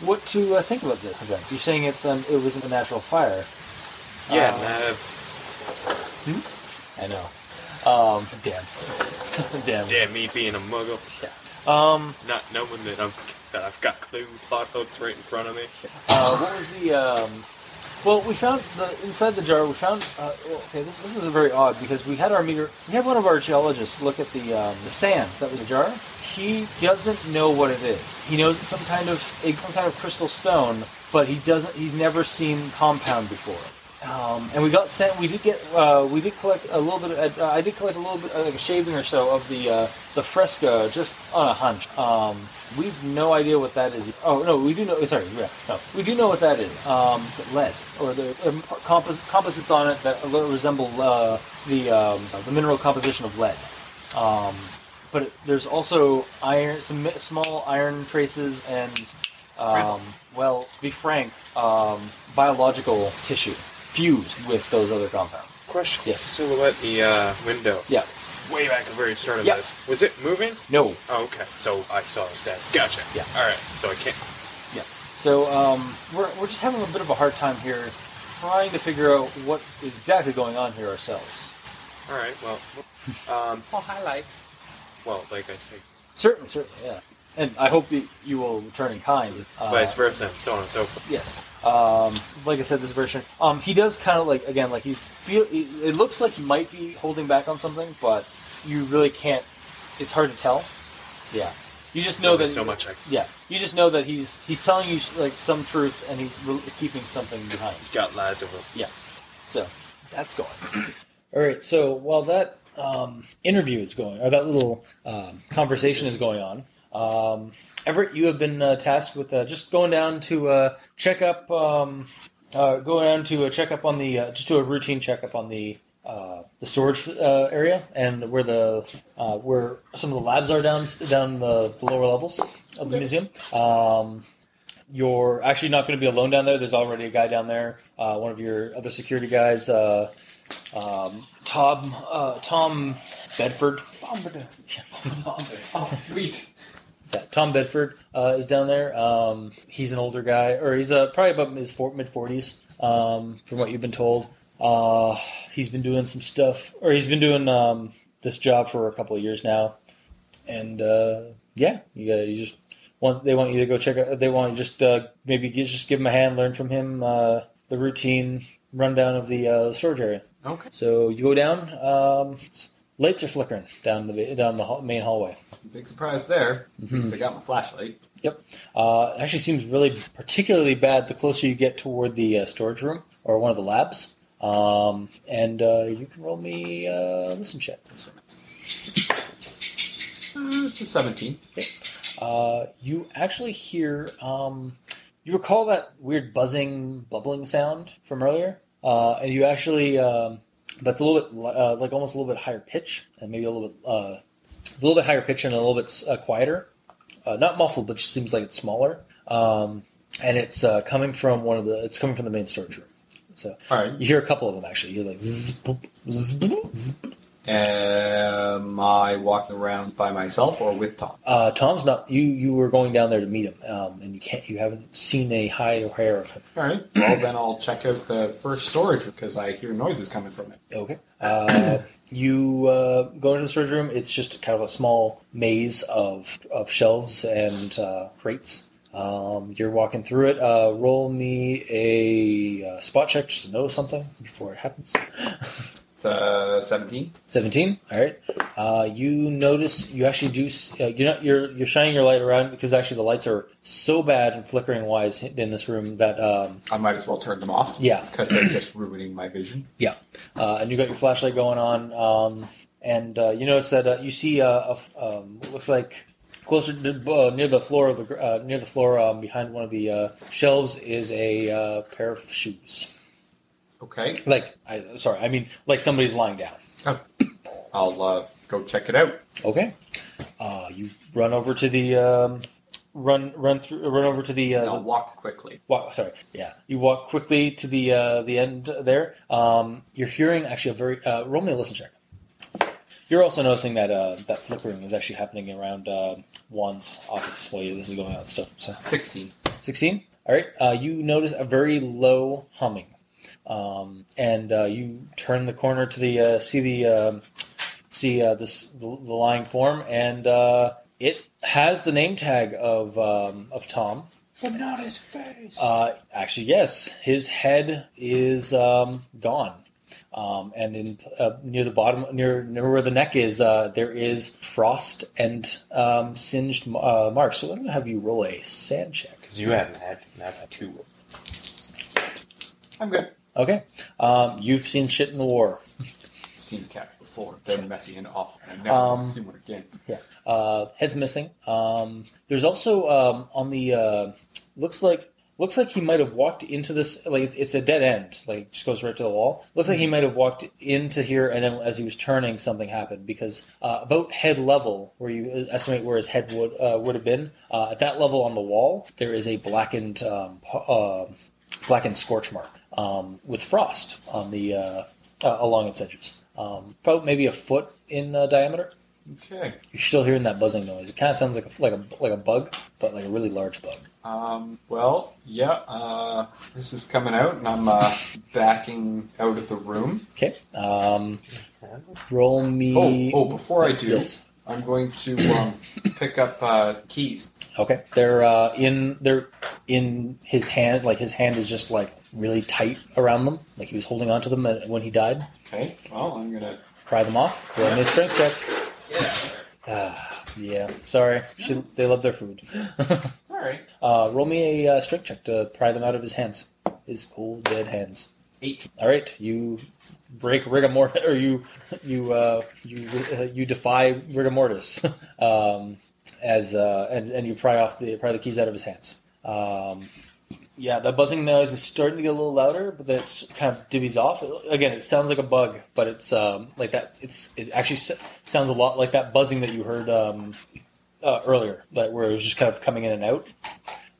B: what to uh, think about this event. You're saying it's um, it was a natural fire.
C: Yeah,
B: Uh,
C: nah,
B: I know. Um, damn, damn,
C: damn me being a muggle.
B: Yeah. Um,
C: Not knowing that, I'm, that I've got clue plot hooks right in front of me.
B: uh, what was the um, Well, we found the, inside the jar. We found uh, well, okay. This, this is very odd because we had our meter. We had one of our geologists look at the um, the sand that was in the jar. He doesn't know what it is. He knows it's some kind of a, some kind of crystal stone, but he doesn't. He's never seen compound before. Um, and we got sent. We did get. Uh, we did collect a little bit. Of, uh, I did collect a little bit, uh, like a shaving or so of the uh, the fresco, just on a hunch. Um, we've no idea what that is. Oh no, we do know. Sorry, yeah, no, we do know what that is. Um, it's lead, or the um, compos- composites on it that resemble uh, the um, the mineral composition of lead. Um, but it, there's also iron, some mi- small iron traces, and um, well, to be frank, um, biological tissue fused with those other compounds.
C: Question.
B: Yes.
C: Silhouette the uh, window.
B: Yeah.
C: Way back at the very start of
B: Yeah.
C: this. Was it moving?
B: No.
C: Oh, okay. So I saw a stab. Gotcha.
B: Yeah.
C: All right. So I can't.
B: Yeah. So um, we're we're just having a bit of a hard time here, trying to figure out what is exactly going on here ourselves.
C: All right. Well. Um.
E: Well, highlights.
C: Well, like I say,
B: Certainly, certainly, yeah. And I hope you, you will return in kind. Uh,
C: vice versa, and so on and so forth.
B: Yes. Um, like I said, this version. Um, he does kind of like again, like he's feel. It, it looks like he might be holding back on something, but you really can't. It's hard to tell. Yeah. You just know
C: Only
B: that
C: so much I-
B: Yeah. You just know that he's he's telling you like some truths, and he's re- keeping something behind.
C: He's got lies over.
B: Yeah. So that's going. All right. So while that um, interview is going, or that little um, conversation is going on, um, Everett, you have been uh, tasked with uh, just going down to uh, check up, um, uh, going down to a checkup on the, uh, just do a routine checkup on the. Uh, the storage uh, area and where the uh, where some of the labs are down down the, the lower levels of the museum. Um, you're actually not going to be alone down there. There's already a guy down there, uh, one of your other security guys, uh, um, Tom uh, Tom Bedford.
D: Oh, sweet.
B: Yeah, Tom Bedford uh, is down there. Um, he's an older guy, or he's uh, probably about his four, mid forties, um, from what you've been told. Uh, he's been doing some stuff, or he's been doing um, this job for a couple of years now, and uh, yeah, you, gotta, you just want they want you to go check. out They want you just uh, maybe gi- just give him a hand, learn from him uh, the routine rundown of the uh, storage area.
D: Okay.
B: So you go down. Um, it's- lights are flickering down the down the hall, main hallway.
D: Big surprise there. At least I got my flashlight.
B: Yep. Uh, it actually seems really particularly bad the closer you get toward the uh, storage room or one of the labs. Um, and uh, you can roll me uh, listen check.
D: Uh, it's a 17.
B: Uh, you actually hear. Um, you recall that weird buzzing, bubbling sound from earlier, uh, and you actually, um, but it's a little bit li- uh, like almost a little bit higher pitch, and maybe a little bit, uh, a little bit higher pitch and a little bit uh, quieter. Uh, not muffled, but just seems like it's smaller. Um, and it's uh, coming from one of the. It's coming from the main storage room. So
D: All right.
B: you hear a couple of them actually. You're like, zzz, boop, zzz, boop, zzz, boop.
D: Am I walking around by myself or with Tom?
B: Uh, Tom's not. You you were going down there to meet him, um, and you can't. You haven't seen a hide or hair of him.
D: All right. Well, then I'll check out the first storage because I hear noises coming from it.
B: Okay. Uh, you uh, go into the storage room. It's just kind of a small maze of, of shelves and uh, crates. Um, you're walking through it. Uh, roll me a uh, spot check just to know something before it happens.
D: It's uh, a 17.
B: 17 all right uh, you notice you actually do s- uh, you're not you're you're shining your light around because actually the lights are so bad and flickering wise in this room that um,
D: I might as well turn them off.
B: Yeah.
D: Because they're just ruining my vision.
B: Yeah, uh, and you got your flashlight going on, um, and uh, you notice that uh, you see uh, a f um, what looks like closer to, uh, near the floor of the gr- uh, near the floor um, behind one of the uh, shelves is a uh, pair of shoes.
D: Okay.
B: Like, I, sorry, I mean like somebody's lying down.
D: Oh. I'll uh, go check it out.
B: Okay, uh, you run over to the um, run run through run over to the, uh,
D: And
B: the
D: I'll walk quickly.
B: walk, sorry, yeah. You walk quickly to the uh, the end there. Um, you're hearing actually a very uh, roll me a listen check. You're also noticing that uh, that flickering is actually happening around uh, Juan's office while you, this is going on and stuff. So
D: 16.
B: sixteen. All right. Uh, you notice a very low humming, um, and uh, you turn the corner to the uh, see the um see uh, this the, the lying form, and uh, it has the name tag of um, of Tom
C: But not his face.
B: Uh, actually, yes, his head is um, gone, um, and in uh, near the bottom, near near where the neck is, uh, there is frost and um, singed uh, marks. So I'm going to have you roll a sand check.
C: Because you haven't had, not had two.
D: I'm good.
B: Okay, um, you've seen shit in the war.
D: Seen cats before. They're messy and awful. and I never
B: Um,
D: want to see one again.
B: Uh, head's missing. Um, there's also um, on the uh, looks like looks like he might have walked into this. Like it's, it's a dead end. Like just goes right to the wall. Looks like he might have walked into here, and then as he was turning, something happened because uh, about head level, where you uh, estimate where his head would uh, would have been, uh, at that level on the wall, there is a blackened um, po- uh, blackened scorch mark um, with frost on the uh, uh, along its edges. Um, probably maybe a foot in uh, diameter.
D: Okay.
B: You're still hearing that buzzing noise. It kind of sounds like a, like a like a bug, but like a really large bug.
D: Um, well, yeah, uh, this is coming out, and I'm uh, backing out of the room.
B: Okay. Um, roll me.
D: Oh, oh! Before I do,
B: Yes.
D: I'm going to um, pick up uh, keys.
B: Okay. They're uh, in. They're in his hand. Like his hand is just like really tight around them. Like he was holding onto them when he died.
D: Okay. Well, I'm gonna.
B: Pry them off. Roll me a strength check.
D: Yeah.
B: Ah, yeah. Sorry. She, they love their food.
D: All right.
B: uh, roll me a uh, strength check to pry them out of his hands. His cold dead hands.
D: Eight.
B: All right, you break rigor mortis, or you you uh, you uh, you defy rigor mortis, um, as uh, and and you pry off the pry the keys out of his hands. Um, yeah, that buzzing noise is starting to get a little louder, but then it's kind of divvies off. Again, it sounds like a bug, but it's um, like that. It's it actually s- sounds a lot like that buzzing that you heard um, uh, earlier, that where it was just kind of coming in and out.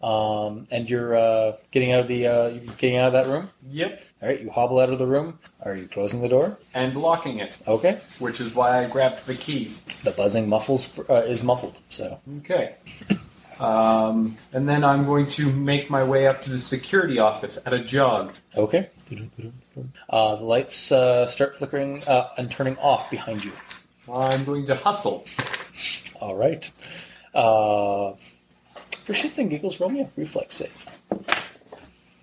B: Um, and you're uh, getting out of the uh, you're getting out of that room.
D: Yep.
B: All right, you hobble out of the room. Are you closing the door?
D: And locking it,
B: Okay.
D: which is why I grabbed the keys.
B: The buzzing muffles uh, is muffled. So
D: Okay. Um, and then I'm going to make my way up to the security office at a jog.
B: okay. Uh, the lights uh, start flickering uh, and turning off behind you.
D: I'm going to hustle.
B: All right. Uh, for shits and giggles, roll me a reflex save.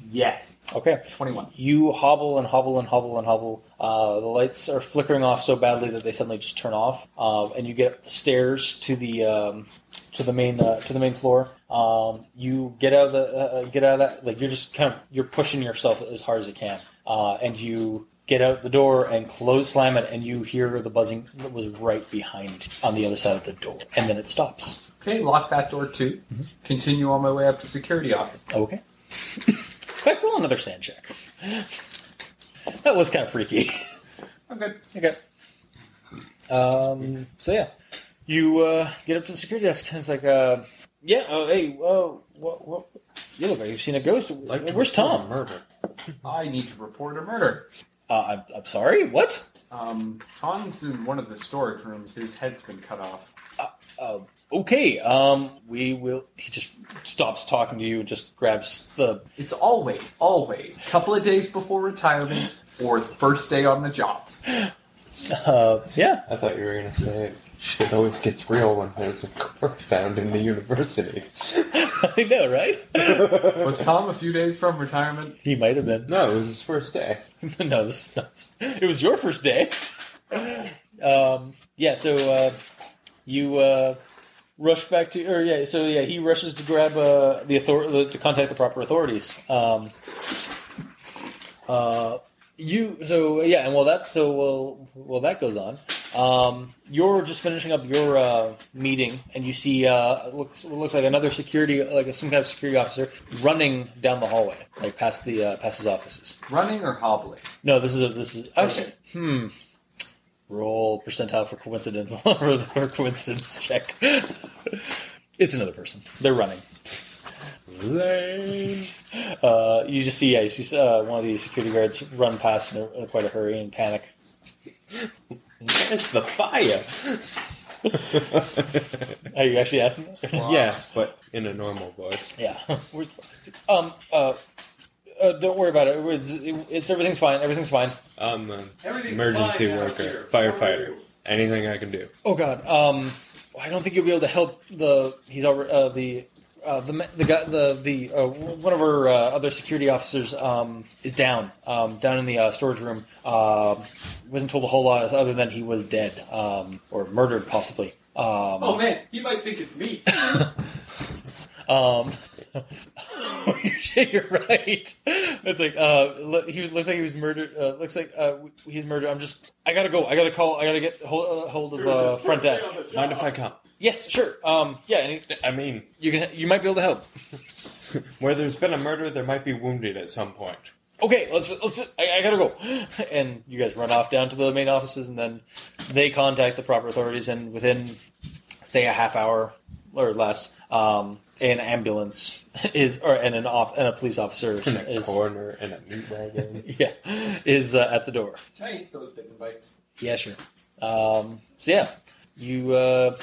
D: Yes.
B: Okay.
D: Twenty-one.
B: You hobble and hobble and hobble and hobble. Uh, the lights are flickering off so badly that they suddenly just turn off, uh, and you get up the stairs to the um, to the main uh, to the main floor. Um, you get out of the uh, get out of that like you're just kind of you're pushing yourself as hard as you can, uh, and you get out the door and close slam it, and you hear the buzzing that was right behind on the other side of the door, and then it stops.
D: Okay. Lock that door too. Continue on my way up to security office.
B: Okay. In fact, roll another sand check. That was kind of freaky.
D: I'm good.
B: Okay. Um, so yeah, you uh, get up to the security desk and it's like, uh, yeah, oh hey, whoa, what, what? You look like you've seen a ghost.
C: Like to
B: Where's
C: report a
B: Tom?
C: Murder.
D: I need to report a murder.
B: Uh, I'm, I'm sorry. What?
D: Um, Tom's in one of the storage rooms. His head's been cut off.
B: Uh, okay. Um, we will. He just stops talking to you and just grabs the.
D: It's always, always, couple of days before retirement or the first day on the job.
B: Uh, yeah.
C: I thought you were going to say shit always gets real when there's a corpse found in the university.
B: I know, right?
D: Was Tom a few days from retirement?
B: he might have been.
C: No, it was his first day.
B: no, this no, it was your first day. um, yeah, so uh, you uh, rush back to, or yeah, so yeah, he rushes to grab uh, the author to contact the proper authorities. Um, uh, you so yeah, and while that so well while that goes on, um, you're just finishing up your uh, meeting, and you see uh, it looks what looks like another security, like some kind of security officer, running down the hallway, like past the uh, past his offices.
D: Running or hobbling?
B: No, this is a, this is actually
D: Okay.
B: hmm. Roll percentile for coincidental for, for coincidence check. it's another person. They're running.
C: Lame.
B: Uh, you just see yeah, you see uh, one of the security guards run past in, a, in quite a hurry and panic.
C: Where's the fire?
B: Are you actually asking? That?
C: Yeah, but in a normal voice.
B: yeah. Where's- um. Uh. Uh, don't worry about it. It's, it's everything's fine. Everything's fine.
C: I'm an
E: Everything's
C: emergency
E: fine out
C: worker,
E: here.
C: firefighter. Anything I can do.
B: Oh God. Um. I don't think you'll be able to help the. He's already uh, the uh, the ma- the guy, the the uh, one of our uh, other security officers um, is down um, down in the uh, storage room. Uh, wasn't told a whole lot other than he was dead um, or murdered possibly. Um,
E: Oh man, he might think it's me.
B: Um, you're right. It's like uh, lo- he was, looks like he was murdered. Uh, looks like uh, he was murdered. I'm just. I gotta go. I gotta call. I gotta get hold, uh, hold of uh, front desk.
C: Mind if I come?
B: Yes, sure. Um, yeah, and
C: I mean,
B: you can. You might be able to help.
C: where there's been a murder, there might be wounded at some point.
B: Okay, let's let's. I, I gotta go. And you guys run off down to the main offices, and then they contact the proper authorities, and within say a half hour or less, um, an ambulance is or and an off and a police officer
C: And a
B: is
C: coroner and a meat wagon.
B: yeah, is uh, at the door.
D: Can I eat those bitten bites?
B: Yeah, sure. Um, so yeah, you uh,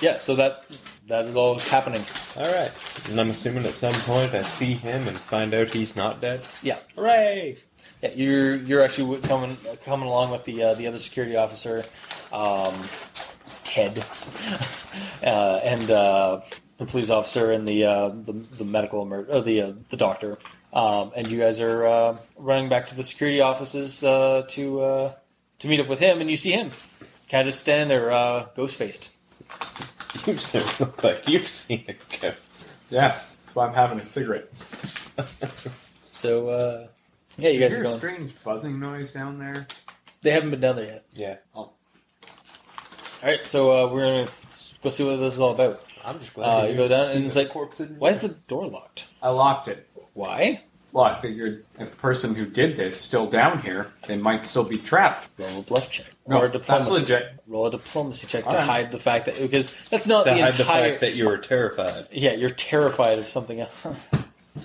B: yeah. So that that is all that's happening.
C: All right. And I'm assuming at some point I see him and find out he's not dead.
B: Yeah.
C: Hooray!
B: Yeah, you're you're actually wi- coming coming along with the uh, the other security officer, um, Ted, uh, and uh, the police officer and the uh, the, the medical emer- or the uh, the doctor, um, and you guys are uh, running back to the security offices uh, to uh, to meet up with him, and you see him, kind of just standing there, uh, ghost faced.
C: You sort of look like you've seen a ghost.
D: Yeah, that's why I'm having a cigarette.
B: So uh, yeah, you guys are going.
D: strange buzzing noise down there?
B: They haven't been down there yet.
C: Yeah.
B: All right, Oh. so uh, we're gonna s- go see what this is all about.
C: I'm just
B: Uh, you go down, and it's like,
C: corpse in
B: Why is the door locked?
D: I locked it.
B: Why?
D: Well, I figured if the person who did this still down here, they might still be trapped.
B: Roll a bluff check.
D: No,
B: or a
D: that's
B: diplomacy.
D: legit.
B: Roll a diplomacy check to
D: Alright.
B: hide the fact that because that's not
C: to
B: the
C: hide the
B: entire.
C: fact that you were terrified.
B: yeah, you're terrified of something. else.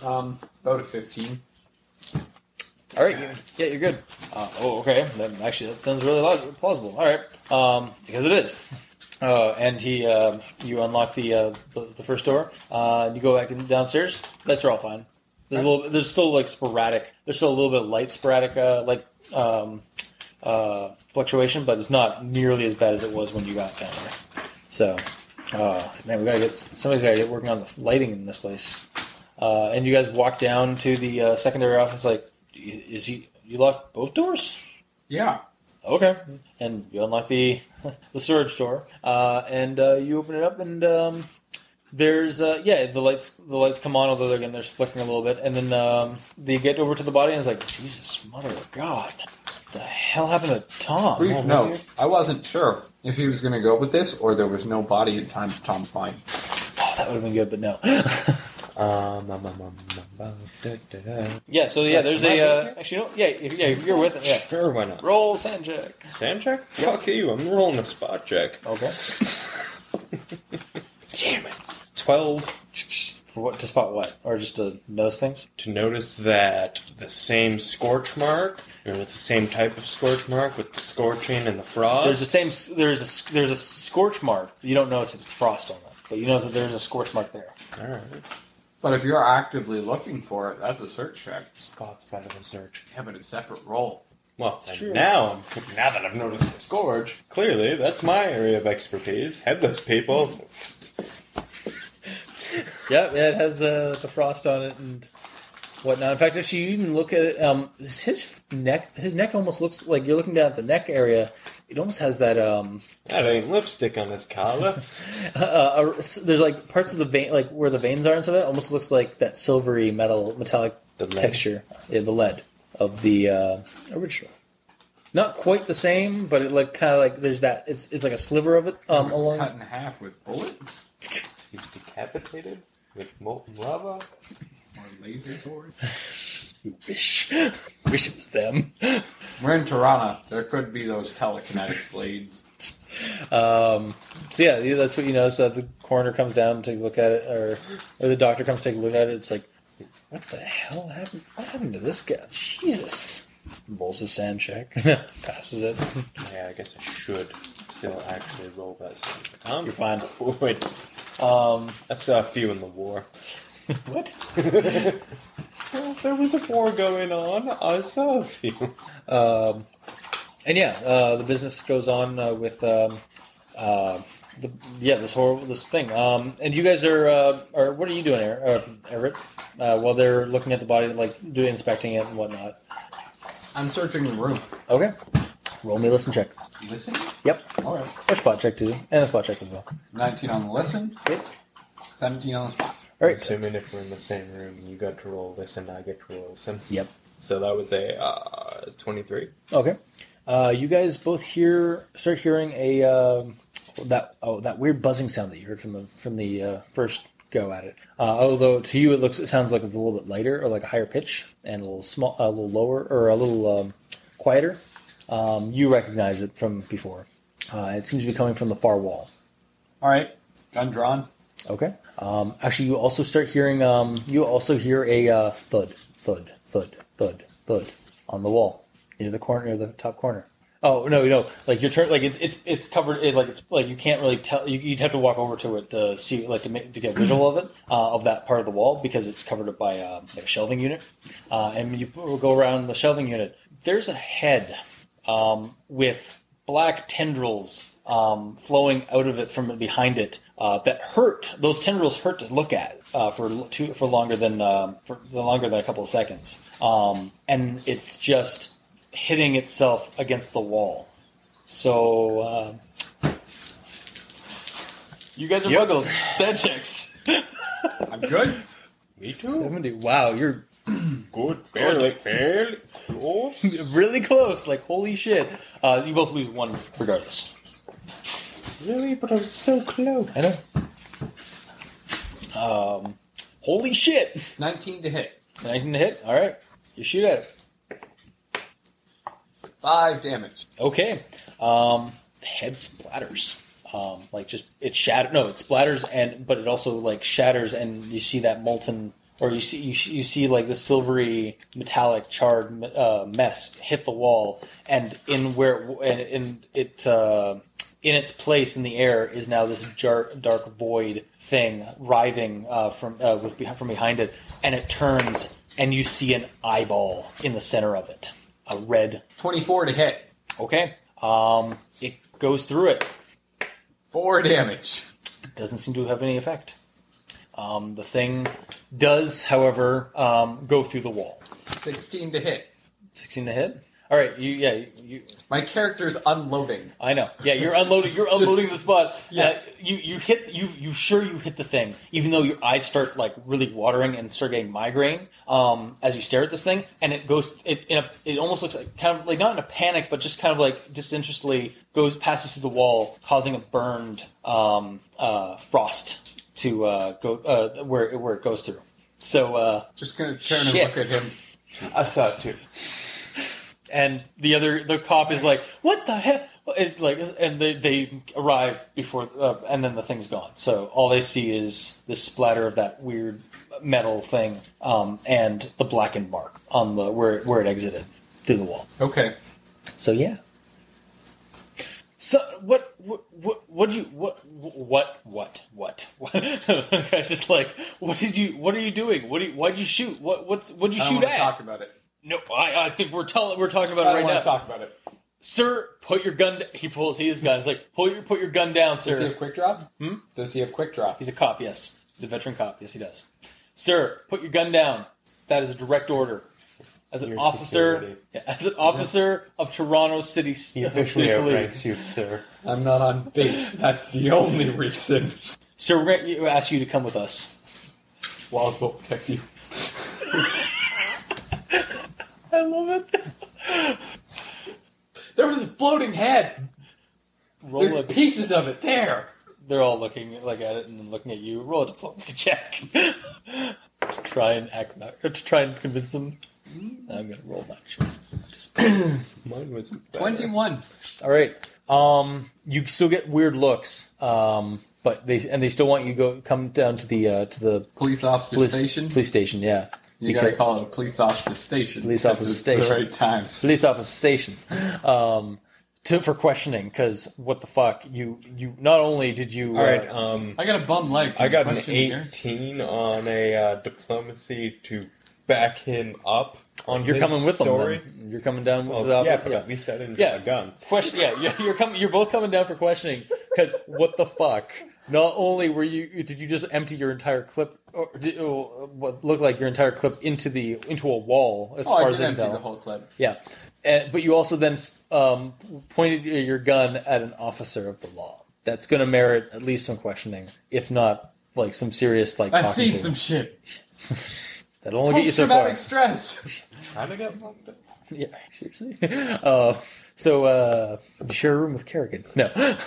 D: Um, it's about a fifteen.
B: All right, you- yeah, you're good. Uh, oh, okay. Then actually, that sounds really log- plausible. All right, um, because it is. Uh, and he, um you unlock the, uh, the the first door. Uh, and you go back in, downstairs. That's all fine. There's a little. There's still like sporadic. There's still a little bit of light sporadic uh, like um, uh, fluctuation, but it's not nearly as bad as it was when you got down there. So, uh, man, we gotta get somebody's gotta get working on the lighting in this place. Uh, and you guys walk down to the uh, secondary office. Like, is he? You lock both doors?
D: Yeah.
B: Okay. And you unlock the the storage door, uh, and uh, you open it up, and um, there's uh, yeah, the lights the lights come on, although again they're flickering a little bit, and then um, they get over to the body, and it's like, Jesus, mother of God, the hell happened to Tom?
D: Brief
B: Oh,
D: note: I wasn't sure if he was going to go with this or there was no body at time Tom's mind.
B: that would have been good, but no.
C: Um, um, um, um, um, da, da, da.
B: yeah. So yeah, there's a
D: Am I with
B: uh, actually no, yeah, if, yeah, if you're with it, yeah.
C: Sure, why not?
B: Roll sand check.
C: Sand check? Fuck you, I'm rolling a spot check.
B: Okay.
C: Damn it. 12
B: For what to spot what, or just to notice things?
C: to notice that the same scorch mark, and with the same type of scorch mark, with the scorching and the frost.
B: There's the same. There's a there's a scorch mark. You don't notice if it's frost on it, but you notice that there's a scorch mark there.
C: Alright.
D: But if you're actively looking for it, that's a search check.
C: Spots by the search.
D: Yeah, but it's separate roll.
C: Well, and now I'm, now that I've noticed the scourge, clearly that's my area of expertise. Headless people.
B: Yeah, yeah, it has uh, the frost on it and whatnot. In fact, if you even look at it, um, is his neck his neck almost looks like you're looking down at the neck area. It almost has that um,
C: That ain't lipstick on his collar.
B: uh, uh, there's like parts of the vein, like where the veins are and stuff. It almost looks like that silvery metal metallic
C: The lead.
B: texture, yeah, the lead of the uh, original. Not quite the same, but it like kind of like there's that. It's it's like a sliver of it
D: It
B: um,
D: was
B: along.
D: cut in half with bullets
C: he was decapitated with molten lava.
D: or laser swords.
B: You wish, wish it was them.
D: We're in Tirana. There could be those telekinetic blades.
B: Um, so yeah, yeah, that's what you notice. That the coroner comes down and takes a look at it, or or the doctor comes to take a look at it. It's like, what the hell happened? What happened to this guy? Jesus! Rolls his sand check, passes it.
C: Yeah, I guess I should still actually roll that. same.
B: You're
C: Um,
B: fine.
C: good.
B: Um,
C: I saw a few in the war.
B: what?
C: Well, there was a war going on. I saw a few.
B: Um, and yeah, uh, the business goes on uh, with um, uh, The, yeah, this horrible this thing. Um, and you guys are, uh, or what are you doing, Er- uh, Everett? Uh, while they're looking at the body, like doing inspecting it and whatnot.
D: I'm searching the room.
B: Okay. Roll me a listen check.
D: Listen.
B: Yep.
D: All right.
B: Or spot check too, and a spot check as well.
D: 19 on the listen.
B: Yep.
D: 17 on the spot.
B: All right.
C: Assuming if we're in the same room, you got to roll this and I get to roll some.
B: Yep.
C: So that was a uh, 23.
B: Okay. Uh, you guys both hear start hearing a um, that oh that weird buzzing sound that you heard from the from the uh, first go at it. Uh, although to you it looks it sounds like it's a little bit lighter or like a higher pitch and a little small a little lower or a little um, quieter. Um, you recognize it from before. Uh, it seems to be coming from the far wall.
D: All right. Gun drawn.
B: Okay. Um, actually, you also start hearing um, you also hear a uh, thud, thud, thud, thud, thud on the wall near the corner, near the top corner. Oh no, no! Like your turn, like it's it's it's covered. It, like it's like you can't really tell. You, you'd have to walk over to it to see, like to make to get visual of it uh, of that part of the wall because it's covered up by um, like a shelving unit. Uh, and when you go around the shelving unit, there's a head um, with black tendrils um, flowing out of it from behind it uh, that hurt. Those tendrils hurt to look at uh, for l- two, for longer than um for the longer than a couple of seconds, um, and it's just hitting itself against the wall. So uh,
F: You guys are muggles. Sad checks.
D: I'm good.
C: Me too.
B: seventy. Wow, you're
C: Good. Barely, barely. Close.
B: really close. Like holy shit! Uh, you both lose one regardless.
C: really? But I was so close.
B: I know. Um, holy shit!
D: 19 to hit.
B: 19 to hit. All right. You shoot at it.
D: Five damage.
B: Okay. Um, the head splatters. Um, like just it shatters. No, it splatters and but it also like shatters and you see that molten or you see you, see- you see like the silvery metallic charred uh, mess hit the wall and in where and in it uh, in its place in the air is now this jar, dark void thing writhing uh, from uh, with behind, from behind it and it turns and you see an eyeball in the center of it a red
D: 24 to hit.
B: Okay. Um, it goes through it.
D: Four damage.
B: Doesn't seem to have any effect. Um, the thing does, however, um, go through the wall.
D: 16 to hit.
B: 16 to hit. All right. You, yeah. You,
D: My character's unloading.
B: I know. Yeah. You're unloading. You're unloading the spot. Yeah. you, you hit. You, you sure you hit the thing, even though your eyes start like really watering and start getting migraine um, as you stare at this thing, and it goes. It in a, it almost looks like kind of like not in a panic, but just kind of like disinterestedly goes passes through the wall, causing a burned um, uh, frost to uh, go uh, where where it goes through. So. Uh,
D: Just gonna turn
B: Shit.
D: and look at him.
F: I saw it too.
B: and the other the cop is like, "What the hell?" It, like, and they, they arrive before, uh, and then the thing's gone. So all they see is the splatter of that weird metal thing, um, and the blackened mark on the where where it exited through the wall.
D: Okay.
B: So yeah. So what what what what do you what what what what? what? I was just like, what did you? What are you doing? What do you? Why'd you shoot? What what's what'd you
D: I don't
B: shoot
D: wanna
B: at?
D: talk about it.
B: No, I, I think we're telling we're talking
D: I
B: about
D: don't
B: it right
D: want
B: now
D: to talk about it.
B: sir, put your gun. d He pulls his gun. It's like, put your put your gun down,
D: Does he
B: sir.
D: have quick drop?
B: Hmm?
D: Does he have quick drop?
B: He's a cop. Yes, he's a veteran cop. Yes, he does. Sir, put your gun down. That is a direct order. As an
C: Your
B: officer,
C: security.
B: yeah, as an officer of Toronto City,
C: He
B: City
C: officially
B: Police,
C: outranks you, sir.
D: I'm not on base. That's the only reason.
B: sir, we're going to ask you to come with us.
D: Walls will protect you.
B: I love it.
D: There was a floating head.
B: Roll
D: There's
B: a,
D: pieces of it there.
B: they're all looking like at it and then looking at you. Roll a diplomacy check. try and act, not, or to try and convince them. I'm gonna roll not sure.
C: Mine was better.
D: Twenty-one.
B: All right. Um, you still get weird looks, um, but they and they still want you to go come down to the uh, to the
D: Police officer
B: police
D: station.
B: police station. Yeah,
D: You gotta call it a police officer station.
B: Police
D: because
B: officer
D: it's
B: station.
D: The right time.
B: police officer station um, to for questioning because what the fuck you you not only did you
C: All right.
B: uh,
C: Um,
D: I got a bum leg.
C: I got an
D: Question here.
C: 18 on a uh, diplomacy to back him up on
B: you're
C: his
B: coming with
C: story.
B: them. Then. You're coming down with
C: Well,
B: the
C: yeah,
B: officer.
C: but at least I didn't
B: Yeah.
C: have a gun.
B: Question. Yeah, you're, you're coming. You're both coming down for questioning. Because what the fuck? Not only were you did you just empty your entire clip, or did, or what looked like your entire clip into the into a wall as
D: Oh,
B: far
D: I
B: as
D: just
B: I can
D: emptied
B: tell.
D: the whole clip.
B: yeah, and, but you also then um, pointed your gun at an officer of the law. That's going to merit at least some questioning, if not like some serious like
D: I've
B: talking
D: seen
B: to.
D: some shit.
B: That'll only get you so far.
D: Post-traumatic stress.
C: Trying to get locked up.
B: Yeah, seriously. Uh, so uh, you share a room with Kerrigan. No,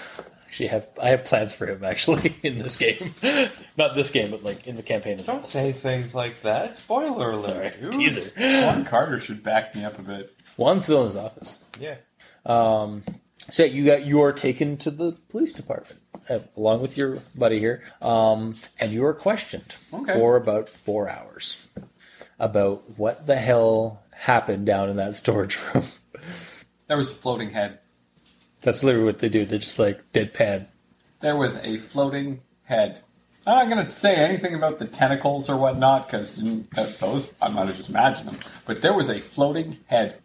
B: actually, I have I have plans for him actually in this game, not this game, but like in the campaign. As well.
C: Don't say things like that. Spoiler alert.
B: Sorry,
C: dude.
B: teaser.
D: Juan Carter should back me up a bit.
B: Juan's still in his office.
C: Yeah.
B: Um, so you got you are taken to the police department uh, along with your buddy here, um, and you are questioned
D: Okay.
B: for about four hours about what the hell happened down in that storage room.
D: There was a floating head.
B: That's literally what they do. They just like deadpan
D: There was a floating head. I'm not going to say anything about the tentacles or whatnot because those I might have just imagined them. But there was a floating head.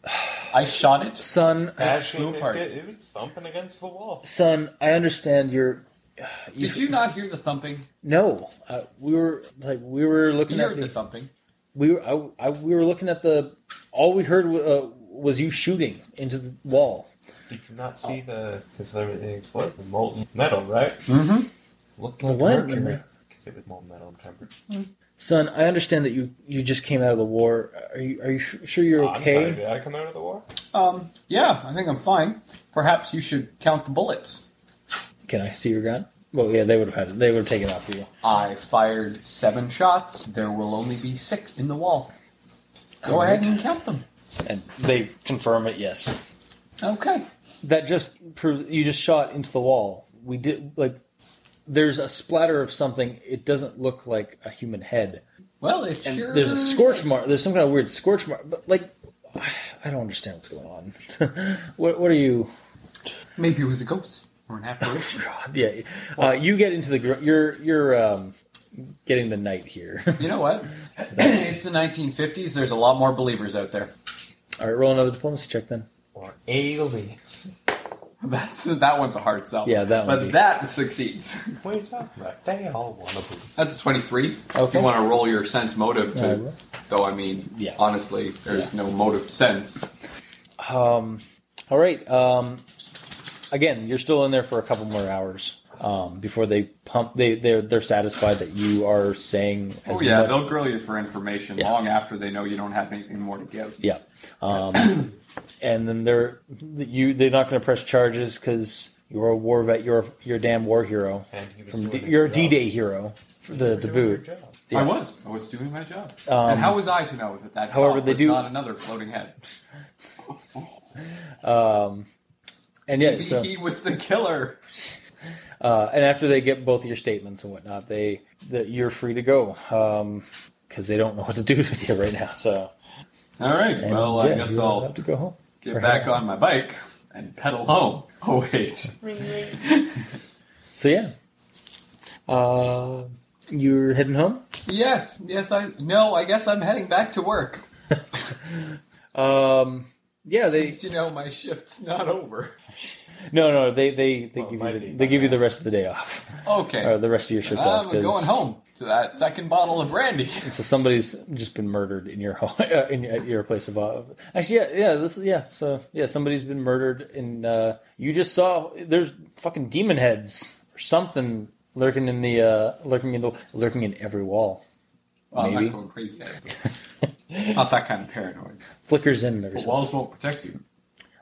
D: I shot it.
B: Son, I,
C: Actually,
D: Blue part.
C: it, it was thumping against the wall.
B: son, I understand your.
D: Did you not hear the thumping?
B: No, uh, we were like we were
D: You
B: looking at
D: heard the
B: the,
D: thumping.
B: we were I, I, we were looking at the all we heard wa- uh, was you shooting into the wall.
C: Did you not see the because everything exploded with molten metal, right?
D: Mm-hmm.
C: Looked like
B: What?
C: mercury because it was molten metal. Remember?
B: Son, I understand that you you just came out of the war. Are you are you su- sure
D: Oh,
B: you're
C: I'm
B: okay?
C: sorry, did I come out of the war?
D: Um, yeah, I think I'm fine. Perhaps you should count the bullets.
B: Can I see your gun? Well, yeah, they would have had they would have taken it off you.
D: I fired seven shots. There will only be six in the wall. Go ahead and count them.
B: And they confirm it. Yes,
D: Okay.
B: that just proves you just shot into the wall. We did like there's a splatter of something. It doesn't look like a human head.
D: Well, it
B: and
D: sure
B: there's a scorch mark. There's some kind of weird scorch mark, but like, I don't understand what's going on. what, what are you?
D: Maybe it was a ghost or an apparition.
B: Yeah, uh, you get into the gr- you're you're um, getting the night here.
D: You know what? it's the 1950s. There's a lot more believers out there.
B: All right, roll another diplomacy check then.
C: Or aliens?
D: That's that one's a hard sell.
B: Yeah, that
D: But
B: one would be-
D: that succeeds.
C: What are you talking about? They all want to believe.
D: That's a 23.
B: Okay.
D: You want to roll your sense motive
B: Yeah, I
D: to,
B: will.
D: though. I mean,
B: Yeah.
D: honestly, there's
B: Yeah.
D: no motive sense.
B: Um, all right. Um, again, you're still in there for a couple more hours um, before they pump. They they're they're satisfied that you are saying. As
D: Oh yeah,
B: much-
D: they'll grill you for information
B: Yeah.
D: long after they know you don't have anything more to give.
B: Yeah. Um, and then they're you they're not going to press charges because you're a war vet. You're a, you're a damn war hero.
C: And he was
B: From
C: doing
B: D,
C: his
B: you're a
C: job.
B: D-Day hero. For the the
C: Doing
B: boot.
C: your job.
B: Yeah.
D: I was, I was doing my job.
B: Um,
D: and how was I to know that that?
B: however,
D: cop
B: they
D: was
B: do-
D: not another floating head.
B: And yeah,
D: Maybe
B: so
D: he was the killer.
B: uh, and after they get both your statements and whatnot, they that you're free to go because they don't know what to do with you right now. So
D: All right.
B: and,
D: well,
B: yeah,
D: I guess
B: you're
D: I'll
B: allowed to go home.
D: get back on my bike and pedal home. Oh wait.
B: So yeah, uh, you're heading home.
D: Yes, yes, I no, I guess I'm heading back to work.
B: Um, yeah, they
D: Since, you know my shift's not over.
B: no no they they they
C: Well,
B: give
C: might
B: you
C: be
B: the,
C: by
B: they give you the rest of the day off.
D: Okay.
B: or the rest of your shift off.
D: I'm
B: 'cause-
D: Ah, going home to that second bottle of brandy.
B: So somebody's just been murdered in your home, uh, in at your place of uh, actually, yeah, yeah, this, is- yeah. So yeah, somebody's been murdered, and uh, you just saw there's fucking demon heads or something lurking in the uh, lurking in the lurking in every wall,
D: Well, I'm
B: Maybe.
D: not going crazy. I'm not that kind of paranoid.
B: flickers in every.
D: But
B: so-
D: walls won't protect you.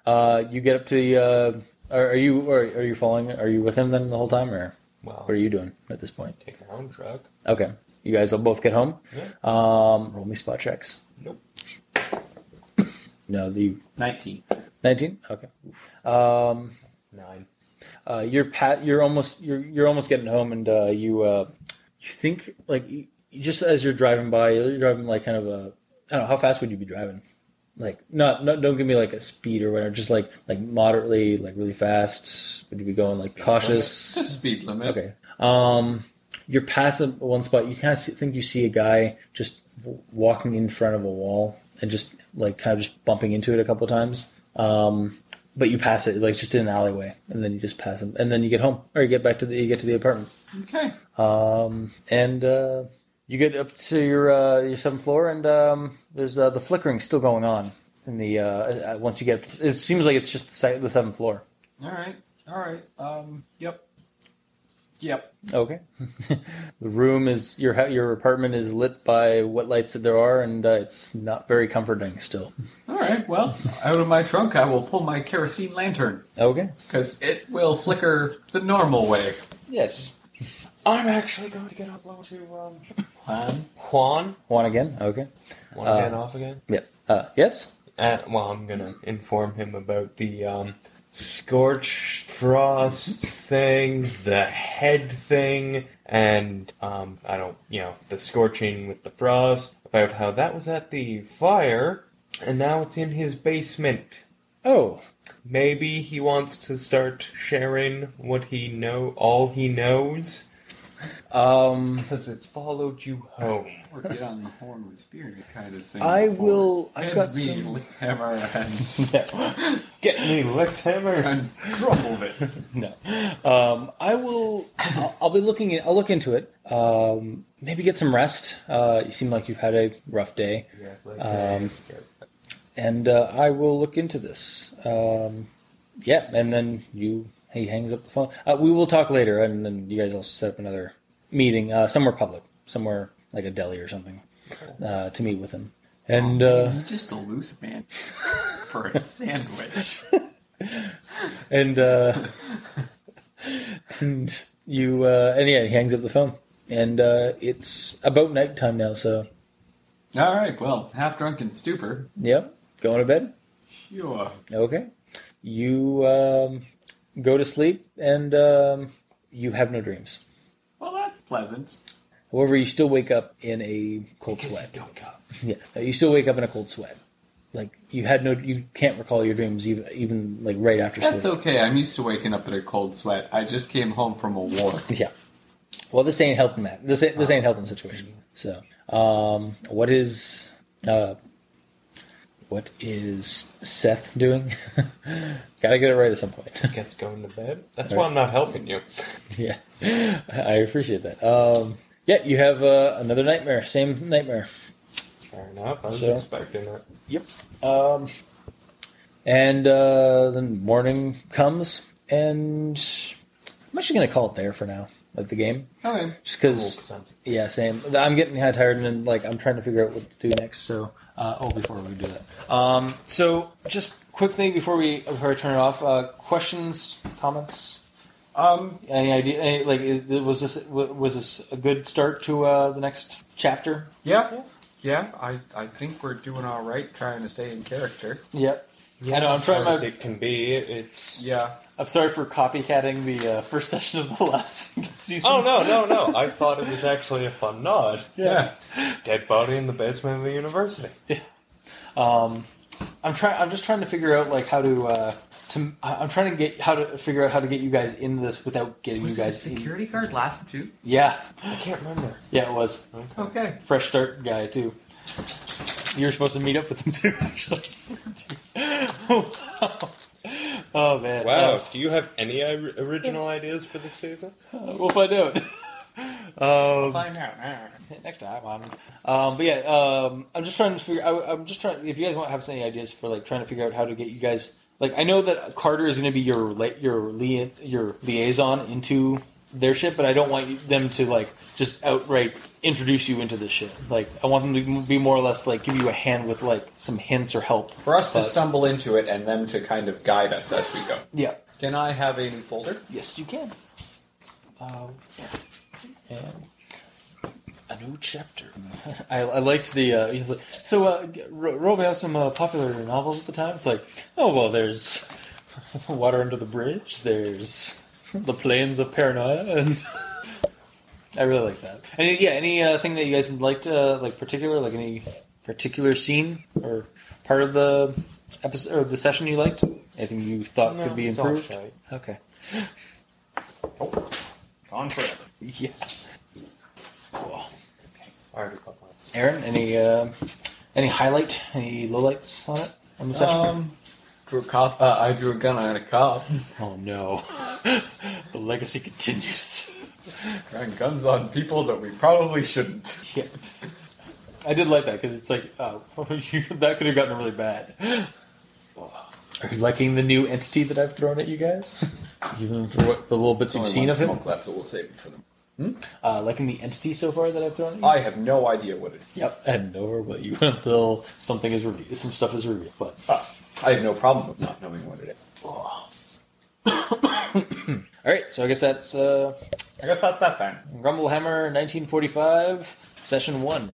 B: Uh, you get up to the. Uh, are, are you are, are you following? Are you with him then the whole time, or
C: Well,
B: what are you doing at this point?
C: take your own drug.
B: Okay, you guys will both get home.
C: Yeah.
B: Um, roll me spot checks.
C: Nope.
B: No, the
D: Nineteen.
B: 19 okay um
C: Nine.
B: uh you're pat you're almost you're you're almost getting home and uh you uh you think like you, you just as you're driving by you're driving like kind of a i don't know how fast would you be driving like not no don't give me like a speed or whatever just like like moderately like really fast would you be going like
C: Speed
B: cautious
D: Just speed limit.
B: okay um you're past a- one spot you kind of think you see a guy just w- walking in front of a wall and just like kind of just bumping into it a couple times um but you pass it like just in an alleyway, and then you just pass them, and then you get home or you get back to the you get to the apartment,
D: Okay.
B: um, and uh, you get up to your uh, your seventh floor, and um, there's uh, the flickering still going on. In the uh, uh, once you get, it seems like it's just the, se- the seventh floor.
D: All right. All right. Um. Yep. Yep.
B: Okay. the room is your ha- your apartment is lit by what lights that there are, and uh, it's not very comforting still.
D: All right. Well, out of my trunk, I will pull my kerosene lantern
B: Okay.
D: because it will flicker the normal way.
B: Yes.
C: I'm actually going to get up low to um,
D: Um,
C: Juan.
B: One again. Okay.
C: One
B: Uh,
C: again, off again.
B: Yeah. Uh, yes.
C: Uh, well, I'm gonna inform him about the um, scorch frost thing, the head thing, and um, I don't, you know, the scorching with the frost. About how that was at the fire, and now it's in his basement.
B: Oh.
C: Maybe he wants to start sharing what he know, all he knows,
B: Um.
C: because it's followed you home.
D: or get on the horn with spears kind of thing.
B: I
D: before.
B: will. I've
D: And
B: got
D: we
B: some.
D: lick hammer and
B: No.
C: Get me, licked hammer.
D: and crumble it.
B: No. Um. I will. I'll, I'll be looking. In, I'll look into it. Um. Maybe get some rest. Uh. You seem like you've had a rough day,
C: Yeah, licked
B: Um,
C: hammer.
B: and uh, I will look into this. Um. Yeah. And then you. He hangs up the phone. Uh, we will talk later, and then you guys also set up another meeting uh, somewhere public, somewhere like a deli or something, uh, to meet with him. And uh,
D: You're just a loose man for a sandwich.
B: and uh, and you uh, and yeah, he hangs up the phone, and uh, it's about nighttime now. So
D: All right. Well, half drunk and stupor.
B: yeah, going to bed.
D: Sure.
B: Okay, you um, go to sleep, and um, you have no dreams.
D: Well, that's pleasant.
B: However, you still wake up in a cold sweat. Yeah, you still wake up in a cold sweat. Like you had no, you can't recall your dreams even even like right after sleep.
D: That's okay. I'm used to waking up in a cold sweat. I just came home from a war.
B: Yeah. Well, this ain't helping that. This ain't, this ain't helping the situation. So, um, what is uh, what is Seth doing? Gotta get it right at some point.
C: Gets going to bed. That's why I'm not helping you.
B: yeah, I appreciate that. Um, yeah, you have uh, another nightmare. Same nightmare.
C: Fair enough. I was
B: So-
C: expecting it.
B: Um, and uh, then morning comes, and I'm actually gonna call it there for now. Like the game,
D: Okay.
B: just because. Yeah, same. I'm getting kind of tired, and then, like I'm trying to figure out what to do next. So, uh, oh, before we do that, um, so just quickly before we before I turn it off, uh, questions, comments,
D: Um.
B: any idea? Any, like, is- was this was this a good start to uh, the next chapter?
D: Yeah. Yeah. I, I think we're doing all right trying to stay in character.
B: Yep.
C: Yeah,
B: I know, I'm
C: as
B: trying
C: hard
B: my-
C: as it can be. It's
D: Yeah.
B: I'm sorry for copycatting the uh, first session of the last season.
C: oh no no no! I thought it was actually a fun nod.
D: Yeah.
C: Dead body in the basement of the university.
B: Um, I'm trying. I'm just trying to figure out like how to. Uh, to, I- I'm trying to get how to figure out how to get you guys into this without getting
D: Was
B: you
D: the
B: guys.
D: security guard last too?
B: In. Yeah,
C: I can't remember.
B: yeah, it was.
D: Okay.
B: fresh start guy too. You were supposed to meet up with him too, actually. oh man!
C: Wow. Do you have any i- original ideas for this season?
B: Uh, we'll find out. um,
D: Find out.
B: next time, on. Um, but yeah, um, I'm just trying to figure. I, I'm just trying. If you guys want have any ideas for like trying to figure out how to get you guys, like I know that Carter is going to be your li- your lia- your liaison into their shit, but I don't want you, them to like just outright introduce you into this shit. Like I want them to be more or less like give you a hand with like some hints or help.
D: For us to
B: But-
D: stumble into it and them to kind of guide us as we go.
B: Yeah.
D: Can I have a new folder?
B: Yes, you can. Uh, yeah. And a new chapter. I, I liked the. Uh, he's like, so, uh, Ro- Rob has some uh, popular novels at the time. It's like, oh well, there's Water Under the Bridge. There's The Plains of Paranoia, and I really like that. And yeah, any uh, thing that you guys liked, uh, like particular, like any particular scene or part of the episode or the session you liked? Anything you thought could be
C: it's all
B: improved?
C: shite.
B: Okay.
D: On forever.
B: Yeah.
C: I already got mine.
B: Aaron, any uh, any highlight, any lowlights on it on the session?
D: Um, drew a cop. Uh, I drew a gun on a cop.
B: Oh no. the legacy continues.
D: Drawing guns on people that we probably shouldn't.
B: Yeah. I did like that because it's like uh, that could have gotten really bad. Are you liking the new entity that I've thrown at you guys? Even for what, the little bits you've
D: Only
B: seen
D: one
B: of him?
D: Smoke left, so we'll save it for them.
B: Uh, liking the entity so far that I've thrown at you?
D: I have no idea what it.
B: Yep, and nor will you until something is revealed. Some stuff is revealed, but
D: Ah, I have no problem with not knowing what it is.
B: all right. So I guess that's uh,
D: I guess that's that then.
B: Grumblehammer, 1945, session one.